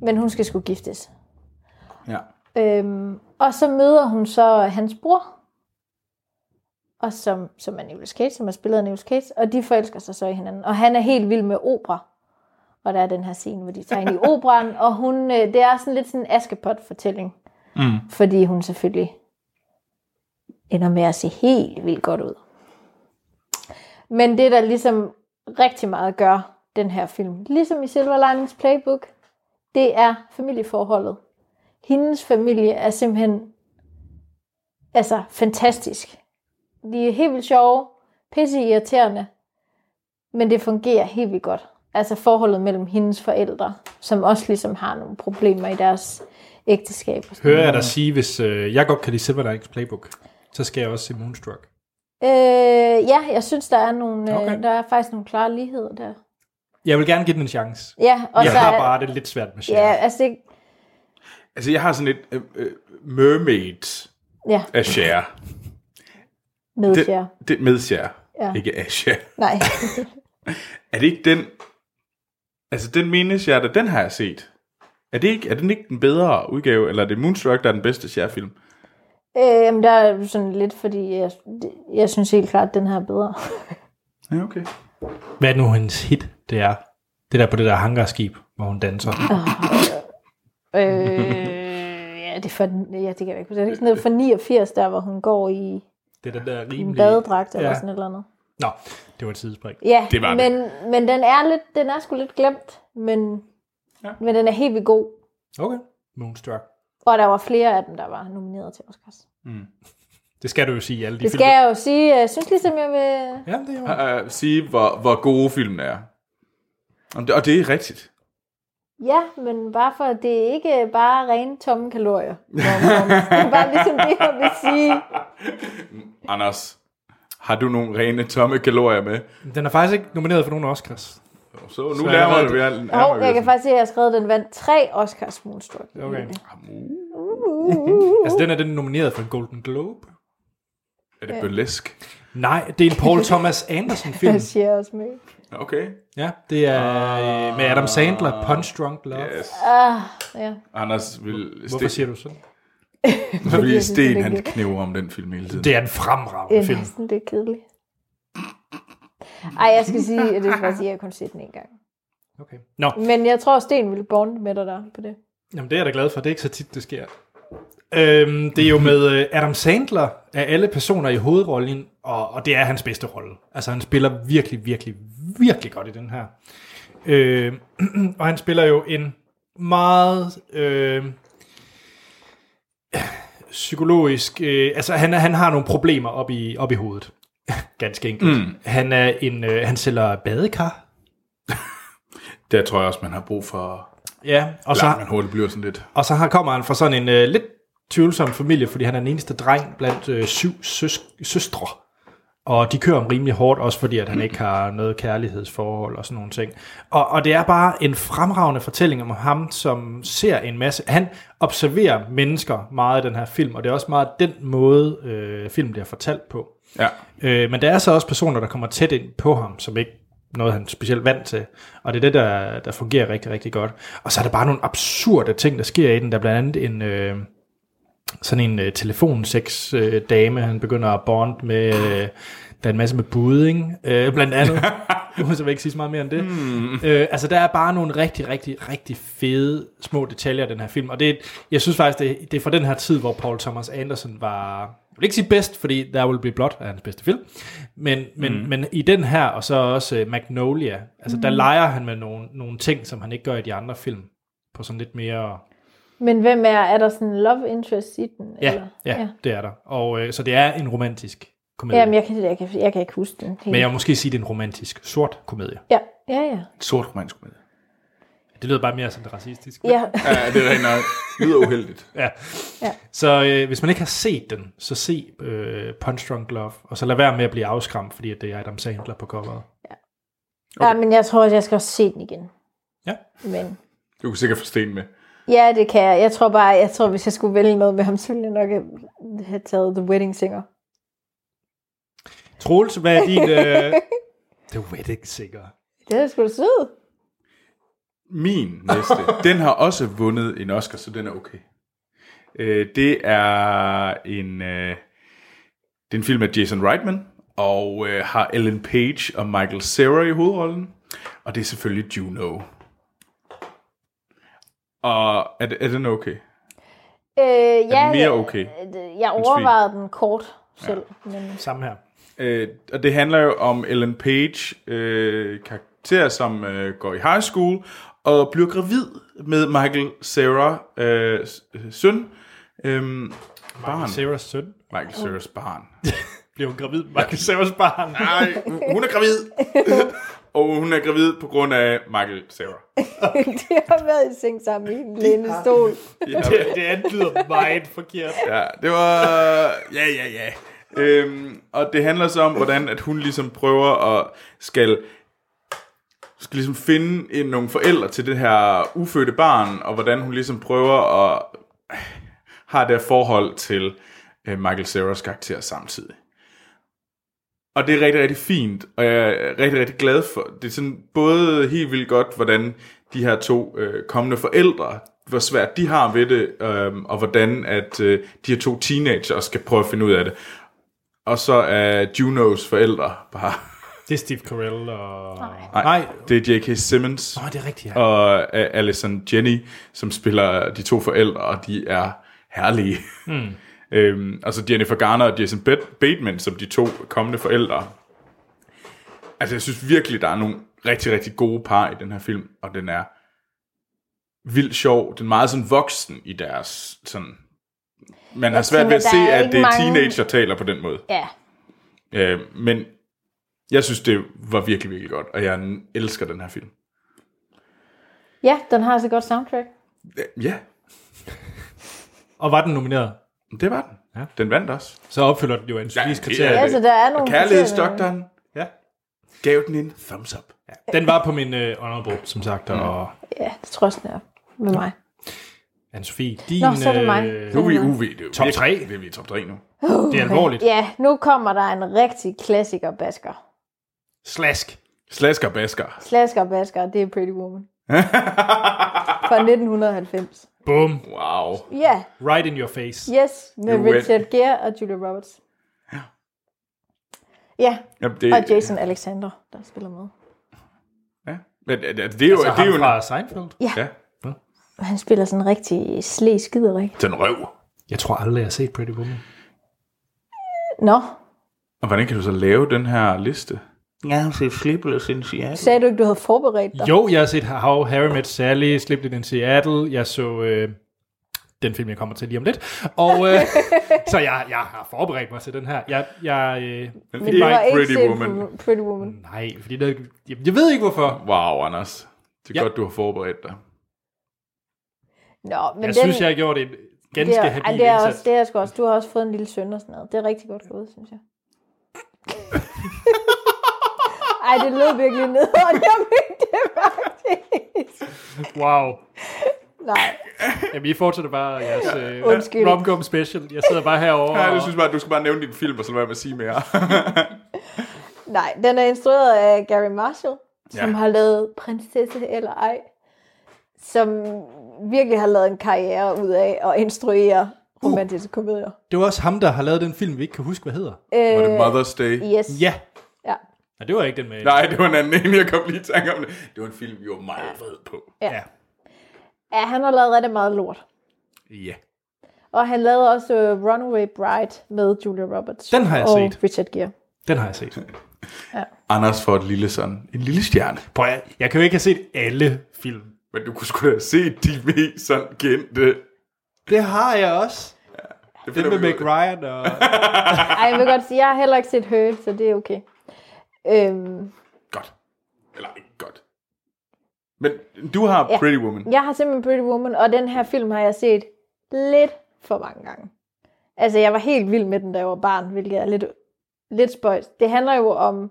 Speaker 3: men hun skal skulle giftes.
Speaker 2: Ja.
Speaker 3: Øhm, og så møder hun så hans bror, og som, som er Nicolas Cage, som er spillet af Nicolas Cage, og de forelsker sig så i hinanden. Og han er helt vild med opera. Og der er den her scene, hvor de tager ind i operan, og hun, øh, det er sådan lidt sådan en Askepot-fortælling. Mm. Fordi hun selvfølgelig ender med at se helt vildt godt ud. Men det, der ligesom rigtig meget gør den her film, ligesom i Silver Linings Playbook, det er familieforholdet. Hendes familie er simpelthen altså fantastisk. De er helt vildt sjove, pisse irriterende, men det fungerer helt vildt godt. Altså forholdet mellem hendes forældre, som også ligesom har nogle problemer i deres ægteskab. og sådan
Speaker 1: Hører jeg dig sige, hvis øh, jeg godt kan lide Silver Linings Playbook, så skal jeg også se Moonstruck.
Speaker 3: Øh, ja, jeg synes, der er, nogle,
Speaker 1: Okay.
Speaker 3: okay. der er faktisk nogle klare ligheder der.
Speaker 1: Jeg vil gerne give den en chance.
Speaker 3: Ja, og
Speaker 1: jeg
Speaker 3: der
Speaker 1: har
Speaker 3: er,
Speaker 1: bare det lidt svært med Cher.
Speaker 3: Ja, altså det,
Speaker 2: Altså, jeg har sådan et øh, øh, mermaid
Speaker 3: ja,
Speaker 2: af Cher.
Speaker 3: med det, jer.
Speaker 2: Det, det med Cher.
Speaker 3: Ja.
Speaker 2: Ikke af Cher.
Speaker 3: Nej,
Speaker 2: Er det ikke den... Altså, den menes jeg, den har jeg set. Er, det ikke, er den ikke den bedre udgave, eller er det Moonstruck, der er den bedste Cher-film?
Speaker 3: øh, jamen, der er sådan lidt, fordi jeg, det- jeg synes helt klart, at den her er bedre.
Speaker 2: Ja, okay.
Speaker 1: Hvad er nu hendes hit, det er? Det der på det der hangarskib, hvor hun danser.
Speaker 3: øh, ja, det er for, ja, det kan jeg ikke huske. Er Det er sådan noget for 89, der hvor hun går i
Speaker 1: Det er den der
Speaker 3: en
Speaker 1: rimelige...
Speaker 3: badedragt eller
Speaker 1: ja.
Speaker 3: sådan et eller andet.
Speaker 1: Nå, det var et sidespring.
Speaker 3: Ja,
Speaker 2: Det var det.
Speaker 3: men, men den er lidt, den er sgu lidt glemt, men,
Speaker 2: Ja.
Speaker 3: ja. men den er helt vildt god.
Speaker 1: Okay. Moonstruck.
Speaker 3: Og der var flere af dem, der var nomineret til Oscars.
Speaker 1: Det skal du jo sige i alle de
Speaker 3: Det skal jeg jo sige. Jeg synes ligesom, jeg vil...
Speaker 1: Ja, det er jo...
Speaker 2: Uh, sige, hvor, hvor gode filmen er. Og det, og det er rigtigt.
Speaker 3: Ja, men bare for, at det er ikke bare rene tomme kalorier. Det er bare ligesom det, jeg vil sige.
Speaker 2: Anders, har du nogle rene tomme kalorier med?
Speaker 1: Den er faktisk ikke nomineret for nogen Oscars.
Speaker 2: Så nu
Speaker 1: Så
Speaker 2: lærer
Speaker 1: er
Speaker 2: man
Speaker 1: det-
Speaker 2: det. Jeg,
Speaker 3: Jo, jeg kan faktisk se, at jeg har skrevet, at den vandt tre Oscars Moonstruck.
Speaker 1: Okay.
Speaker 3: Mm.
Speaker 1: altså, den er den nomineret for en Golden Globe.
Speaker 2: Er det burlesk?
Speaker 1: Nej, det er en Paul Thomas Anderson-film.
Speaker 3: Det siger jeg også med.
Speaker 2: Okay.
Speaker 1: Ja, det er øh, med Adam Sandler, Punch Drunk Love.
Speaker 2: Yes.
Speaker 3: Ja.
Speaker 2: Anders vil...
Speaker 1: Hvorfor siger du sådan?
Speaker 2: Fordi
Speaker 3: jeg synes, den
Speaker 2: Sten,
Speaker 3: er
Speaker 2: han
Speaker 3: lidt-
Speaker 2: knæver om den film hele tiden.
Speaker 1: Det er en fremragende
Speaker 3: Det er
Speaker 1: film.
Speaker 3: næsten lidt kedeligt. Ej, jeg skal sige, at det skal jeg sige, at jeg kun set den en gang.
Speaker 1: Okay. Nå,
Speaker 3: Men jeg tror, Sten ville bonde med dig der på det.
Speaker 1: Jamen, det er jeg da glad for. Det er ikke så tit, det sker. Øhm, det er jo med øh, Adam Sandler af alle personer i hovedrollen, og, og det er hans bedste rolle. Altså, han spiller virkelig, virkelig, virkelig godt i den her. Øh, og han spiller jo en meget øh, psykologisk... Øh, altså, han, er- han har nogle problemer op i, op i hovedet. Ganske enkelt. Mm. Han, er en, øh, han sælger badekar.
Speaker 2: Der tror jeg også, man har brug for...
Speaker 1: Ja, og så,
Speaker 2: Langt, man hurtigt bliver sådan lidt...
Speaker 1: Og så har, kommer han fra sådan en øh, lidt tvivlsom familie, fordi han er den eneste dreng blandt øh, syv søs- søstre. Og de kører om rimelig hårdt, også fordi at han ikke har noget kærlighedsforhold og sådan nogle ting. Og, og det er bare en fremragende fortælling om ham, som ser en masse... Han observerer mennesker meget i den her film, og det er også meget den måde, øh, filmen bliver fortalt på.
Speaker 2: Ja.
Speaker 1: Øh, men der er så også personer, der kommer tæt ind på ham, som ikke noget, han er specielt vant til. Og det er det, der, der fungerer rigtig, rigtig godt. Og så er der bare nogle absurde ting, der sker i den. Der er blandt andet en... Øh, sådan en øh, telefonsex øh, dame, han begynder at bond med, øh, der er en masse med budding, øh, blandt andet. Nu må jeg ikke sige så meget mere end det. Mm. Øh, altså, der er bare nogle rigtig, rigtig, rigtig fede små detaljer i den her film, og det, er- jeg synes faktisk, det, det er fra den her tid, hvor Paul Thomas Anderson var, jeg vil ikke sige bedst, fordi der Will Be Blood er hans bedste film, men, men, mm. men i den her, og så også øh, Magnolia, altså
Speaker 3: Hmm.
Speaker 1: mm. der leger han med nogle, nogle ting, som han ikke gør i de andre film, på sådan lidt mere
Speaker 3: Men hvem er, er der sådan en love interest i den?
Speaker 1: Ja,
Speaker 3: eller?
Speaker 1: ja, ja, det er der. Og øh, så det er en romantisk komedie.
Speaker 3: Jamen, jeg kan, jeg, kan, jeg kan ikke huske den. helt.
Speaker 1: Men jeg vil måske sige, det er en romantisk sort komedie.
Speaker 3: Ja, ja, ja.
Speaker 2: Sort romansk komedie.
Speaker 1: Det lyder bare mere sådan racistisk.
Speaker 3: ja.
Speaker 2: Ja, det er rent nok. Lyder uheldigt.
Speaker 1: Ja.
Speaker 3: Ja.
Speaker 1: Så øh, hvis man ikke har set den, så se øh, Punch Drunk Love, og så lad være med at blive afskræmt, fordi at det er Adam Sandler på coveret.
Speaker 3: Okay. ja, men jeg tror, at jeg skal også se den igen.
Speaker 1: Ja.
Speaker 3: Men
Speaker 2: Du kan sikkert få sten med.
Speaker 3: ja, det kan jeg. Jeg tror bare, jeg tror, hvis jeg skulle vælge noget med ham, så ville jeg nok have- have taget The Wedding Singer.
Speaker 1: Troels, hvad er din... Øh... The Wedding Singer.
Speaker 3: Det er sgu da sød.
Speaker 2: Min næste, den har også vundet en Oscar, så den er okay. Øh, det er en øh, det er en film af Jason Reitman, og øh, har Ellen Page og Michael Cera i hovedrollen. Og det er selvfølgelig Juno. Og er, det- er den okay?
Speaker 3: Øh, ja,
Speaker 2: mere
Speaker 3: jeg-
Speaker 2: okay
Speaker 3: Jeg overvejede den kort selv. Ja. Men,
Speaker 1: Samme her.
Speaker 2: Øh, og det handler jo om Ellen Page, øh, karakter, som øh, går i high school, og bliver gravid med Michael Sarah øh, s- øh, søn. Øhm, barn.
Speaker 1: Sarahs søn
Speaker 2: Michael Sarahs barn.
Speaker 1: bliver hun gravid med Michael Sarahs barn.
Speaker 2: Nej, hun er gravid! og hun er gravid på grund af Michael Sarah.
Speaker 3: de har været i seng sammen i en lænestol.
Speaker 1: Det, det andet lyder meget forkert.
Speaker 2: Ja, det var... Ja, ja, ja. Øhm, og det handler så om, hvordan at hun ligesom prøver at skal, skal ligesom finde en, nogle forældre til det her ufødte barn, og hvordan hun ligesom prøver at har det her forhold til øh, Michael Cera's karakter samtidig. Og det er rigtig, rigtig fint, og jeg er rigtig, rigtig glad for. Det er sådan både helt vildt godt, hvordan de her to øh, kommende forældre, hvor svært de har ved det, øh, og hvordan at øh, de her to teenager skal prøve at finde ud af det. Og så er Junos forældre bare...
Speaker 1: Det er Steve Carell og... Nej.
Speaker 2: Nej, det er J.K. Simmons
Speaker 1: Nå, det er rigtigt, ja.
Speaker 2: og øh, Alison Jenny, som spiller de to forældre, og de er herlige. Mm. øhm, altså Jennifer Garner og Jason Bet- Bateman, som de to kommende forældre. Altså jeg synes virkelig, der er nogle rigtig, rigtig gode par i den her film, og den er vildt sjov. Den er meget sådan voksen i deres sådan... Man har svært ved at se,
Speaker 3: tænker, der er
Speaker 2: at
Speaker 3: ikke
Speaker 2: det er
Speaker 3: mange-
Speaker 2: teenager taler på den måde.
Speaker 3: Ja,
Speaker 2: Øh, men jeg synes, det var virkelig, virkelig godt, og jeg elsker den her film.
Speaker 3: ja den har altså et godt soundtrack.
Speaker 2: Øh, Ja,
Speaker 1: Og var den nomineret?
Speaker 2: Det var den. Ja. Den vandt også.
Speaker 1: Så opfylder den jo en ja, kriterie.
Speaker 3: Ja, så der er nogle
Speaker 2: Og kærlighedsdoktoren
Speaker 1: Ja.
Speaker 2: gav den en thumbs up. Ja.
Speaker 1: Den var på min øh, honorable, som sagt, og
Speaker 3: Ja, det tror jeg sådan er med mig.
Speaker 1: Anne-Sophie, din...
Speaker 3: Nå, så er det mig. Uh,
Speaker 1: Øh,
Speaker 2: Nu er vi uv, det er jo
Speaker 1: Top
Speaker 2: virkelig-
Speaker 1: tre.
Speaker 2: Det er vi i top 3 nu.
Speaker 1: det er alvorligt.
Speaker 3: Ja, nu kommer der en rigtig klassiker basker.
Speaker 1: Slask.
Speaker 2: Slasker basker.
Speaker 3: Klassiker basker, det er Pretty Woman. Fra 1990.
Speaker 1: Boom.
Speaker 2: Wow.
Speaker 3: Ja,
Speaker 1: Right in your face.
Speaker 3: yes, med
Speaker 2: You win.
Speaker 3: Richard Gere og Julia Roberts. Ja,
Speaker 2: Jamen, det,
Speaker 3: og Jason Alexander, der spiller med.
Speaker 2: Ja. Men øh, det, det er jo...
Speaker 1: Så
Speaker 2: det er
Speaker 1: Altså, ham
Speaker 2: jo en,
Speaker 1: fra Seinfeld.
Speaker 2: ja.
Speaker 3: Han spiller sådan en rigtig slæ skiderik.
Speaker 2: Den røv.
Speaker 1: Jeg tror aldrig, jeg har set Pretty Woman.
Speaker 3: Nå,
Speaker 2: Og hvordan kan du så lave den her liste?
Speaker 3: sagde du ikke, du havde forberedt dig?
Speaker 1: Jo, jeg har set How Harry Met Sally, Slipped It in Seattle. Jeg så øh, den film, jeg kommer til lige om lidt. Og øh, så jeg, jeg har forberedt mig til den her. Jeg, jeg, øh,
Speaker 3: Men du har ikke
Speaker 2: Pretty
Speaker 3: set
Speaker 2: Woman.
Speaker 3: Pr- Pretty Woman.
Speaker 1: nej, fordi det, jeg, jeg ved ikke, hvorfor.
Speaker 2: Wow, Anders. Det er
Speaker 1: Ja.
Speaker 2: ja. godt, du har forberedt dig.
Speaker 1: Men
Speaker 3: Nå, men
Speaker 1: jeg
Speaker 3: den,
Speaker 1: den, synes, jeg har gjort en
Speaker 3: det
Speaker 1: ganske
Speaker 3: er, ej,
Speaker 1: habil
Speaker 3: det er
Speaker 1: indsats.
Speaker 3: også, det er sgu også, du har også fået en lille søn og sådan noget. Det er rigtig godt gået, synes jeg. Ej, det lød virkelig nederen. Jeg mente det faktisk.
Speaker 1: Wow.
Speaker 3: Nej,
Speaker 1: Jamen, I fortsætter bare jeres øh,
Speaker 3: Undskyld.
Speaker 1: rom-com special. Jeg sidder bare herovre.
Speaker 2: Jeg
Speaker 1: og-
Speaker 2: synes bare, at du skal bare nævne din film, og så lade være med at sige mere.
Speaker 3: nej. Den er instrueret af Gary Marshall, som
Speaker 2: Ja.
Speaker 3: har lavet Prinsesse eller ej. Som virkelig har lavet en karriere ud af at instruere romantiske komedier.
Speaker 1: Det var også ham, der har lavet den film, vi ikke kan huske, hvad hedder.
Speaker 2: Var det Mother's Day?
Speaker 3: Yes.
Speaker 1: Ja.
Speaker 3: Ja.
Speaker 1: Nej, det var ikke den med...
Speaker 2: Nej, det var en anden en, jeg kom lige i tanke om det. Det var en film, vi var meget vred på.
Speaker 1: Ja.
Speaker 3: ja, han har lavet rigtig meget lort.
Speaker 2: Ja.
Speaker 3: Og han lavede også øh, Runaway Bride med Julia Roberts.
Speaker 1: Den har jeg
Speaker 3: og
Speaker 1: set.
Speaker 3: Richard Gere.
Speaker 1: Den har jeg set.
Speaker 2: Anders får et lille sådan. En lille stjerne.
Speaker 1: Prøv, jeg, jeg kan jo ikke have set alle film.
Speaker 2: Men du kunne sgu da have set de mest sådan kendte.
Speaker 1: Det har jeg også.
Speaker 2: Det
Speaker 1: Den
Speaker 2: finder
Speaker 1: med
Speaker 2: vi ud af.
Speaker 1: Meg Ryan og...
Speaker 3: Ej, jeg vil godt sige, jeg har heller ikke set Her, så det er okay. Øhm,
Speaker 2: Godt. Eller ikke godt. Men du har
Speaker 3: Ja.
Speaker 2: Pretty Woman.
Speaker 3: jeg har simpelthen Pretty Woman, og den her film har jeg set lidt for mange gange. Altså, jeg var helt vild med den, da jeg var barn, hvilket er lidt, lidt spøjst. Det handler jo om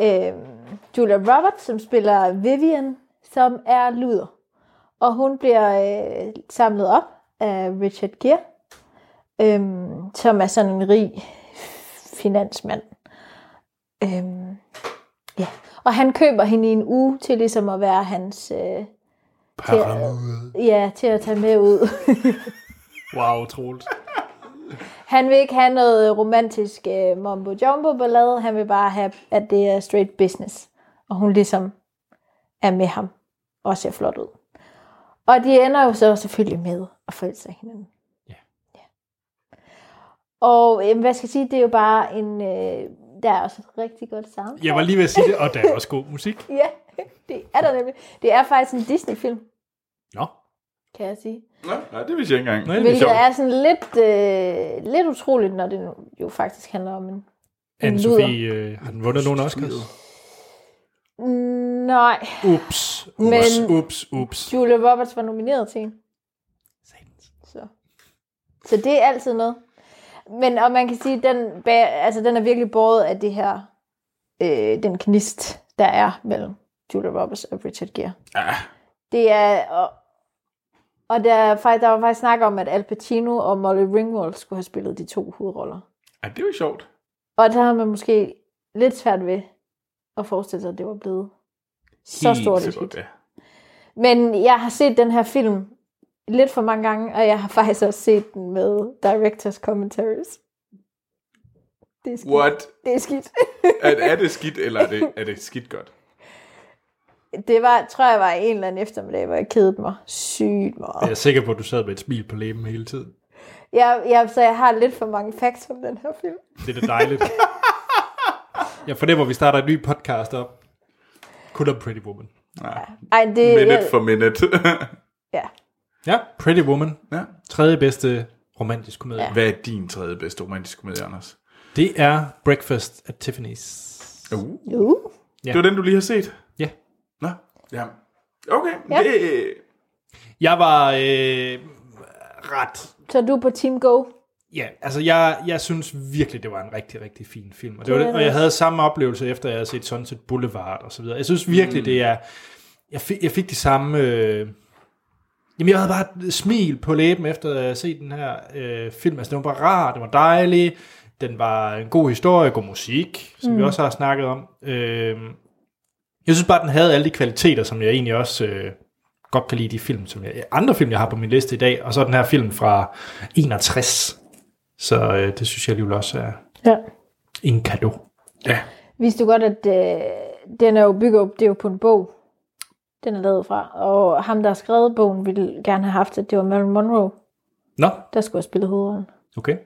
Speaker 3: øhm, Julia Roberts, som spiller Vivian, som er luder. Og hun bliver øh, samlet op af Richard Gere, øhm, som er sådan en rig finansmand. Øhm, ja. Og han køber hende i en uge til ligesom at være hans... Øh, til, ja, til at tage med ud.
Speaker 1: Wow, Troels.
Speaker 3: Han vil ikke have noget romantisk øh, mambo jumbo ballade. Han vil bare have, at det er straight business. Og hun ligesom er med ham og ser flot ud. Og de ender jo så selvfølgelig med at forelske sig i hinanden.
Speaker 1: Ja.
Speaker 3: ja. Og øh, hvad skal jeg sige, det er jo bare en... Øh, der er også et rigtig godt soundtrack.
Speaker 1: Jeg var lige ved at sige det, og der er også god musik.
Speaker 3: Ja, det er der nemlig. Det er faktisk en Disney-film,
Speaker 1: Nå.
Speaker 3: kan jeg sige.
Speaker 2: Nå, nej, det vidste jeg ikke engang.
Speaker 1: Nej, det er
Speaker 3: Hvilket
Speaker 1: sjovt.
Speaker 3: er sådan lidt, øh, lidt utroligt, når det nu jo faktisk handler om en
Speaker 1: Anne-Sophie, øh, har den vundet nogen Oscars?
Speaker 3: Nej,
Speaker 1: Ups, ups,
Speaker 3: Men-
Speaker 1: ups, ups.
Speaker 3: Julia Roberts var nomineret til en. Så. så det er altid noget. Men og man kan sige, den, bag- altså, den er virkelig båret af det her, øh, den knist, der er mellem Julia Roberts og Richard Gere.
Speaker 2: Ja.
Speaker 3: Det er, og, og der, er faktisk, der var faktisk snak om, at Al Pacino og Molly Ringwald skulle have spillet de to hovedroller.
Speaker 2: ja, det var sjovt.
Speaker 3: Og der har man måske lidt svært ved at forestille sig, at det var blevet så stort et hit.
Speaker 2: Ja.
Speaker 3: Men jeg har set den her film lidt for mange gange, og jeg har faktisk også set den med directors commentaries. Det er skidt.
Speaker 2: What?
Speaker 3: Det er skidt.
Speaker 2: Er, er det skidt, eller er det, er det skidt godt?
Speaker 3: det var, tror jeg var en eller anden eftermiddag, hvor jeg kedede mig sygt
Speaker 1: Jeg
Speaker 3: meget.
Speaker 1: er sikker på, at du sad med et smil på læben hele tiden.
Speaker 3: Jeg, jeg, så jeg har lidt for mange facts om den her film.
Speaker 1: Det er da dejligt. Jeg fornemmer, at vi starter en ny podcast op. Kun om Pretty Woman.
Speaker 3: Ej, det,
Speaker 2: Minute
Speaker 3: jeg,
Speaker 2: for minute.
Speaker 3: ja.
Speaker 1: Ja, Pretty Woman.
Speaker 2: ja.
Speaker 1: Tredje bedste romantisk komedie. Ja.
Speaker 2: Hvad er din tredje bedste romantisk komedie, Anders?
Speaker 1: Det er Breakfast at Tiffany's.
Speaker 2: Uh.
Speaker 3: Uh,
Speaker 2: Det var den, du lige har set?
Speaker 1: Ja.
Speaker 2: Nå, ja. Okay,
Speaker 3: Ja.
Speaker 2: ja. det...
Speaker 1: Jeg var øh, ret
Speaker 3: så du er på Team Go?
Speaker 1: Ja, altså jeg, jeg synes virkelig, det var en rigtig, rigtig fin film. Og, det var
Speaker 3: Det
Speaker 1: det,
Speaker 3: er det
Speaker 1: og jeg
Speaker 3: også.
Speaker 1: havde samme oplevelse, efter jeg havde set Sunset Boulevard og så videre. Jeg synes virkelig, mm. det er... Jeg fik, jeg fik de samme... Øh, jamen, jeg havde bare et smil på læben, efter at have set den her øh, film. Altså, den var bare rar, den var dejlig, den var en god historie, god musik, som mm. vi også har snakket om. Øh, jeg synes bare, den havde alle de kvaliteter, som jeg egentlig også... Øh, godt kan lide de film, som jeg, andre film, jeg har på min liste i dag, og så den her film fra 61. Så øh, det synes jeg alligevel også er
Speaker 3: Ja.
Speaker 1: en gave.
Speaker 2: Ja.
Speaker 3: Vidste du godt, at øh, den er jo bygget op, det er jo på en bog, den er lavet fra. Og ham, der har skrevet bogen, ville gerne have haft, at det var Marilyn Monroe,
Speaker 1: Nå,
Speaker 3: der skulle have spillet hovedrollen.
Speaker 1: okay.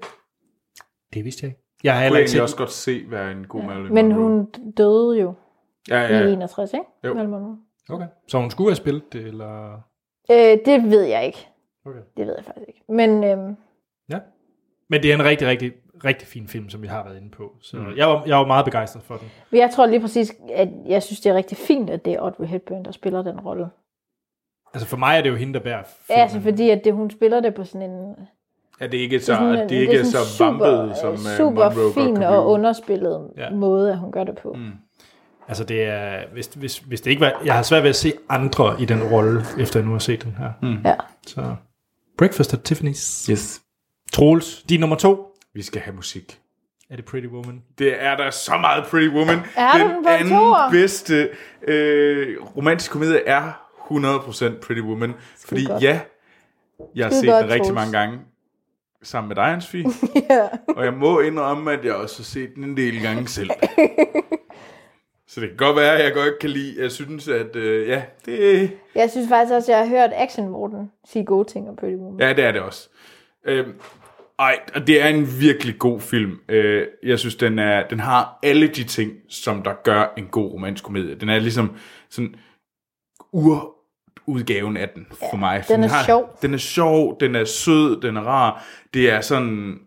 Speaker 1: Det vidste jeg ikke. Jeg har
Speaker 2: Jeg
Speaker 1: heller ikke
Speaker 2: kunne egentlig
Speaker 1: set
Speaker 2: også godt se, hvad en god Marilyn
Speaker 3: Men
Speaker 2: Monroe-
Speaker 3: hun døde jo
Speaker 2: Ja,
Speaker 3: ja. i
Speaker 2: ja.
Speaker 3: 61, ikke?
Speaker 2: Jo.
Speaker 3: Marilyn Monroe.
Speaker 1: Okay. Så hun skulle have spillet det, eller...
Speaker 3: Øh, det ved jeg ikke.
Speaker 1: Okay.
Speaker 3: Det ved jeg faktisk ikke. Men øh,
Speaker 1: Ja. Men det er en rigtig, rigtig, rigtig fin film, som vi har været inde på. Så mm. jeg, var, jeg var meget begejstret for den.
Speaker 3: jeg tror lige præcis, at jeg synes, det er rigtig fint, at det er Audrey Hepburn, der spiller den rolle.
Speaker 1: Altså for mig er det jo hende, der bærer filmen.
Speaker 3: Ja, altså fordi, at det, hun spiller det på sådan en...
Speaker 2: Ja, det er ikke så,
Speaker 3: sådan en-
Speaker 2: det er ikke
Speaker 3: sådan
Speaker 2: så
Speaker 3: en
Speaker 2: vampet, som øh,
Speaker 3: super
Speaker 2: Monroe godt kan
Speaker 3: fin
Speaker 2: blive.
Speaker 3: og underspillet
Speaker 1: Ja.
Speaker 3: ja. måde, at hun gør det på. Mm.
Speaker 1: Altså det er, hvis, hvis, hvis det ikke var, jeg har svært ved at se andre i den rolle, efter jeg nu har set den her. Mm.
Speaker 3: Ja.
Speaker 1: Så Breakfast at Tiffany's.
Speaker 2: Yes.
Speaker 1: Troels, din nummer to.
Speaker 2: Vi skal have musik.
Speaker 1: Er det Pretty Woman?
Speaker 2: Det er der så meget Pretty Woman.
Speaker 3: Er
Speaker 2: den
Speaker 3: den på en
Speaker 2: anden
Speaker 3: toer?
Speaker 2: bedste øh, romantisk komedie er 100% Pretty Woman. Fordi
Speaker 3: godt.
Speaker 2: ja, jeg har
Speaker 3: Skide
Speaker 2: set den
Speaker 3: godt,
Speaker 2: rigtig
Speaker 3: Troels.
Speaker 2: mange gange sammen med dig, Hans yeah. Og jeg må indrømme, at jeg også har set den en del gange selv. Så det kan godt være, at jeg godt kan lide, jeg synes, at øh, ja, det,
Speaker 3: Jeg synes faktisk også, at jeg har hørt Action Morten sige gode ting om Pretty Woman. Ja.
Speaker 2: Ja, det er det også. Øhm, ej, og det er en virkelig god film. Øh, jeg synes, den, er, den har alle de ting, som der gør en god romantisk komedie. Den er ligesom sådan urudgaven af den for mig.
Speaker 3: den er
Speaker 2: har,
Speaker 3: sjov.
Speaker 2: Den er sjov, den er sød, den er rar. Det er sådan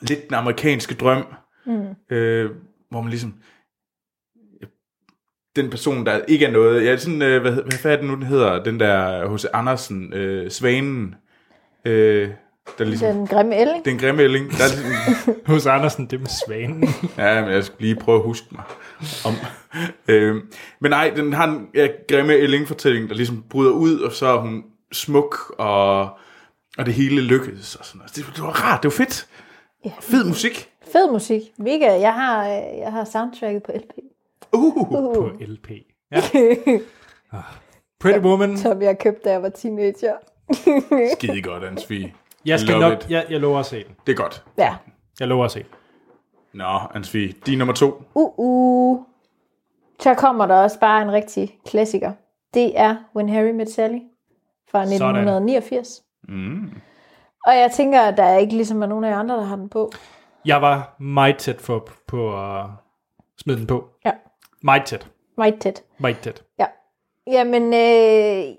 Speaker 2: lidt den amerikanske drøm, mm. øh, hvor man ligesom den person, der ikke er noget. Ja, sådan, øh, hvad, hed- hvad fanden er det nu, den hedder? Den der hos Andersen, øh, Svanen. Øh, der ligesom, den.
Speaker 3: Den grimme Altså, ælling.
Speaker 2: den grimme ælling. Der er ligesom,
Speaker 1: Hos Andersen, det med svanen.
Speaker 2: ja, men jeg skal lige prøve at huske mig om. Øh, men nej, den har en ja, grimme ælling-fortælling, der ligesom bryder ud, og så er hun smuk, og, og det hele lykkedes. Og sådan. noget. Det, det var rart, det var fedt. Ja. Fed musik.
Speaker 3: Fed musik. Mega. Jeg har, øh, jeg har soundtracket på LP,
Speaker 2: Uh.
Speaker 1: på LP. Ja. Ah. Pretty Woman.
Speaker 3: som jeg købte, da jeg var teenager.
Speaker 2: Skide godt, Ansvig.
Speaker 1: Jeg skal
Speaker 2: Love
Speaker 1: nok,
Speaker 2: it.
Speaker 1: jeg, jeg lover at se den.
Speaker 2: Det er godt.
Speaker 3: Ja.
Speaker 1: Jeg lover at se den.
Speaker 2: Nå, Ansvig, din nummer to.
Speaker 3: Uh, uh. Så kommer der også bare en rigtig klassiker. Det er When Harry Met Sally fra 1989. Mm. Og jeg tænker, at der ikke ligesom er nogen af jer andre, der har den på.
Speaker 1: Jeg var meget tæt for, på at smide den på.
Speaker 3: Ja,
Speaker 1: Meget tæt.
Speaker 3: meget tæt.
Speaker 1: Meget tæt.
Speaker 3: Ja. Jamen, øh,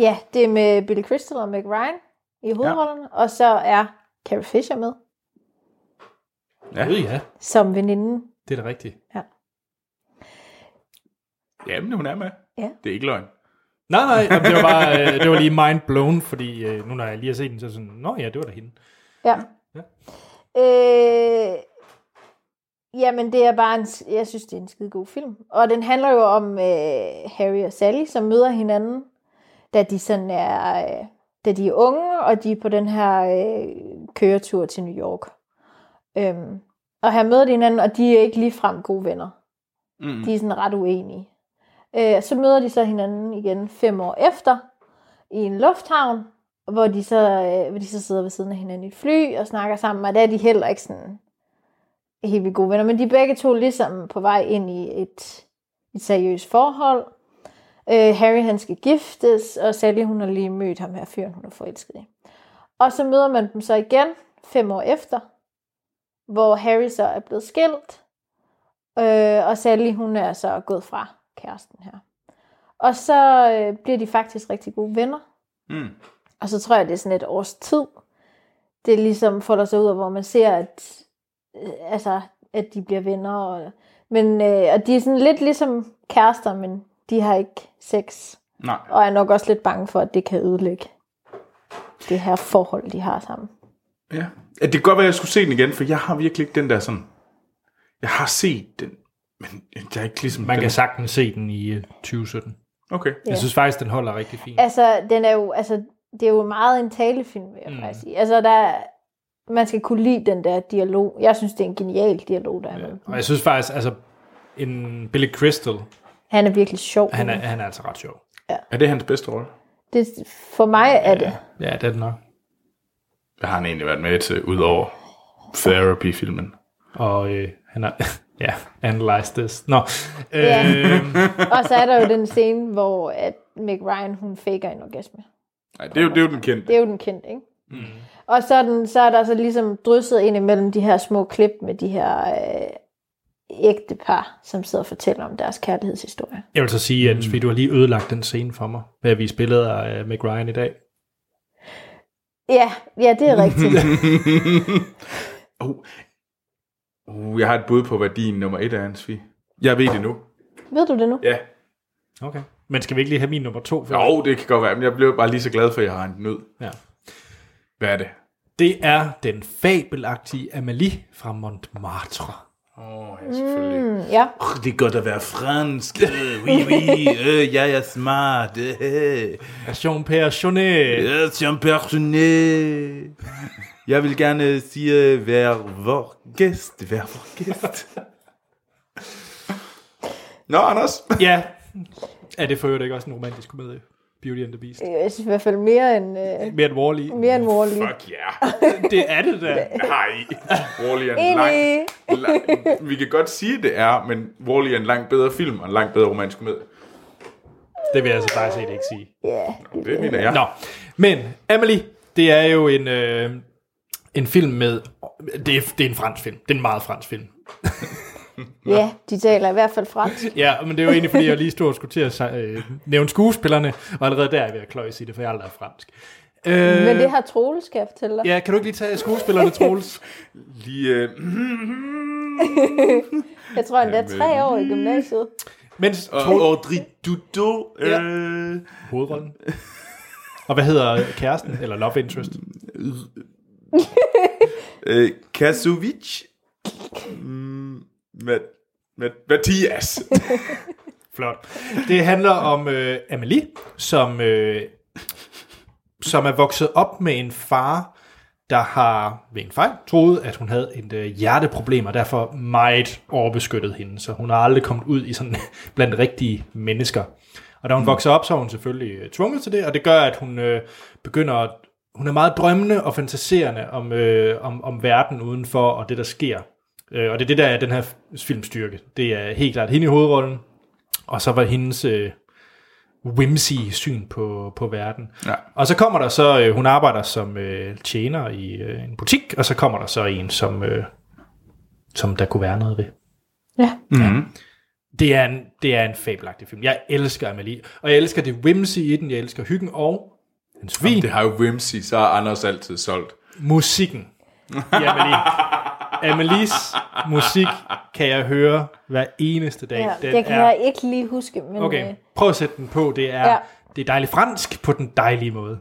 Speaker 3: ja, det er med Billy Crystal og Meg Ryan i hovedrollerne, ja. og så er Carrie Fisher med
Speaker 1: Ja. Øh, ja.
Speaker 3: som veninde.
Speaker 1: Det er da rigtigt.
Speaker 2: Jamen, hun er med.
Speaker 3: Ja.
Speaker 2: Det er ikke løgn.
Speaker 1: Nej, nej, jamen, det var bare øh, det var lige mind blown, fordi øh, nu når jeg lige har set den, så er jeg sådan, nå ja, det var da hende.
Speaker 3: Ja.
Speaker 1: Ja.
Speaker 3: Øh, jamen, det er bare en, s- jeg synes, det er en skide god film. Og den handler jo om øh, Harry og Sally, som møder hinanden, da de sådan er, øh, da de er unge, og de er på den her øh, køretur til New York. Øhm, og her møder de hinanden, og de er ikke ligefrem gode venner.
Speaker 2: Mm.
Speaker 3: De er sådan ret uenige. Øh, så møder de så hinanden igen fem år efter i en lufthavn, hvor de så, øh, hvor de så sidder ved siden af hinanden i et fly og snakker sammen, og der er de heller ikke sådan helt vildt gode venner, men de er begge to ligesom på vej ind i et, et seriøst forhold. Øh, Harry han skal giftes, og Sally hun har lige mødt ham her fyren, hun er forelsket i. Og så møder man dem så igen fem år efter, hvor Harry så er blevet skilt, Øh, og Sally, hun er så gået fra kæresten her. Og så øh, bliver de faktisk rigtig gode venner.
Speaker 2: Mm.
Speaker 3: Og så tror jeg, det er sådan et års tid. Det ligesom folder sig ud, og hvor man ser, at, øh, altså, at de bliver venner. Og, men, øh, og de er sådan lidt ligesom kærester, men de har ikke sex.
Speaker 2: Nej.
Speaker 3: Og er nok også lidt bange for, at det kan ødelægge det her forhold, de har sammen.
Speaker 2: Ja. ja. Det kan godt være, at jeg skulle se den igen, for jeg har virkelig ikke den der sådan... Jeg har set den, men jeg er ikke ligesom...
Speaker 1: Man
Speaker 2: den.
Speaker 1: kan sagtens se den i øh, 2017.
Speaker 2: Okay.
Speaker 1: Jeg synes faktisk, den holder rigtig fint.
Speaker 3: Altså, den er jo, altså, det er jo meget en talefilm, vil jeg mm. faktisk sige. Altså, der, er- man skal kunne lide den der dialog. Jeg synes, det er en genial dialog, der er med.
Speaker 1: Og jeg synes faktisk, altså, en Billy Crystal,
Speaker 3: Han er virkelig sjov.
Speaker 1: han er, han er altså ret sjov.
Speaker 2: Er det hans bedste rolle?
Speaker 3: Det, for mig er det.
Speaker 1: Ja, det er den nok.
Speaker 2: Hvad har han egentlig været med til, udover Therapy-filmen?
Speaker 1: Og øh, han har, ja, analyzed this. Nå, øh,
Speaker 3: Ja. Og så er der jo den scene, hvor at Meg Ryan, hun faker en orgasme.
Speaker 2: Nej, det er jo, det er jo den
Speaker 3: Det
Speaker 2: kendte.
Speaker 3: er jo den kendte, ikke? Mm. Og så er, den, så er der så ligesom drysset ind imellem de her små klip med de her øh, ægte par, som sidder og fortæller om deres kærlighedshistorie.
Speaker 1: jeg vil så sige, at mm. du har lige ødelagt den scene for mig, ved at vise billeder af Meg Ryan i dag.
Speaker 3: Ja, ja, det er rigtigt.
Speaker 2: oh. Uh, jeg har et bud på, hvad din nummer et er, Ansvi. Jeg ved det nu.
Speaker 3: Ved du det nu?
Speaker 2: Ja.
Speaker 1: Okay. Men skal vi ikke lige have min nummer to? før?
Speaker 2: Jo, det kan godt være, men jeg blev bare lige så glad for, at jeg har en nød.
Speaker 1: Ja.
Speaker 2: Hvad er det?
Speaker 1: Det er den fabelagtige Amalie fra Montmartre.
Speaker 2: Åh, oh, ja, selvfølgelig. Mm.
Speaker 3: Ja,
Speaker 8: Det er godt at være fransk. Øh, oui, oui. Øh, jeg er smart. Øh,
Speaker 1: Jean-Pierre Jeunet.
Speaker 8: jeg er Jean-Pierre Jeg vil gerne øh, sige, vær vor gæst. Vær vor gæst.
Speaker 2: Nå, Anders.
Speaker 1: Ja. Er det for øvrigt ikke også en romantisk komedie? Beauty and the Beast.
Speaker 3: jeg synes i hvert fald mere end, øh,
Speaker 1: Mere end Wall-E.
Speaker 3: mere end Wall-E.
Speaker 2: Fuck yeah.
Speaker 1: Det er det da.
Speaker 2: Nej. Wall-E er en lang,
Speaker 3: Enig.
Speaker 2: lang... Vi kan godt sige, det er, men Wall-E er en langt bedre film og en langt bedre romantisk komedie.
Speaker 1: Det vil jeg altså bare set ikke sige.
Speaker 2: Det mener jeg.
Speaker 1: Nå, men Amelie, det er jo en, øh, en film med... Det er, det er en fransk film. Det er en meget fransk film.
Speaker 3: Ja, de taler i hvert fald fransk.
Speaker 1: Ja, men det er jo egentlig, fordi jeg lige stod og skulle til at se- øh, nævne skuespillerne, og allerede der er jeg ved at kløjse i det, for jeg aldrig er fransk. Øh,
Speaker 3: Men det har Troels, skal jeg fortælle dig.
Speaker 1: Ja, kan du ikke lige tage skuespillerne, Troels?
Speaker 2: Lige... Øh,
Speaker 3: Jeg tror, han er tre år i gymnasiet.
Speaker 1: Mens
Speaker 2: Øh.
Speaker 8: Og
Speaker 1: Troels...
Speaker 8: Audrey Dudo. Øh,
Speaker 1: Ja. Hovedrollen. Og hvad hedder kæresten, eller love interest?
Speaker 2: øh, Kasovic. Mm, Mat- Mat- Mathias.
Speaker 1: Flot. Det handler om øh, Amelie, som, øh, som er vokset op med en far, der har ved en fejl troet, at hun havde et øh, hjerteproblem, og derfor meget overbeskyttet hende, så hun har aldrig kommet ud i sådan blandt rigtige mennesker. Og da hun mm. vokser op, så er hun selvfølgelig øh, tvunget til det, og det gør, at hun øh, begynder at hun er meget drømmende og fantaserende om, øh, om, om verden udenfor og det, der sker. Øh, og det er det, der er den her filmstyrke. Det er helt klart hende i hovedrollen, og så var hendes øh, whimsy syn på, på verden.
Speaker 2: Ja.
Speaker 1: Og så kommer der så, øh, hun arbejder som øh, tjener i øh, en butik, og så kommer der så en, som, øh, som der kunne være noget ved.
Speaker 3: Ja.
Speaker 2: Mm-hmm.
Speaker 1: Det er, en, det er en fabelagtig film. Jeg elsker Amalie, og jeg elsker det whimsy i den, jeg elsker hyggen og hans vin,
Speaker 2: Det har jo Whimsy, så har Anders altid solgt.
Speaker 1: musikken i Amalie. Amalies musik kan jeg høre hver eneste dag.
Speaker 3: Ja,
Speaker 1: Den
Speaker 3: det kan
Speaker 1: er
Speaker 3: jeg ikke lige huske, men øh,
Speaker 1: Okay,
Speaker 3: okay.
Speaker 1: prøv at sætte den på. Det er, ja.
Speaker 3: Ja.
Speaker 1: det er dejligt fransk på den dejlige måde.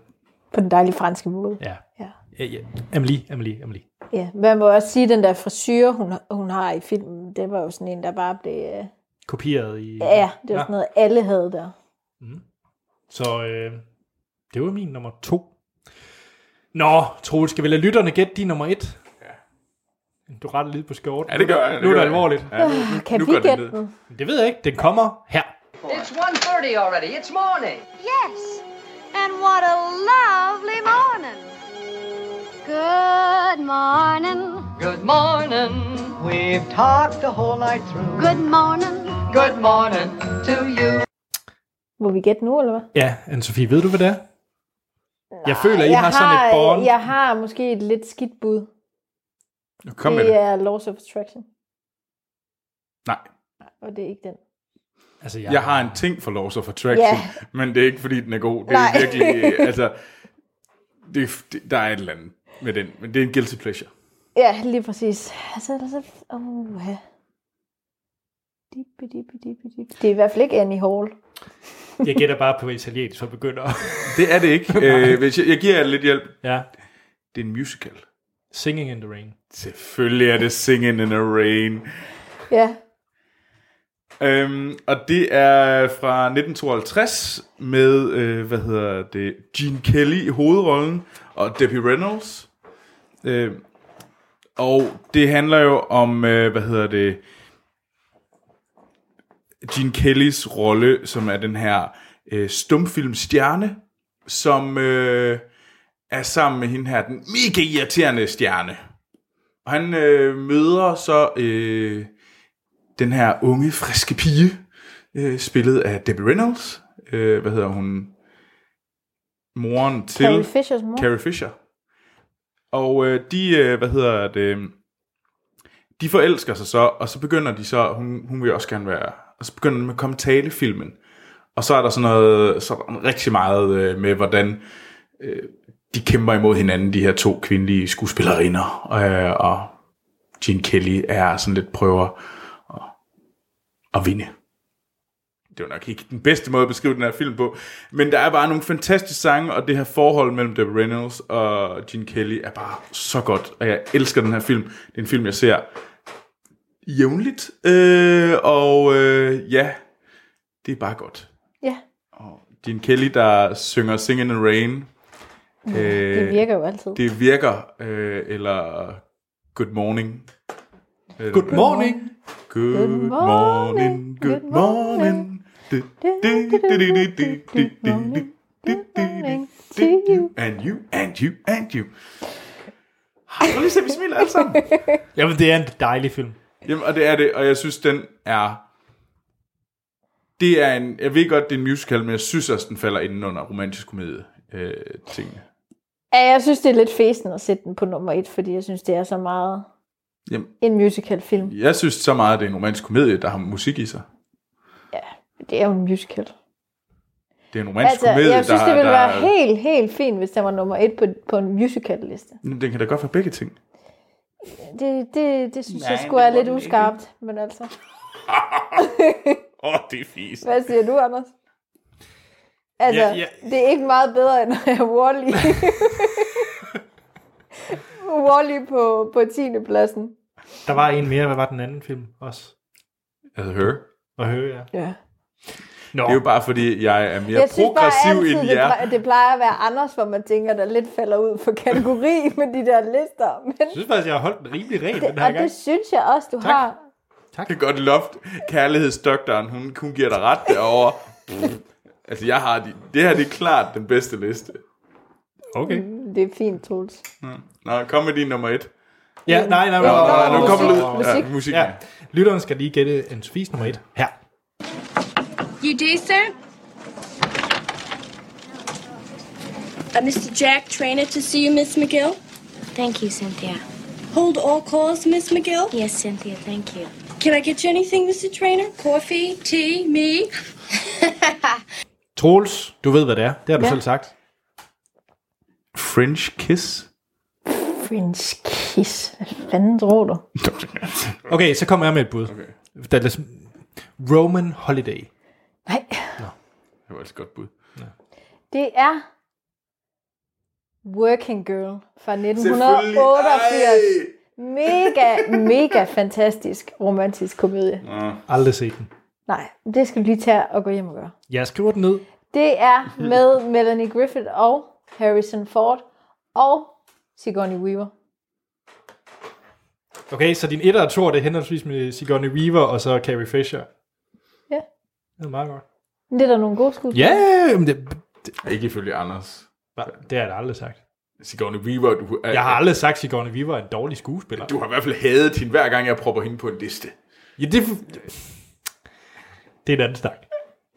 Speaker 3: på den dejlige franske måde.
Speaker 1: Ja.
Speaker 3: Ja.
Speaker 1: ja, ja. Amelie, Amelie, Amelie.
Speaker 3: Ja, man må også sige, at den der frisyr, hun, hun har i filmen, det var jo sådan en, der bare blev... øh,
Speaker 1: Kopieret i...
Speaker 3: Ja, det var ja. sådan noget, alle havde der.
Speaker 1: Så øh, det var min nummer to. Nå, Troel, skal vi lade lytterne gætte din nummer et? Ja. Du retter lige på skjorten.
Speaker 2: Ja, det gør jeg.
Speaker 1: Nu er
Speaker 2: gør
Speaker 1: det
Speaker 2: jeg.
Speaker 1: alvorligt.
Speaker 2: Ja, nu, nu,
Speaker 3: Ah, Kan
Speaker 2: nu
Speaker 3: vi
Speaker 2: går den
Speaker 3: gætte
Speaker 2: ned.
Speaker 3: den?
Speaker 1: Det ved jeg ikke. Den kommer her.
Speaker 9: It's 1.30 already. It's morning.
Speaker 10: Yes. And what a lovely morning. Good morning.
Speaker 9: Good morning. We've talked the whole night through.
Speaker 10: Good morning.
Speaker 9: Good morning to you.
Speaker 3: Må vi gætte nu, eller hvad?
Speaker 1: Ja, Anne-Sophie, ved du, hvad det er? jeg føler, I har, sådan et bånd.
Speaker 3: Jeg har måske et lidt skidt bud.
Speaker 2: Nu kom med
Speaker 3: det
Speaker 2: det.
Speaker 3: er Laws of Attraction,
Speaker 2: Nej.
Speaker 3: og det er ikke den.
Speaker 1: Altså, jeg,
Speaker 2: Jeg har en ting for Laws of Attraction,
Speaker 3: Ja.
Speaker 2: men det er ikke, fordi den er god. Det er
Speaker 3: Nej.
Speaker 2: virkelig, altså, det, er- det, der er et eller andet med den, men det er en guilty pleasure.
Speaker 3: Ja, lige præcis. Altså, altså, oh, ja. Dibbi, dibbi, dibbi, dibbi. Det er i hvert fald ikke Annie Hall.
Speaker 1: jeg gætter bare på italiensk, så begynder
Speaker 2: Det er det ikke. øh, hvis jeg, jeg giver jer lidt hjælp.
Speaker 1: Ja,
Speaker 2: Det er en musical.
Speaker 1: Singing in the Rain.
Speaker 2: Selvfølgelig er det Singing in the Rain.
Speaker 3: Ja,
Speaker 2: Øhm, og det er fra 1952 med, øh, hvad hedder det, Gene Kelly i hovedrollen og Debbie Reynolds. Øh, og det handler jo om, øh, hvad hedder det, Gene Kellys rolle, som er den her øh, stumfilmstjerne, som øh, er sammen med hende her, den mega irriterende stjerne. Og han øh, møder så... Øh, den her unge, friske pige, øh, spillet af Debbie Reynolds. Øh, hvad hedder hun? Moren til...
Speaker 3: Carrie Fishers mor.
Speaker 2: Carrie Fisher. Og øh, de, øh, hvad hedder det, øh, de forelsker sig så, og så begynder de så, hun, hun vil også gerne være, og så begynder de med kommentalefilmen. Og så er der sådan noget, så er der rigtig meget øh, med, hvordan øh, de kæmper imod hinanden, de her to kvindelige skuespillerinder. Øh, og Gene Kelly er sådan lidt prøver at, at vinde. det var nok ikke den bedste måde at beskrive den her film på, men der er bare nogle fantastiske sange, og det her forhold mellem Debbie Reynolds og Gene Kelly er bare så godt, og jeg elsker den her film. Det er en film, jeg ser jævnligt, øh, og øh, ja, det er bare godt.
Speaker 3: Ja,
Speaker 2: Gene Kelly, der synger Sing in the Rain. Øh,
Speaker 3: det virker jo altid.
Speaker 2: Det virker, øh, eller Good Morning. Øh,
Speaker 1: Good morning.
Speaker 2: Good morning, good morning. Du, du, du, du, du, du, du, du, du, du, du, du, du, And you, and you, and you. Har du lige set, vi smiler alle sammen?
Speaker 1: Jamen, det er en dejlig film.
Speaker 2: Jamen, og det er det, og jeg synes, den er... Det er en... Jeg ved godt, det er en musical, men jeg synes også, den falder inden under romantisk komedie øh, tingene.
Speaker 3: Ja, jeg synes, det er lidt fesen at sætte den på nummer et, fordi jeg synes, det er så meget
Speaker 2: Jamen.
Speaker 3: en musicalfilm.
Speaker 2: Jeg synes så meget, det er en romantisk komedie, der har musik i sig.
Speaker 3: Det er jo en musical.
Speaker 2: Det er en romantisk
Speaker 3: altså,
Speaker 2: komedie,
Speaker 3: jeg synes,
Speaker 2: der,
Speaker 3: det ville
Speaker 2: der,
Speaker 3: være helt, helt fint, hvis den var nummer et på, på en musical-liste.
Speaker 2: Jamen, Den kan da godt være begge ting.
Speaker 3: Det, det, det synes Nej, jeg
Speaker 2: Nej,
Speaker 3: skulle
Speaker 2: det
Speaker 3: er
Speaker 2: må
Speaker 3: lidt
Speaker 2: den
Speaker 3: uskarpt, men altså.
Speaker 2: Åh, oh, det er fisk.
Speaker 3: Hvad siger du, Anders? Altså,
Speaker 1: Ja,
Speaker 3: ja,
Speaker 1: ja.
Speaker 3: ja. det er ikke meget bedre, end at have Wall-E. Wall-E på, på 10. pladsen.
Speaker 1: Der var en mere, hvad var den anden film også?
Speaker 2: At høre.
Speaker 1: At høre, ja.
Speaker 3: Ja.
Speaker 1: Nå,
Speaker 2: Altså, Det er jo bare, fordi jeg er mere
Speaker 3: Jeg synes bare
Speaker 2: progressiv
Speaker 3: altid,
Speaker 2: end
Speaker 3: det,
Speaker 2: jer.
Speaker 3: plejer, det plejer at være Anders, hvor man tænker, der lidt falder ud for kategori med de der lister. Men,
Speaker 1: jeg synes faktisk, jeg har holdt den rimelig ren den her
Speaker 3: og
Speaker 1: gang.
Speaker 3: det synes jeg også, du tak. har.
Speaker 2: Det er godt loft. Kærlighedsdoktoren, hun, hun giver dig ret derovre. altså, jeg har de, det her det er klart den bedste liste.
Speaker 1: Okay.
Speaker 3: Det er fint, Troels.
Speaker 2: Nå, kom med din nummer et.
Speaker 1: Ja, nej, nej, nej.
Speaker 2: Nå,
Speaker 1: nej,
Speaker 2: nu
Speaker 1: nej,
Speaker 2: kommer du.
Speaker 3: musik, musik.
Speaker 2: Ja, musik.
Speaker 1: Ja, lytteren skal lige gætte en spis nummer et her.
Speaker 11: You do, sir? Uh, Mr. Jack Trainer to see you, Miss McGill. Thank you, Cynthia. Hold all calls, Miss McGill? Yes, Cynthia, thank you. Can I get you anything, Mr. Trainer? Coffee, tea, me?
Speaker 1: Troels, du ved, hvad det er. Det har du ja. selv sagt.
Speaker 2: French Kiss.
Speaker 3: French kiss. Hvad fanden tror du?
Speaker 1: Okay, så kommer jeg med et bud. Okay. Der er ligesom Roman Holiday.
Speaker 3: Nej,
Speaker 2: Det var altså et godt bud.
Speaker 3: det er Working Girl fra
Speaker 2: Selvfølgelig.
Speaker 3: 1988. Mega, mega fantastisk romantisk komedie.
Speaker 1: Aldrig set den.
Speaker 3: Nej, det skal du lige tage og gå hjem og gøre.
Speaker 1: Jeg skriver den ned.
Speaker 3: Det er med Melanie Griffith og Harrison Ford og Sigourney Weaver.
Speaker 1: Okay, så din etter og toer, det er henholdsvis med Sigourney Weaver og så Carrie Fisher.
Speaker 3: Ja.
Speaker 1: Det er meget godt.
Speaker 3: Det er der nogle gode skuespillere.
Speaker 1: Ja, men det,
Speaker 2: Ikke ifølge Anders.
Speaker 1: hva? det har jeg da aldrig sagt.
Speaker 2: Sigourney Weaver, du, er,
Speaker 1: Jeg har aldrig sagt, at Sigourney Weaver er en dårlig skuespiller.
Speaker 2: du har i hvert fald hadet hende, hver gang jeg propper hende på en liste.
Speaker 1: Ja, det, det er en anden snak.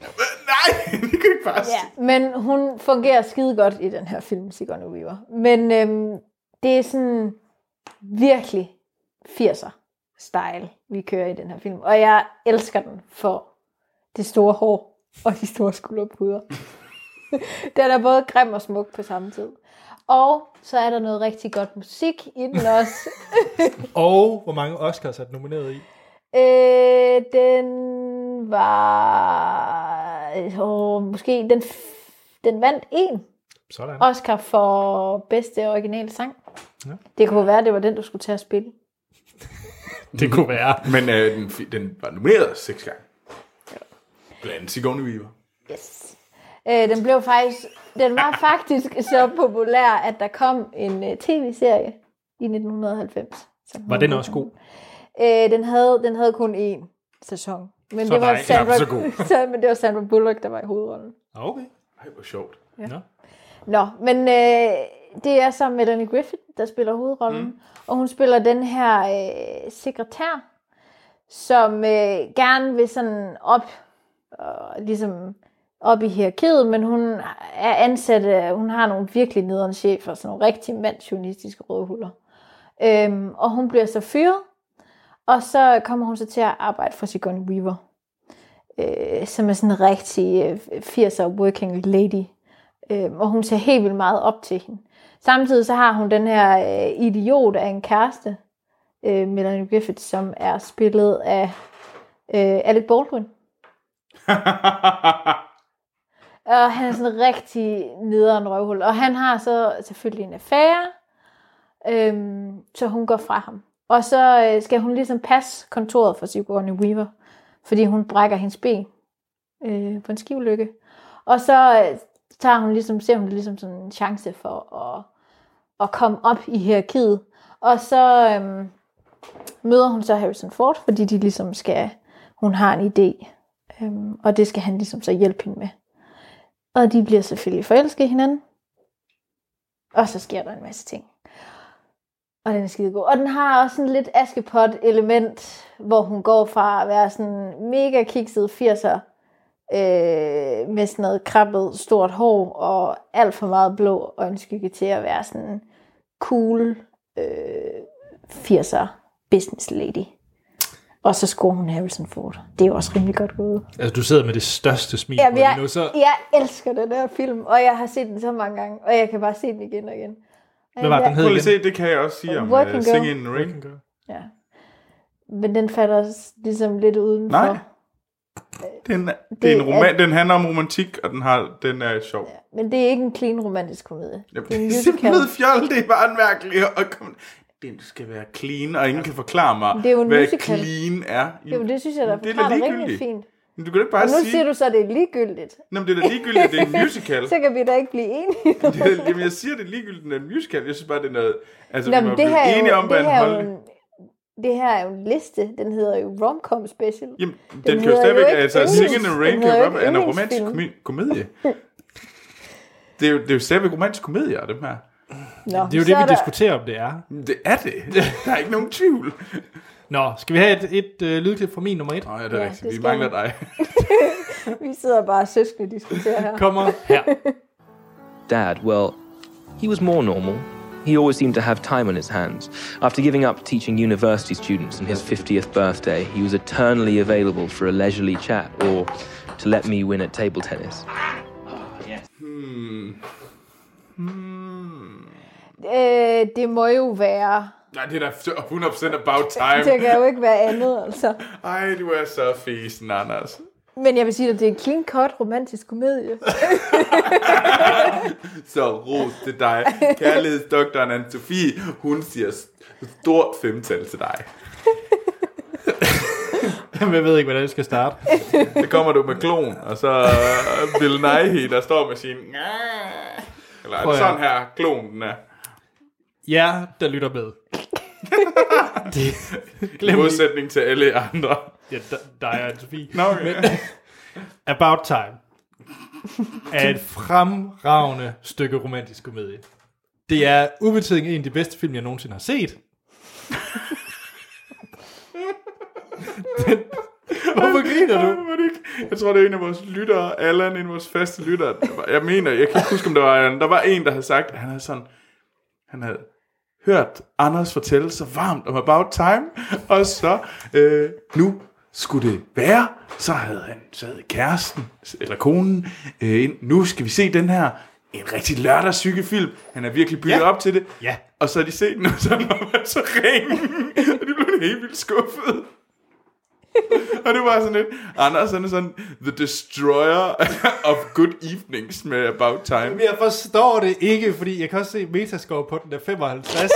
Speaker 2: Nej, det kan ikke passe.
Speaker 3: Ja, men hun fungerer skide godt i den her film, Sigourney Weaver. Men øhm, det er sådan virkelig 80'er style, vi kører i den her film. Og jeg elsker den for det store hår og de store skulderpuder. den er både grim og smuk på samme tid. Og så er der noget rigtig godt musik i den også.
Speaker 1: Og hvor mange Oscars er den nomineret i?
Speaker 3: Øh, den var... Åh, måske den, f- den vandt en
Speaker 1: Sådan.
Speaker 3: Oscar for bedste originale sang.
Speaker 1: Ja.
Speaker 3: Ja. Det kunne være, det var den, du skulle til at spille.
Speaker 1: Det kunne være.
Speaker 2: Men øh, den, fi- den var nomineret seks gange. Blandt andet Sigourney Weaver.
Speaker 3: Yes. Øh, den blev faktisk... Den var faktisk så populær, at der kom en øh, tv-serie i 1990. som
Speaker 1: Var
Speaker 3: hed
Speaker 1: den også god?
Speaker 3: Øh, den, havde, den havde kun én sæson. Men
Speaker 1: Så
Speaker 3: det
Speaker 1: der
Speaker 3: var
Speaker 1: er ikke
Speaker 3: Sandra,
Speaker 2: knap så god.
Speaker 3: så, men det var Sandra Bullock, der var i hovedrollen.
Speaker 1: Okay.
Speaker 2: Ej, hvor sjovt.
Speaker 1: Nå.
Speaker 3: Nå, men øh, det er så Melanie Griffith, der spiller hovedrollen. Mm. Og hun spiller den her øh, sekretær, som øh, gerne vil sådan op, og ligesom op i hierarkiet, men hun er ansat, af- hun har nogle virkelig nederen chefer, sådan nogle rigtig mandsjournalistiske rådhuller. Øhm, og hun bliver så fyret, og så kommer hun så til at arbejde for Sigourney Weaver, øh, som er sådan en rigtig øh, 80'er working lady. Øh, og hun ser helt vildt meget op til hende. Samtidig så har hun den her øh, idiot af en kæreste, øh, Melanie Griffith, som er spillet af øh, Alec Baldwin Og han er sådan en rigtig nederen røvhul. Og han har så selvfølgelig en affære, øhm, så hun går fra ham. Og så øh, skal hun ligesom passe kontoret for Sigourney Weaver, fordi hun brækker hendes ben øh, på en skivlykke. Og så øh, tager hun ligesom, ser hun det ligesom sådan en chance for at, at komme op i hierarkiet. Og så øhm, møder hun så Harrison Ford, fordi de ligesom skal, hun har en idé, øhm, og det skal han ligesom så hjælpe hende med. Og de bliver selvfølgelig forelsket i hinanden. Og så sker der en masse ting. Og den er skide god. Og den har også sådan lidt askepot-element, hvor hun går fra at være sådan mega kikset 80'er, øh, med sådan noget krabbet stort hår og alt for meget blå øjenskygge til at være sådan cool øh, 80'er business lady. Og så scorer hun Harrison Ford. Det er jo også rimelig godt gået.
Speaker 1: Altså, du sidder med det største smil
Speaker 3: Ja,
Speaker 1: på lige
Speaker 3: jeg,
Speaker 1: nu, så...
Speaker 3: jeg elsker den her film, og jeg har set den så mange gange, og jeg kan bare se den igen og igen. Og
Speaker 1: Hvad var
Speaker 3: jeg-
Speaker 1: den hed
Speaker 2: Prøv lige
Speaker 1: igen?
Speaker 2: at se, det kan jeg også sige om
Speaker 3: Working
Speaker 2: uh,
Speaker 3: Girl.
Speaker 2: Singing in the Rain.
Speaker 3: Ja. Men den falder s- ligesom lidt udenfor.
Speaker 2: Nej. Den, er, det, er en roman, den handler om romantik, og den, har, den er sjov. Ja.
Speaker 3: Men det er ikke en clean romantisk komedie.
Speaker 2: Jamen,
Speaker 3: det er en musical.
Speaker 2: Simpelthen fjol, det er bare en mærkelig. Og kom, den skal være clean, og ingen kan forklare mig,
Speaker 3: Det er jo en
Speaker 2: hvad
Speaker 3: musical.
Speaker 2: clean er.
Speaker 3: Jo, men det synes jeg, der
Speaker 2: det er da
Speaker 3: forklarer det rimelig
Speaker 2: ligegyldigt.
Speaker 3: fint.
Speaker 2: Men du kan da ikke
Speaker 3: Og
Speaker 2: bare
Speaker 3: nu
Speaker 2: sige...
Speaker 3: siger du så, at det er ligegyldigt.
Speaker 2: Nå, men det er da ligegyldigt, at det er en musical.
Speaker 3: så kan vi da ikke blive enige. om
Speaker 2: Det er- Jamen, jeg siger, det er ligegyldigt, at det er en musical. Jeg synes bare, det er noget... Altså,
Speaker 3: Nå,
Speaker 2: vi
Speaker 3: men
Speaker 2: var blevet enige om, hvad
Speaker 3: det,
Speaker 2: en
Speaker 3: her er jo
Speaker 2: holdning...
Speaker 3: en, det her er jo en liste. Den hedder jo Romcom Special.
Speaker 2: Jamen, den, kan jo
Speaker 3: hedder
Speaker 2: stadigvæk...
Speaker 3: ikke
Speaker 2: altså,
Speaker 3: yndlings-
Speaker 2: Sing in the Rain
Speaker 3: den
Speaker 2: kan jo
Speaker 3: hedder
Speaker 2: godt være en
Speaker 3: ikke
Speaker 2: romantisk
Speaker 3: yndlingsfilm.
Speaker 2: komi- komedie. Det er, jo, det er jo stadigvæk romantisk komedier, dem her.
Speaker 3: Nå,
Speaker 1: Det er jo
Speaker 3: så
Speaker 1: det, vi
Speaker 3: der-
Speaker 1: diskuterer, om det er.
Speaker 2: Det er det. Der er ikke nogen tvivl.
Speaker 1: Nå, skal vi have et, et øh, lydklip fra min nummer et?
Speaker 2: Nej,
Speaker 3: er Ja, rigtigt. det Vi skal mangler vi.
Speaker 2: dig.
Speaker 3: Vi sidder bare og søskende diskuterer her.
Speaker 1: Kommer her.
Speaker 12: Dad, well, he was more normal. He always seemed to have time on his hands. After giving up teaching university students on his 50th birthday, he was eternally available for a leisurely chat or to let me win at table tennis.
Speaker 2: Hmm. Hmm.
Speaker 3: Øh, det må jo være...
Speaker 2: Nej, det er da 100% about
Speaker 3: Det
Speaker 2: time.
Speaker 3: kan jo ikke være andet, altså.
Speaker 2: Ej, du er så fesen, Anders.
Speaker 3: Men jeg vil sige, at det er en clean cut romantisk komedie.
Speaker 2: Så ros til dig. Kærlighedsdoktoren Anne-Sophie, hun siger st- stort femtal til dig.
Speaker 1: Jamen, jeg ved ikke, hvordan jeg skal starte.
Speaker 2: Så kommer du med klon, og så øh, Bill Nighy, der står med sin... Eller er
Speaker 1: Prøv
Speaker 2: det
Speaker 1: at-
Speaker 2: sådan her, klon den er.
Speaker 1: Ja, der lytter med. det,
Speaker 2: I modsætning til alle andre.
Speaker 1: Ja, d- dig og Anne-Sophie.
Speaker 2: Nå, okay.
Speaker 1: About Time er et fremragende stykke romantisk komedie. Det er ubetinget en af de bedste film, jeg nogensinde har set. Hvorfor griner du?
Speaker 2: Jeg, ved det ikke. jeg tror, det er en af vores lyttere, Allan, en af vores faste lyttere. der var- Jeg mener, jeg kan ikke huske, om der var en, der var en, der havde sagt, at han havde sådan, han havde hørt Anders fortælle så varmt om About Time, og så øh, nu skulle det være, så havde han taget kæresten, eller konen, øh, ind. nu skal vi se den her, en rigtig lørdagssykkefilm. Han har virkelig bygget ja. op til det.
Speaker 1: Ja.
Speaker 2: Og så har de set den, og så var man så ren. og de blev helt vildt skuffet. og det var sådan lidt, Anders han er sådan, The Destroyer of Good Evenings med About Time.
Speaker 1: Men jeg forstår det ikke, fordi jeg kan også se metascore på den der 55.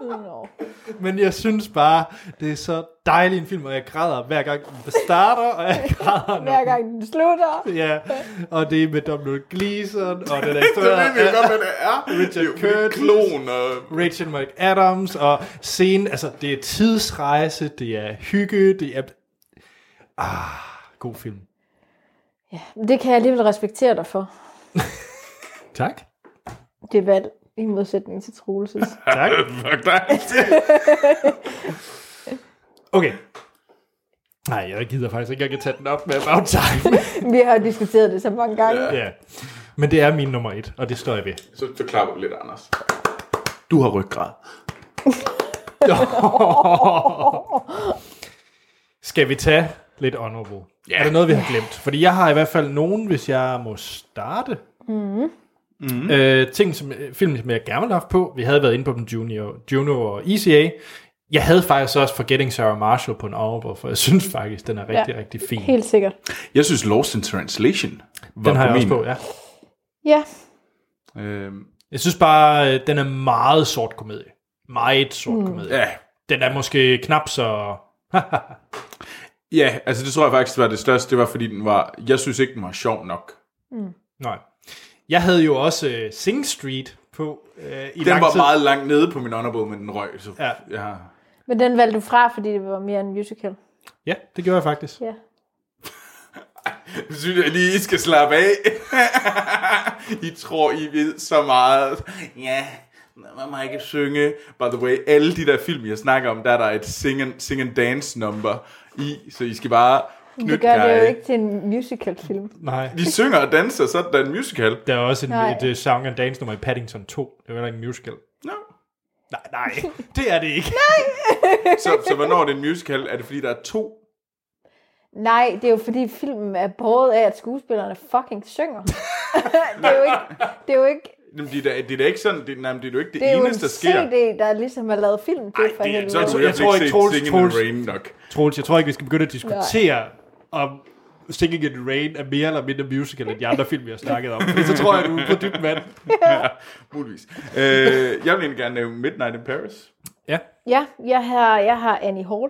Speaker 3: Nå.
Speaker 1: Men jeg synes bare, det er så dejlig en film, og jeg græder hver gang den starter, og jeg græder når
Speaker 3: Hver gang den slutter.
Speaker 1: Ja, og det er med Donald Gleason, og den er
Speaker 2: Så ved vi jo
Speaker 1: instrueret
Speaker 2: godt,
Speaker 1: af
Speaker 2: hvad det er.
Speaker 1: Richard
Speaker 2: Det er jo en
Speaker 1: Curtis.
Speaker 2: klon og
Speaker 1: Rachel McAdams, og scenen, altså det er tidsrejse, det er hygge, det er... Ah, god film.
Speaker 3: Men Det kan jeg alligevel respektere dig for.
Speaker 1: Tak.
Speaker 3: Det valg i modsætning til Troelses.
Speaker 1: Tak.
Speaker 2: Fuck dig.
Speaker 1: Okay. Nej, jeg gider faktisk ikke, jeg kan tage den op med About Time.
Speaker 3: Vi har jo diskuteret det så mange gange.
Speaker 1: ja. Men det er min nummer et, og det står jeg ved.
Speaker 2: Så, så klapper du lidt, Anders. Du har ryggrad.
Speaker 1: Skal vi tage lidt honorable?
Speaker 2: Ja.
Speaker 1: Er der noget, vi har glemt? Fordi jeg har i hvert fald nogen, hvis jeg må starte.
Speaker 3: Mm.
Speaker 1: Mm. Øh, ting, som, øh, film, som jeg gerne ville have haft på. Vi havde været inde på dem, Junior, Juno og ECA. Jeg havde faktisk også Forgetting Sarah Marshall på en honorable, for jeg synes faktisk, den er rigtig, ja. rigtig fin.
Speaker 3: Helt sikkert.
Speaker 2: Jeg synes Lost in Translation var
Speaker 1: Den har
Speaker 2: på
Speaker 1: jeg
Speaker 2: min.
Speaker 1: også på, ja.
Speaker 3: Ja,
Speaker 2: Øhm,
Speaker 1: Jeg synes bare, øh, den er meget sort komedie. Meget sort
Speaker 2: Mm.
Speaker 1: komedie.
Speaker 2: Ja.
Speaker 1: Den er måske knap så...
Speaker 2: ja, altså det tror jeg faktisk var det største. Det var fordi den var, jeg synes ikke den var sjov nok.
Speaker 1: Mm. Nej. Jeg havde jo også øh, Sing Street på øh, i
Speaker 2: I den
Speaker 1: lang
Speaker 2: var
Speaker 1: tid.
Speaker 2: meget langt nede på min honorable, men den røg. Så,
Speaker 1: Ja.
Speaker 2: ja.
Speaker 3: men den valgte du fra, fordi det var mere en musical.
Speaker 1: Ja, det gjorde jeg faktisk.
Speaker 3: Ja.
Speaker 2: Nu synes jeg lige, I skal slappe af. I tror, I ved så meget. Ja, man må ikke synge. By the way, alle de der film, jeg snakker om, der er der et sing and, sing and dance number i, så I skal bare
Speaker 3: Men Det
Speaker 2: knytte
Speaker 3: gør det
Speaker 2: jer.
Speaker 3: jo ikke til en musical-film.
Speaker 1: Nej.
Speaker 2: De synger og danser, så er der en musical.
Speaker 1: Der er også en,
Speaker 3: Nej.
Speaker 1: et øh, Song and Dance nummer i Paddington 2. Det var heller ikke en musical.
Speaker 2: No.
Speaker 1: Nej, nej, det er det ikke.
Speaker 2: Så, så hvornår er det en musical? Er det fordi, der er to?
Speaker 3: Nej, det er jo fordi filmen er båret af, at skuespillerne fucking synger. det, er jo ikke, det er jo ikke
Speaker 2: Jamen, det er da- det er da ikke sådan, det, nej, men det er jo ikke det,
Speaker 3: det er jo en
Speaker 2: eneste, der sker.
Speaker 3: CD, der ligesom har lavet film. Det er for helvede.
Speaker 2: så er du
Speaker 1: Jeg tror ikke, Troels-
Speaker 2: Singing
Speaker 1: Troels-
Speaker 2: in the Rain nok.
Speaker 1: Troels, jeg tror ikke, vi skal begynde at diskutere, om Singing in the Rain er mere eller mindre musical, end de andre film, vi har snakket om. Fordi så tror jeg, du er på dybt vand.
Speaker 2: ja, muligvis. Øh, jeg vil egentlig gerne nævne Midnight in Paris.
Speaker 3: Ja, jeg har, jeg har Annie Hall,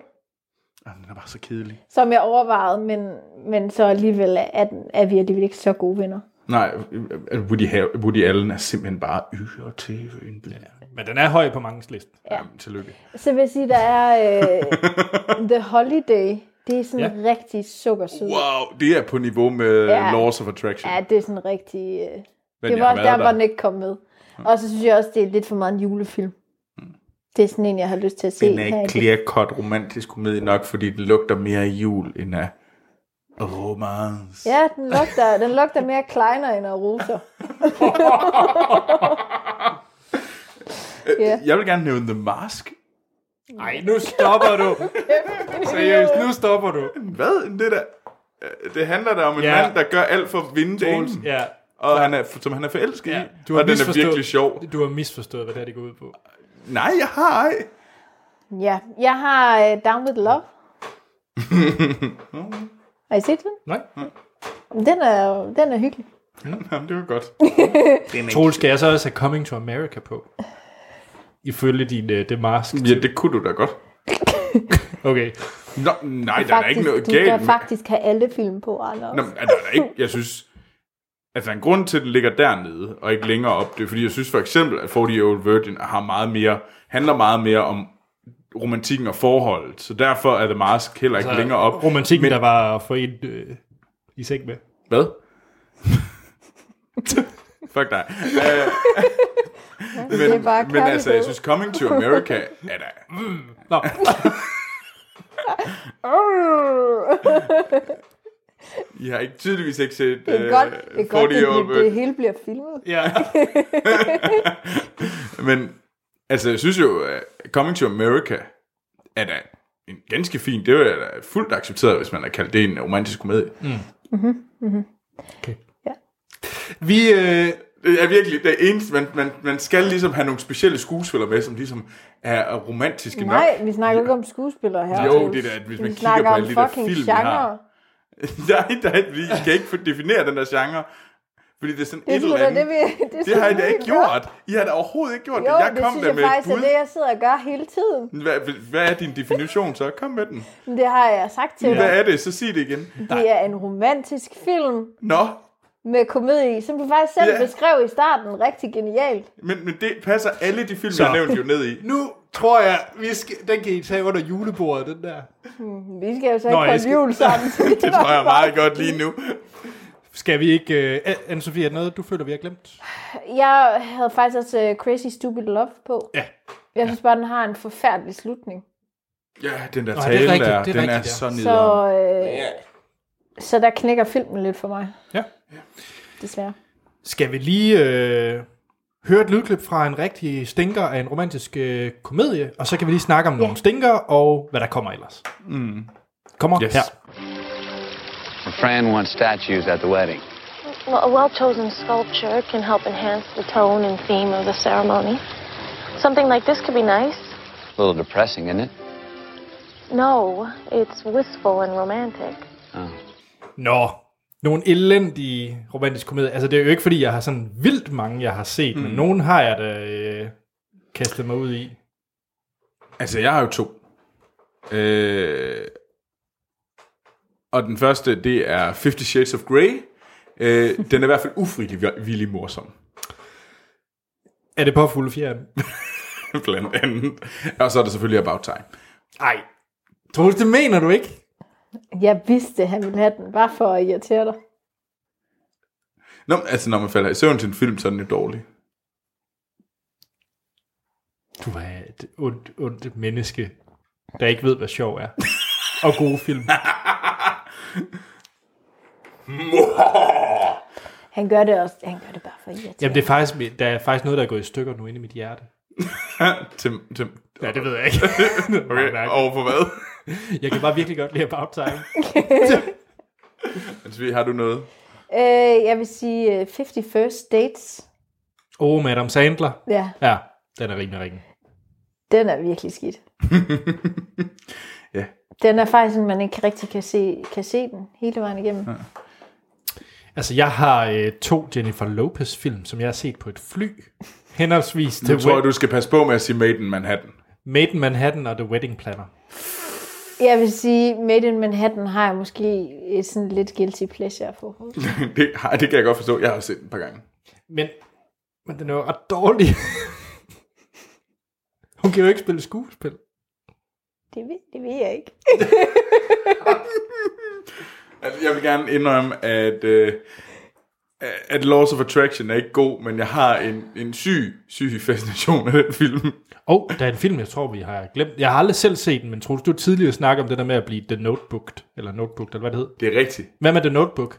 Speaker 2: Ah, den er bare så kedelig.
Speaker 3: som jeg overvejede, men, men så alligevel er, den- er vi alligevel ikke så gode venner.
Speaker 2: Nej, øh, Woody, Har- Woody Allen er simpelthen bare yder til en ja,
Speaker 1: Men den er høj på mangens liste.
Speaker 3: Ja.
Speaker 2: Jamen, tillykke.
Speaker 3: Så vil jeg sige, der er øh, The Holiday. Det er sådan ja. rigtig sukkersød.
Speaker 2: Wow, det er på niveau med
Speaker 3: Ja.
Speaker 2: ja. Laws of Attraction.
Speaker 3: Ja, det er sådan rigtig... Øh,
Speaker 2: Men
Speaker 3: det
Speaker 2: jeg
Speaker 3: var
Speaker 2: har
Speaker 3: også
Speaker 2: været
Speaker 3: der,
Speaker 2: der. Mm.
Speaker 3: hvor den ikke kom med. Og så synes jeg også, det er lidt for meget en julefilm. Det er sådan en, jeg har lyst til at se.
Speaker 2: den er
Speaker 3: her i
Speaker 2: ikke clear-cut romantisk komedie nok, fordi den lugter mere af jul end af romance.
Speaker 3: Ja, den lugter, den lugter mere kleiner end af roser. ja.
Speaker 2: Jeg vil gerne nævne The Mask.
Speaker 1: Nej, nu stopper du. Seriøst, nu stopper du.
Speaker 2: Hvad? Det, der, øh, det handler da om en
Speaker 1: Ja.
Speaker 2: ja. mand, der gør alt for at vinde
Speaker 1: Troels,
Speaker 2: damen.
Speaker 1: ja.
Speaker 2: Og han er, som han er forelsket ja. i.
Speaker 1: Du har
Speaker 2: og den er
Speaker 1: misforstået-
Speaker 2: virkelig sjov.
Speaker 1: Du har misforstået, hvad det er, det går ud på.
Speaker 2: Nej, jeg har ej.
Speaker 3: ja, jeg har øh, Down With Love. Har I set den?
Speaker 1: Nej.
Speaker 3: Den er, den er hyggelig.
Speaker 2: Jamen, det var godt.
Speaker 1: Troels, skal jeg så også have Coming to America på? Ifølge din uh, The Mask.
Speaker 2: Ja, det kunne du da godt.
Speaker 1: Okay.
Speaker 2: Nå, nej, der er da ikke noget
Speaker 3: du kan
Speaker 2: galt. med-
Speaker 3: faktisk have alle film på, Anders.
Speaker 2: Nå, men er der er da ikke, jeg synes, altså en grund til, at den ligger dernede, og ikke længere op, det er fordi, jeg synes for eksempel, at 40 Year Old Virgin har meget mere, handler meget mere om romantikken og forholdet, så derfor er The Mask heller ikke
Speaker 1: Altså,
Speaker 2: længere op.
Speaker 1: Romantikken, men... der var at få en øh, i seng med.
Speaker 2: Hvad? Fuck dig. Øh, men,
Speaker 1: det er bare
Speaker 2: men altså,
Speaker 1: kærlighed.
Speaker 2: jeg synes, Coming to America er da...
Speaker 1: Mm. Nå.
Speaker 2: I har ikke tydeligvis ikke set øh,
Speaker 3: Det er godt, det, er godt, det, det, det hele bliver filmet.
Speaker 1: Ja.
Speaker 2: Men altså, jeg synes jo, at Coming to America er da en ganske fin, det er da fuldt accepteret, hvis man har kaldt det en romantisk komedie. Mm.
Speaker 3: mm-hmm, mm-hmm.
Speaker 1: Vi, øh...
Speaker 2: Det er virkelig det eneste, man, man, man skal ligesom have nogle specielle skuespillere med, som ligesom er romantiske
Speaker 3: Nej, vi snakker jo ikke om skuespillere her.
Speaker 2: Jo,
Speaker 3: Troels.
Speaker 2: det er da, at hvis
Speaker 3: vi
Speaker 2: man kigger
Speaker 3: snakker
Speaker 2: på
Speaker 3: om
Speaker 2: alle de der
Speaker 3: fucking
Speaker 2: film, vi
Speaker 3: genre.
Speaker 2: har. nok. Nej, nej, vi kan ikke få definere den der genre, fordi det er sådan
Speaker 3: Det er
Speaker 2: et
Speaker 3: sgu
Speaker 2: eller
Speaker 3: da det,
Speaker 2: andet.
Speaker 3: vi...
Speaker 2: Det,
Speaker 3: sgu
Speaker 2: det har I da
Speaker 3: vi
Speaker 2: ikke
Speaker 3: gør.
Speaker 2: gjort. I har da overhovedet ikke gjort
Speaker 3: Jo,
Speaker 2: det. Jeg
Speaker 3: det
Speaker 2: kom
Speaker 3: synes
Speaker 2: der
Speaker 3: jeg
Speaker 2: med et
Speaker 3: faktisk er
Speaker 2: bud.
Speaker 3: det, jeg sidder og gør hele tiden.
Speaker 2: Hvad, hvad er din definition så? Kom med den.
Speaker 3: Men det har jeg sagt til
Speaker 2: Hvad
Speaker 3: dig.
Speaker 2: er det? Så sig det igen.
Speaker 3: Det er en romantisk film
Speaker 2: Nå,
Speaker 3: med komedie, i, som du faktisk selv
Speaker 2: Ja.
Speaker 3: beskrev i starten. Rigtig genialt.
Speaker 2: men, men det passer alle de film,
Speaker 1: Så.
Speaker 2: jeg nævnte jo ned i.
Speaker 1: Nu tror jeg, vi skal... den kan I tage under julebordet, den der.
Speaker 3: Hmm, vi skal jo
Speaker 1: Nå,
Speaker 3: så ikke
Speaker 1: jeg
Speaker 3: holde
Speaker 1: skal-
Speaker 3: jul sammen.
Speaker 2: Det tror jeg er meget godt lige nu.
Speaker 1: Skal vi ikke... Øh... Anne-Sophie, er der noget, du føler, vi har glemt?
Speaker 3: Jeg havde faktisk også øh, Crazy Stupid Love på.
Speaker 1: Ja.
Speaker 3: Jeg synes bare, den har en forfærdelig slutning.
Speaker 2: Ja, den der
Speaker 1: Nå,
Speaker 2: Nå,
Speaker 1: det er
Speaker 2: tale
Speaker 1: rigtigt,
Speaker 2: der,
Speaker 1: det er
Speaker 2: den er
Speaker 1: rigtigt, ja.
Speaker 2: så nederen.
Speaker 3: Så, øh, så der knækker filmen lidt for mig.
Speaker 1: Ja.
Speaker 3: Desværre.
Speaker 1: Skal vi lige øh... høre et lydklip fra en rigtig stinker af en romantisk øh, komedie, og så kan vi lige snakke om ja. nogle stinker og hvad der kommer ellers.
Speaker 13: Mm.
Speaker 1: Kommer
Speaker 13: Yes.
Speaker 1: her.
Speaker 13: Fran wants statues at the wedding.
Speaker 14: Well, a well chosen sculpture can help enhance the tone and theme of the ceremony. Something like this could be nice.
Speaker 13: A little depressing, isn't it?
Speaker 14: No, it's wistful and romantic.
Speaker 1: Nå, nogle elendige romantiske komedier. Altså, det er jo ikke, fordi jeg har sådan vildt mange, jeg har set, mm. men
Speaker 2: Mm.
Speaker 1: nogen har jeg da øh, kastet mig ud i.
Speaker 2: Altså, jeg har jo to. Øh, og den første, det er 50 Shades of Grey. Øh, den er i hvert fald ufrivillig morsom.
Speaker 1: Er det på fuld fjern?
Speaker 2: Blandt andet. Og så er der selvfølgelig About Time.
Speaker 1: Ej, Troels, det mener du ikke?
Speaker 3: Jeg vidste, at han ville have den, bare for at irritere dig.
Speaker 2: Nå, men altså, når man falder i søvn til en film, så er den jo dårlig.
Speaker 1: Du er et ondt, ondt menneske, der ikke ved, hvad sjov er. Og gode film.
Speaker 3: Han gør det også. Han gør det bare for at irritere
Speaker 1: Jamen, det er faktisk, der er faktisk noget, der er gået i stykker nu inde i mit hjerte.
Speaker 2: til, til,
Speaker 1: ja, det ved jeg ikke. okay,
Speaker 2: over for hvad?
Speaker 1: jeg kan bare virkelig godt lide About Time.
Speaker 2: Altså, har du noget?
Speaker 3: Øh, jeg vil sige øh, 50 First Dates.
Speaker 1: Oh, Madame Sandler.
Speaker 3: Ja.
Speaker 1: Ja, den er rimelig ringen.
Speaker 3: Den er virkelig skidt.
Speaker 2: Ja.
Speaker 3: Den er faktisk sådan, man ikke rigtig kan se, kan se den hele vejen igennem. Ja.
Speaker 1: Altså, jeg har øh, to Jennifer Lopez-film, som jeg har set på et fly. Henholdsvis
Speaker 2: Nu
Speaker 1: The
Speaker 2: tror jeg,
Speaker 1: Wed-
Speaker 2: du skal passe på med at sige Made in Manhattan.
Speaker 1: Made in Manhattan og The Wedding Planner.
Speaker 3: Jeg vil sige, Made in Manhattan har jeg måske et sådan lidt guilty pleasure for.
Speaker 2: det, ej, det kan jeg godt forstå. Jeg har også set den et par gange.
Speaker 1: Men, men den er jo ret dårlig. Hun kan jo ikke spille skuespil.
Speaker 3: Det ved, det ved jeg ikke.
Speaker 2: Altså, jeg vil gerne indrømme, at, øh, at Laws of Attraction er ikke god, men jeg har en, en syg, syg fascination af den film.
Speaker 1: Og oh, der er en film, jeg tror, vi har glemt. Jeg har aldrig selv set den, men Troels, du tidligere snakkede om det der med at blive The Notebooked, eller Notebooked, eller hvad det hed.
Speaker 2: Det er rigtigt.
Speaker 1: Hvad med The Notebook?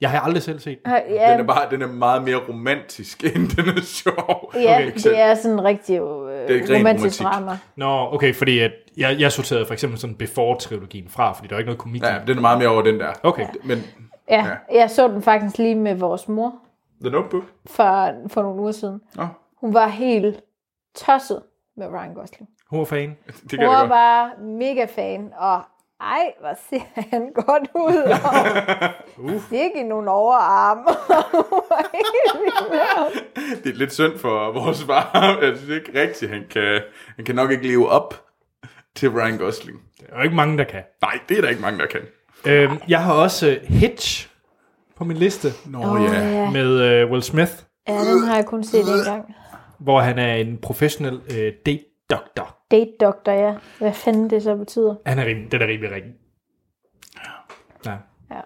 Speaker 1: Jeg har aldrig selv set den.
Speaker 3: Ah, ja.
Speaker 2: Den er, bare, den er meget mere romantisk, end den er sjov.
Speaker 3: Ja, okay, det er sådan en rigtig øh,
Speaker 1: Det er et rent
Speaker 3: romantisk
Speaker 1: romantik.
Speaker 3: drama.
Speaker 1: Nå, okay, fordi at jeg, jeg sorterede for eksempel sådan Before-trilogien fra, fordi der er ikke noget komik.
Speaker 2: Ja, den er meget mere over den der.
Speaker 1: Okay.
Speaker 2: Men
Speaker 3: Ja, ja, jeg så den faktisk lige med vores mor
Speaker 2: The Notebook?
Speaker 3: for, for nogle uger siden.
Speaker 2: Oh.
Speaker 3: Hun var helt tosset med Ryan Gosling.
Speaker 1: hun var fan.
Speaker 2: Det
Speaker 3: Hun var bare mega fan, og ej, hvor ser han godt ud, og uh. fik i nogle overarme. Hun var helt vild med ham.
Speaker 2: Det er lidt synd for vores far. Jeg synes ikke rigtigt, han kan, han kan nok ikke leve op til Ryan Gosling.
Speaker 1: Der er jo ikke mange, der kan.
Speaker 2: Nej, det er der ikke mange, der kan.
Speaker 1: Øhm, jeg har også uh, Hitch på min liste. Nå
Speaker 3: Åh, ja. ja.
Speaker 1: Med uh, Will Smith,
Speaker 3: Ja, den har jeg kun set en gang.
Speaker 1: hvor han er en professionel uh, date-doktor.
Speaker 3: Date Doctor, ja. Hvad fanden det så betyder.
Speaker 1: Han er rimelig, den er rimelig ring. Ja.
Speaker 3: Ja.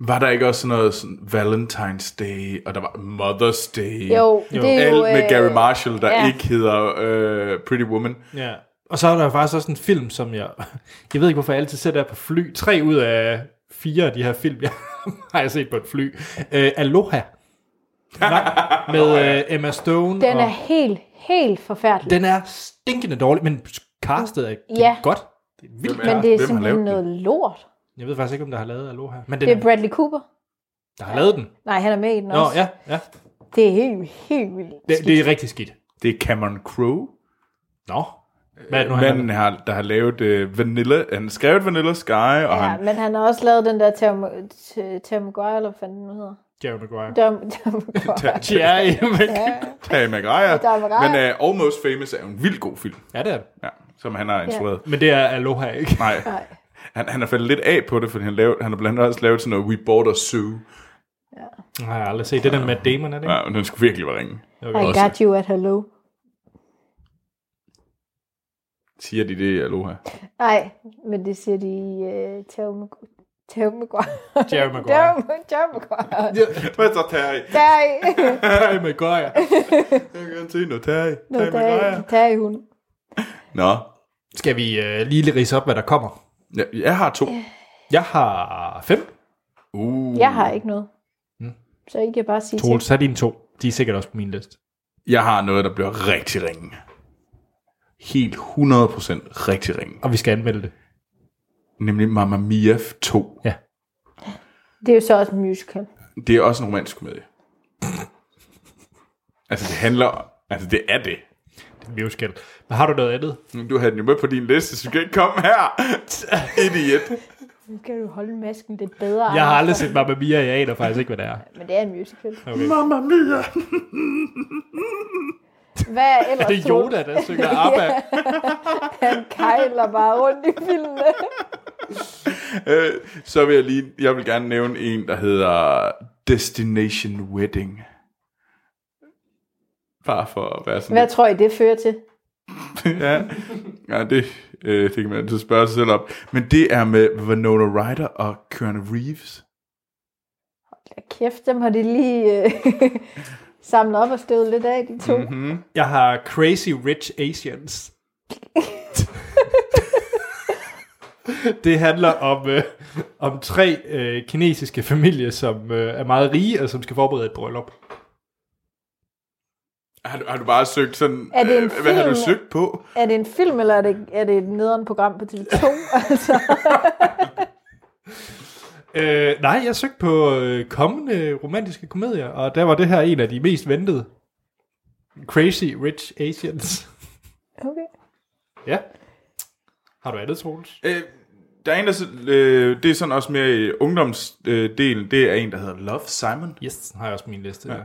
Speaker 2: Var der ikke også sådan noget sådan Valentine's Day, og der var Mother's Day?
Speaker 1: Jo, Jo. det er
Speaker 2: Alt
Speaker 1: jo,
Speaker 2: med
Speaker 1: øh,
Speaker 2: Gary Marshall, der
Speaker 1: ja.
Speaker 2: ja. ikke hedder øh, Pretty Woman.
Speaker 1: ja. Og så er der jo faktisk også en film, som jeg... Jeg ved ikke, hvorfor jeg altid ser der på fly. Tre ud af fire af de her film, jeg har jeg set på et fly. Uh, Aloha. Nej, med uh, Emma Stone.
Speaker 3: Den
Speaker 1: og,
Speaker 3: er helt, helt forfærdelig.
Speaker 1: den er stinkende dårlig, men castet er
Speaker 3: Ja.
Speaker 1: ja. godt. Det er vildt
Speaker 3: Men
Speaker 1: godt.
Speaker 3: det er simpelthen noget lort.
Speaker 1: Jeg ved faktisk ikke, om der har lavet Aloha. Men den,
Speaker 3: Det er Bradley Cooper.
Speaker 1: der har lavet den.
Speaker 3: Nej, han er med i den
Speaker 1: Nå,
Speaker 3: også.
Speaker 1: ja, ja.
Speaker 3: Det er helt, helt vildt.
Speaker 1: Det, det er rigtig skidt.
Speaker 2: Det er Cameron Crowe.
Speaker 1: Nå. Hvad er det nu, han
Speaker 2: Manden, har, der har lavet øh, Vanilla, han har skrevet Vanilla Sky, og ja,
Speaker 3: Ja,
Speaker 2: han,
Speaker 3: men han har også lavet den der Terry Ter- Ter- Maguire, eller hvad fanden den nu hedder.
Speaker 1: Jerry Maguire.
Speaker 3: Tom, Tom Maguire.
Speaker 1: Jerry
Speaker 3: Maguire.
Speaker 2: Terry Maguire.
Speaker 3: Terry Maguire.
Speaker 2: Men uh, Almost Famous er jo en vild god film.
Speaker 1: Ja, det er det.
Speaker 2: Ja, som han har instrueret.
Speaker 1: Men det er Aloha ikke.
Speaker 2: Nej.
Speaker 3: Nej.
Speaker 2: Han, han har faldet lidt af på det, fordi han, lavede, han har blandt andet også lavet sådan noget We Bought a Zoo.
Speaker 1: Den har jeg aldrig set. Det er den med Damon, er det ikke?
Speaker 2: Ja, men den skulle virkelig være ringe.
Speaker 3: I got you at hello.
Speaker 2: Siger de det i Aloha?
Speaker 3: Nej, men det siger de i uh, Terry Magu- Terry Maguire.
Speaker 1: Jerry
Speaker 3: Terry
Speaker 1: Maguire.
Speaker 3: Ma- Terry Maguire.
Speaker 2: Hvad så, Terry?
Speaker 3: Terry.
Speaker 1: Terry Maguire.
Speaker 2: Jeg kan se noget Terry.
Speaker 3: Nå, Terry. Terry hun.
Speaker 2: Nå.
Speaker 1: Skal vi øh, lige rise op, hvad der kommer?
Speaker 2: Jeg, jeg har to.
Speaker 1: Jeg har fem.
Speaker 2: Uh.
Speaker 3: Jeg har ikke noget.
Speaker 1: Mm.
Speaker 3: Så I kan bare sige til.
Speaker 1: Troels, så er dine to. De er sikkert også på min liste.
Speaker 2: Jeg har noget, der bliver rigtig ringe. Helt 100% rigtig ringe.
Speaker 1: Og vi skal anmelde det.
Speaker 2: Nemlig Mamma Mia 2.
Speaker 1: Ja.
Speaker 3: Det er jo så også en musical.
Speaker 2: Det er også en romantisk komedie. altså, det handler... Altså, det er det.
Speaker 1: musical. Men har du noget andet?
Speaker 2: Du havde den jo med på din liste, så du kan ikke komme her. Idiot.
Speaker 3: Nu skal du holde masken lidt bedre.
Speaker 1: Jeg har
Speaker 3: Anders.
Speaker 1: aldrig set Mamma Mia, jeg aner faktisk ikke, hvad det er.
Speaker 3: Men det er en musical.
Speaker 1: Okay.
Speaker 2: Mamma Mia!
Speaker 3: Hvad er ellers?
Speaker 1: Er det
Speaker 3: Troels?
Speaker 1: Yoda, der synger ABBA?
Speaker 3: Ja. Han kejler bare rundt i filmene.
Speaker 2: Øh, så vil jeg lige, jeg vil gerne nævne en, der hedder Destination Wedding. Bare for at være sådan
Speaker 3: Hvad tror I, det fører til?
Speaker 2: ja. ja, det, øh, det kan man altid spørge sig selv om. Men det er med Winona Ryder og Keanu Reeves.
Speaker 3: Kæft, dem har de lige øh, samlet op og støvet lidt af, de to.
Speaker 2: Mhm.
Speaker 3: Mm-hmm.
Speaker 1: Jeg har Crazy Rich Asians. det handler om, øh, om tre øh, kinesiske familier, som øh, er meget rige og som skal forberede et bryllup.
Speaker 2: Har du, har du bare søgt sådan...
Speaker 3: Er det en
Speaker 2: øh, hvad har du
Speaker 3: film?
Speaker 2: søgt på?
Speaker 3: Er det en film, eller er det, er det et nederen program på TV2? altså,
Speaker 1: Øh, nej, jeg søgte på øh, kommende romantiske komedier, og der var det her en af de mest ventede. Crazy Rich Asians.
Speaker 3: okay.
Speaker 1: ja. Har du andet, Troels?
Speaker 2: Øh, der er en, der... så- Øh, det er sådan også mere i ungdomsdelen. Øh, delen. det er en, der hedder Love, Simon.
Speaker 1: Yes, den har jeg også på min liste.
Speaker 2: Ja.
Speaker 1: Ja.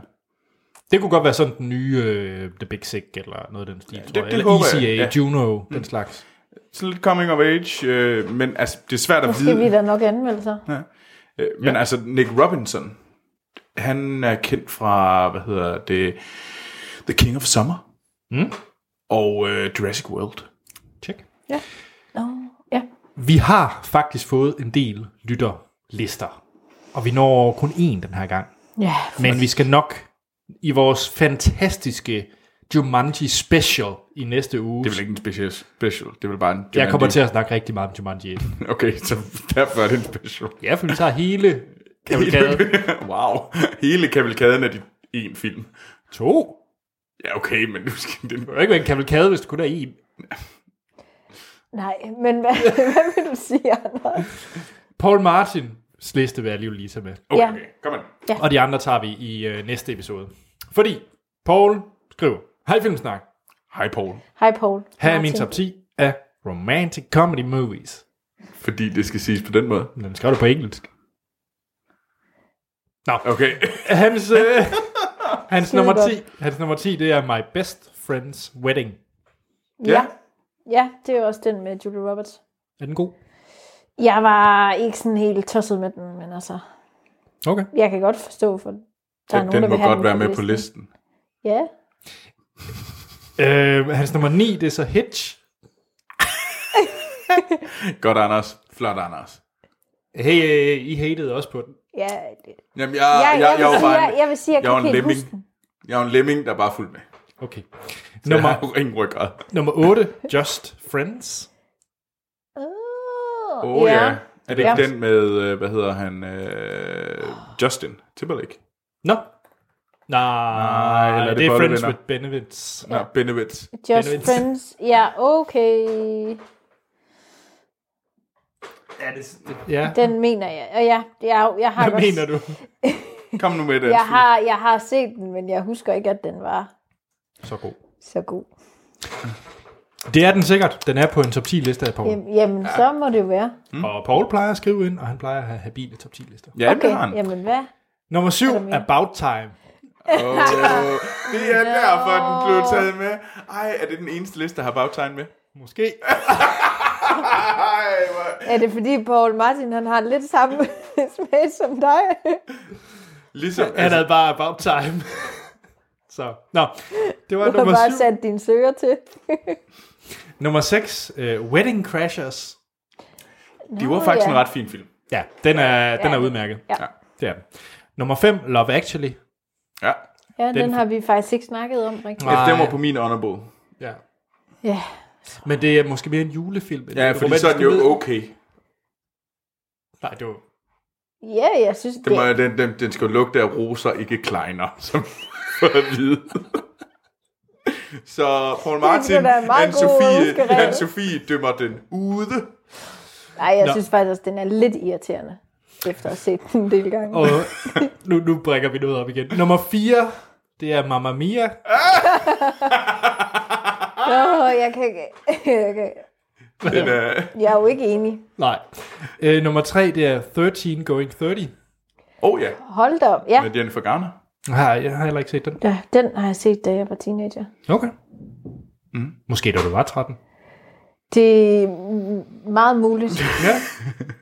Speaker 1: Det kunne godt være sådan den nye øh, The Big Sick, eller noget af den stil, ja,
Speaker 2: det-
Speaker 1: det, tror jeg.
Speaker 2: det
Speaker 1: Eller
Speaker 2: håber
Speaker 1: ECA,
Speaker 2: jeg, ja.
Speaker 1: Juno,
Speaker 2: Mm.
Speaker 1: den slags.
Speaker 2: Så lidt coming of age, øh, men altså, det er svært at
Speaker 3: Nu skal
Speaker 2: vide.
Speaker 3: vi da nok anmelde sig.
Speaker 2: Ja. Øh, Men ja. altså, Nick Robinson, han er kendt fra, hvad hedder det, The King of Summer.
Speaker 1: Mm.
Speaker 2: Og øh, Jurassic World.
Speaker 1: Check.
Speaker 3: Ja. Nå, ja.
Speaker 1: Vi har faktisk fået en del lytterlister, og vi når kun én den her gang.
Speaker 3: Ja,
Speaker 1: Men vi skal nok i vores fantastiske Jumanji special i næste uge.
Speaker 2: Det er vel ikke en special, special. det er vel bare en
Speaker 1: Jeg kommer
Speaker 2: Jumanji.
Speaker 1: til at snakke rigtig meget om Jumanji 1.
Speaker 2: Okay, så derfor er det en special.
Speaker 1: Ja, for vi tager hele kavalkaden.
Speaker 2: wow, hele kavalkaden er dit en film.
Speaker 1: To?
Speaker 2: Ja, okay, men nu skal det...
Speaker 1: Det kan ikke være en kavalkade, hvis du kun er en.
Speaker 3: Nej, men hvad, hvad vil du sige, Anders?
Speaker 1: Paul Martins liste vil jeg alligevel lige tage med.
Speaker 3: Okay, Ja. okay.
Speaker 2: kom ind.
Speaker 3: Ja.
Speaker 1: Og de andre tager vi i øh, næste episode. Fordi Paul skriver, Hej Filmsnak,
Speaker 2: Hej Paul.
Speaker 3: Hej, Paul.
Speaker 1: her er
Speaker 3: Martin.
Speaker 1: min top 10 af romantic comedy movies.
Speaker 2: Fordi det skal siges på den måde.
Speaker 1: Den skal du på engelsk. Nå,
Speaker 2: Okay.
Speaker 1: hans, øh, hans,
Speaker 3: Skide
Speaker 1: nummer
Speaker 3: godt.
Speaker 1: 10, hans nummer 10, det er My Best Friend's Wedding.
Speaker 3: Ja. ja, det er jo også den med Julie Roberts.
Speaker 1: Er den god?
Speaker 3: Jeg var ikke sådan helt tosset med den, men altså,
Speaker 1: Okay.
Speaker 3: jeg kan godt forstå, for der er
Speaker 2: Den,
Speaker 3: nogen, der
Speaker 2: den
Speaker 3: vil
Speaker 2: må
Speaker 3: have
Speaker 2: godt
Speaker 3: den
Speaker 2: være med på listen.
Speaker 3: Ja,
Speaker 1: Øh, hans nummer 9, det er så Hitch.
Speaker 2: Godt, Anders. Flot, Anders.
Speaker 1: Hey, øh, I hatede også på den.
Speaker 3: ja det,
Speaker 2: Jamen, jeg,
Speaker 3: Ja,
Speaker 2: Ah, jeg, jeg,
Speaker 3: jeg vil
Speaker 2: var
Speaker 3: sige,
Speaker 2: bare en-
Speaker 3: jeg- jeg vil sige, jeg kan
Speaker 2: var en
Speaker 3: ikke helt
Speaker 2: lemming.
Speaker 3: huske
Speaker 2: Jeg var en lemming, der bare fulgte med.
Speaker 1: Okay.
Speaker 2: Så Nummer...
Speaker 1: Nummer-
Speaker 2: jeg har jo ingen ryggrad.
Speaker 1: Nummer 8, Just Friends.
Speaker 3: Åh,
Speaker 2: Åh oh, ja. ja. Er det ikke
Speaker 3: Ja.
Speaker 2: den med, øh, hvad hedder han, øh, Justin Timberlake?
Speaker 1: Nå. Nej,
Speaker 2: eller
Speaker 1: Nej
Speaker 2: er det
Speaker 1: det, det er Friends
Speaker 2: Bollevenner?
Speaker 1: with Benefits.
Speaker 2: Ja. Nå, Benefits.
Speaker 3: Just
Speaker 1: Benefits.
Speaker 3: Friends. Ja, okay.
Speaker 1: Ja, det, det, ja.
Speaker 3: Den mener jeg. Og ja, jeg, jeg har
Speaker 1: Hvad
Speaker 3: godt,
Speaker 1: mener du?
Speaker 2: Kom nu med den.
Speaker 3: Jeg har, jeg har set den, men jeg husker ikke, at den var
Speaker 1: Så god.
Speaker 3: så god.
Speaker 1: Det er den sikkert. Den er på en top 10 liste af Paul.
Speaker 3: Jamen, jamen ja. så må det jo være.
Speaker 1: Mm. Og Paul plejer at skrive ind, og han plejer at have habile top 10 lister.
Speaker 2: Ja, okay. det har han.
Speaker 3: Okay, jamen hvad?
Speaker 1: Nummer 7, About Time.
Speaker 2: Oh, det er derfor, den blev taget med. Ej, er det den eneste liste, der har bagtegn med?
Speaker 1: Måske.
Speaker 2: Ej, hvor...
Speaker 3: Er det fordi Paul Martin, han har lidt samme smag som dig?
Speaker 2: Ligesom,
Speaker 1: Han
Speaker 2: altså,
Speaker 1: havde bare About Time. Så, nå. Det var
Speaker 3: Du har
Speaker 1: nummer
Speaker 3: bare
Speaker 1: 7.
Speaker 3: sat dine søger til.
Speaker 1: Nummer 6, uh, Wedding Crashers.
Speaker 2: de var faktisk
Speaker 3: ja.
Speaker 2: en ret fin film.
Speaker 1: Ja, den er, den er
Speaker 3: Ja.
Speaker 1: udmærket.
Speaker 3: Ja.
Speaker 1: Det er den. Nummer 5, Love Actually.
Speaker 2: Ja.
Speaker 3: Ja, den,
Speaker 1: Den-
Speaker 3: den har vi faktisk ikke snakket om rigtig.
Speaker 1: Nej.
Speaker 2: Altså, Den var på min honorable.
Speaker 1: Ja.
Speaker 3: Ja.
Speaker 1: Men det er måske mere en julefilm. end
Speaker 2: Ja,
Speaker 1: en
Speaker 2: fordi
Speaker 1: romantisk
Speaker 2: så er den jo
Speaker 1: komedie.
Speaker 2: okay.
Speaker 1: Nej, det var...
Speaker 3: ja, jeg synes, det,
Speaker 2: Den, må, den, den, den skal jo lugte af roser, ikke kleiner, som for at vide. Så Paul Martin,
Speaker 3: sgu da en meget god
Speaker 2: Anne-Sophie
Speaker 3: huskeregel.
Speaker 2: Anne Sofie dømmer den ude.
Speaker 3: Ej, jeg
Speaker 1: Nå.
Speaker 3: Nå. synes faktisk også, den er lidt irriterende, efter at have set den en del gange.
Speaker 1: Og nu, nu brækker vi noget op igen. Nummer 4, det er Mamma Mia.
Speaker 3: Åh, oh, jeg kan ikke. Jeg, kan. ikke.
Speaker 2: Den, øh,
Speaker 3: jeg er jo ikke enig.
Speaker 1: Nej. Øh, nummer tre, det er 13 Going 30.
Speaker 2: Oh ja,
Speaker 3: Hold da op. Ja,
Speaker 2: med Jennifer Garner.
Speaker 1: Nej, jeg har heller ikke set den.
Speaker 3: ja den har jeg set, da jeg var teenager.
Speaker 1: Okay. Mm. Måske da du var 13.
Speaker 3: Det er m- meget muligt.
Speaker 1: Ja.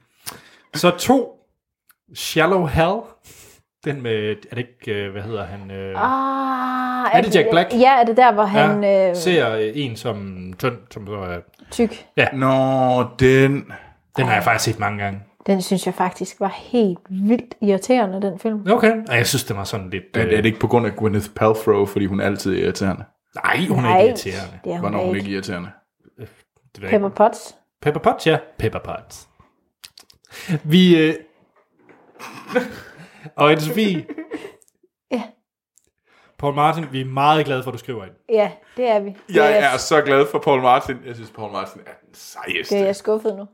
Speaker 1: Så to, Shallow Hell. Den med, er det ikke, øh, hvad hedder han? Øh,
Speaker 3: Ah,
Speaker 1: Er det Jack Black?
Speaker 3: Ja, er det der, hvor han
Speaker 1: ja,
Speaker 3: ja, øh,
Speaker 1: ser øh, en som tynd, som så er...
Speaker 3: tyk?
Speaker 1: Ja.
Speaker 2: Nå, den...
Speaker 1: Den har
Speaker 3: Ah.
Speaker 1: jeg faktisk set mange gange.
Speaker 3: Den synes jeg faktisk var helt vildt irriterende, den film.
Speaker 1: Okay. Og jeg synes, det var sådan lidt... øh,
Speaker 2: Er, er det ikke på grund af Gwyneth Paltrow, fordi hun altid er irriterende?
Speaker 1: Nej, hun er
Speaker 3: Nej,
Speaker 1: ikke irriterende.
Speaker 3: det er hun
Speaker 2: Hvornår er hun
Speaker 3: ikke.
Speaker 2: ikke irriterende?
Speaker 1: Det ved jeg
Speaker 3: Pepper
Speaker 1: ikke.
Speaker 3: Potts.
Speaker 1: Pepper Potts, ja. Pepper Potts. Vi... Øh... og en Sofie.
Speaker 3: Ja.
Speaker 1: Paul Martin, vi er meget glade for, at du skriver ind.
Speaker 3: Ja, det er vi. Det
Speaker 2: Jeg
Speaker 3: er,
Speaker 2: er så glad for Paul Martin. Jeg synes, Paul Martin er den sejeste.
Speaker 3: det er jeg skuffet nu.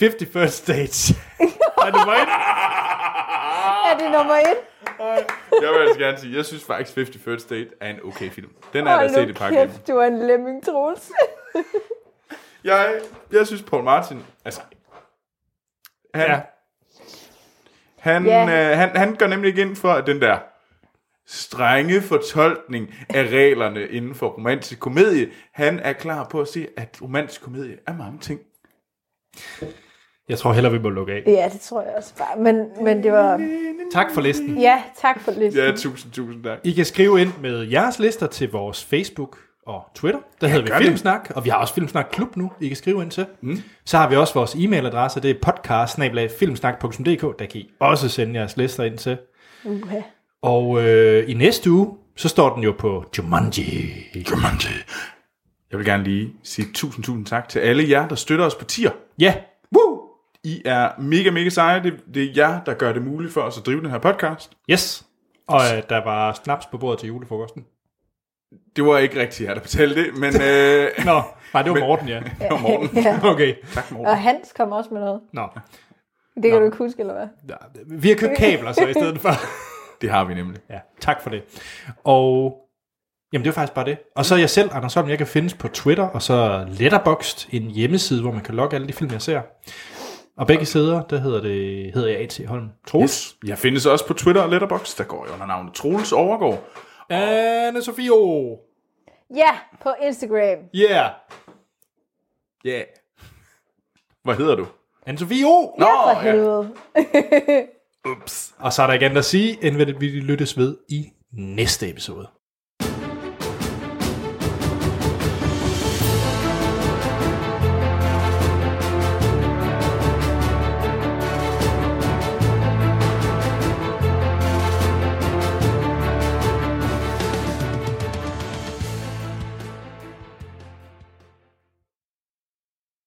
Speaker 1: 50 First Dates. er det mig?
Speaker 3: Er det nummer et?
Speaker 2: Jeg vil altså gerne sige, jeg synes faktisk 50 First Date er en okay film. Den er der
Speaker 3: Hold nu
Speaker 2: set i pakken.
Speaker 3: kæft, du er en lemming, Troels.
Speaker 2: Jeg, jeg synes, Paul Martin er sej. Han, ja. han,
Speaker 3: Ja.
Speaker 2: øh, han, han går nemlig ikke ind for den der strenge fortolkning af reglerne inden for romantisk komedie. Han er klar på at se, at romantisk komedie er mange ting.
Speaker 1: Jeg tror heller vi må lukke af.
Speaker 3: ja, det tror jeg også bare. Men, men det var...
Speaker 1: Tak for listen.
Speaker 3: Ja, tak for listen.
Speaker 2: Ja, tusind, tusind tak.
Speaker 1: I kan skrive ind med jeres lister til vores Facebook og Twitter. Der hedder
Speaker 2: gør
Speaker 1: vi
Speaker 2: det.
Speaker 1: Filmsnak, og vi har også Filmsnak Klub nu, I kan skrive ind til. Mm. Så har vi også vores e-mailadresse, det er podcast-filmsnak.dk, der kan I også sende jeres lister ind til.
Speaker 3: Uha.
Speaker 1: Og øh, i næste uge, så står den jo på Jumanji.
Speaker 2: Jumanji. Jeg vil gerne lige sige tusind, tusind tak til alle jer, der støtter os på tier.
Speaker 1: Ja,
Speaker 2: Woo! I er mega, mega seje. Det, det er jer, der gør det muligt for os at drive den her podcast.
Speaker 1: yes. Og øh, der var snaps på bordet til julefrokosten.
Speaker 2: Det var ikke rigtigt jer, der betalte det, men... Øh,
Speaker 1: Nå, nej, det var Morten, ja.
Speaker 2: det var Morten.
Speaker 3: Ja.
Speaker 1: Okay.
Speaker 2: Tak, Morten.
Speaker 3: Og Hans kom også med noget.
Speaker 1: Nå.
Speaker 3: Det kan du ikke huske, eller hvad?
Speaker 1: Vi har købt kabler så i stedet for.
Speaker 2: Det har vi nemlig.
Speaker 1: Ja, tak for det. Og jamen det var faktisk bare det. Og så er jeg selv, Anders Holm, jeg kan findes på Twitter, og så Letterboxd, en hjemmeside, hvor man kan logge alle de film, jeg ser. Og begge sider, der hedder, det, hedder jeg A.T. Holm. Troels.
Speaker 2: Jeg findes også på Twitter og Letterboxd, der går jeg under navnet Troels Overgaard.
Speaker 1: Yes. anne Sofio.
Speaker 3: Ja, på Instagram.
Speaker 1: Yeah.
Speaker 2: Ja. Yeah. Hvad hedder du?
Speaker 1: anne Sofio.
Speaker 3: Ja,
Speaker 2: Oh,
Speaker 3: for helvede.
Speaker 1: Og så er der igen at sige, end vi lyttes ved i næste episode.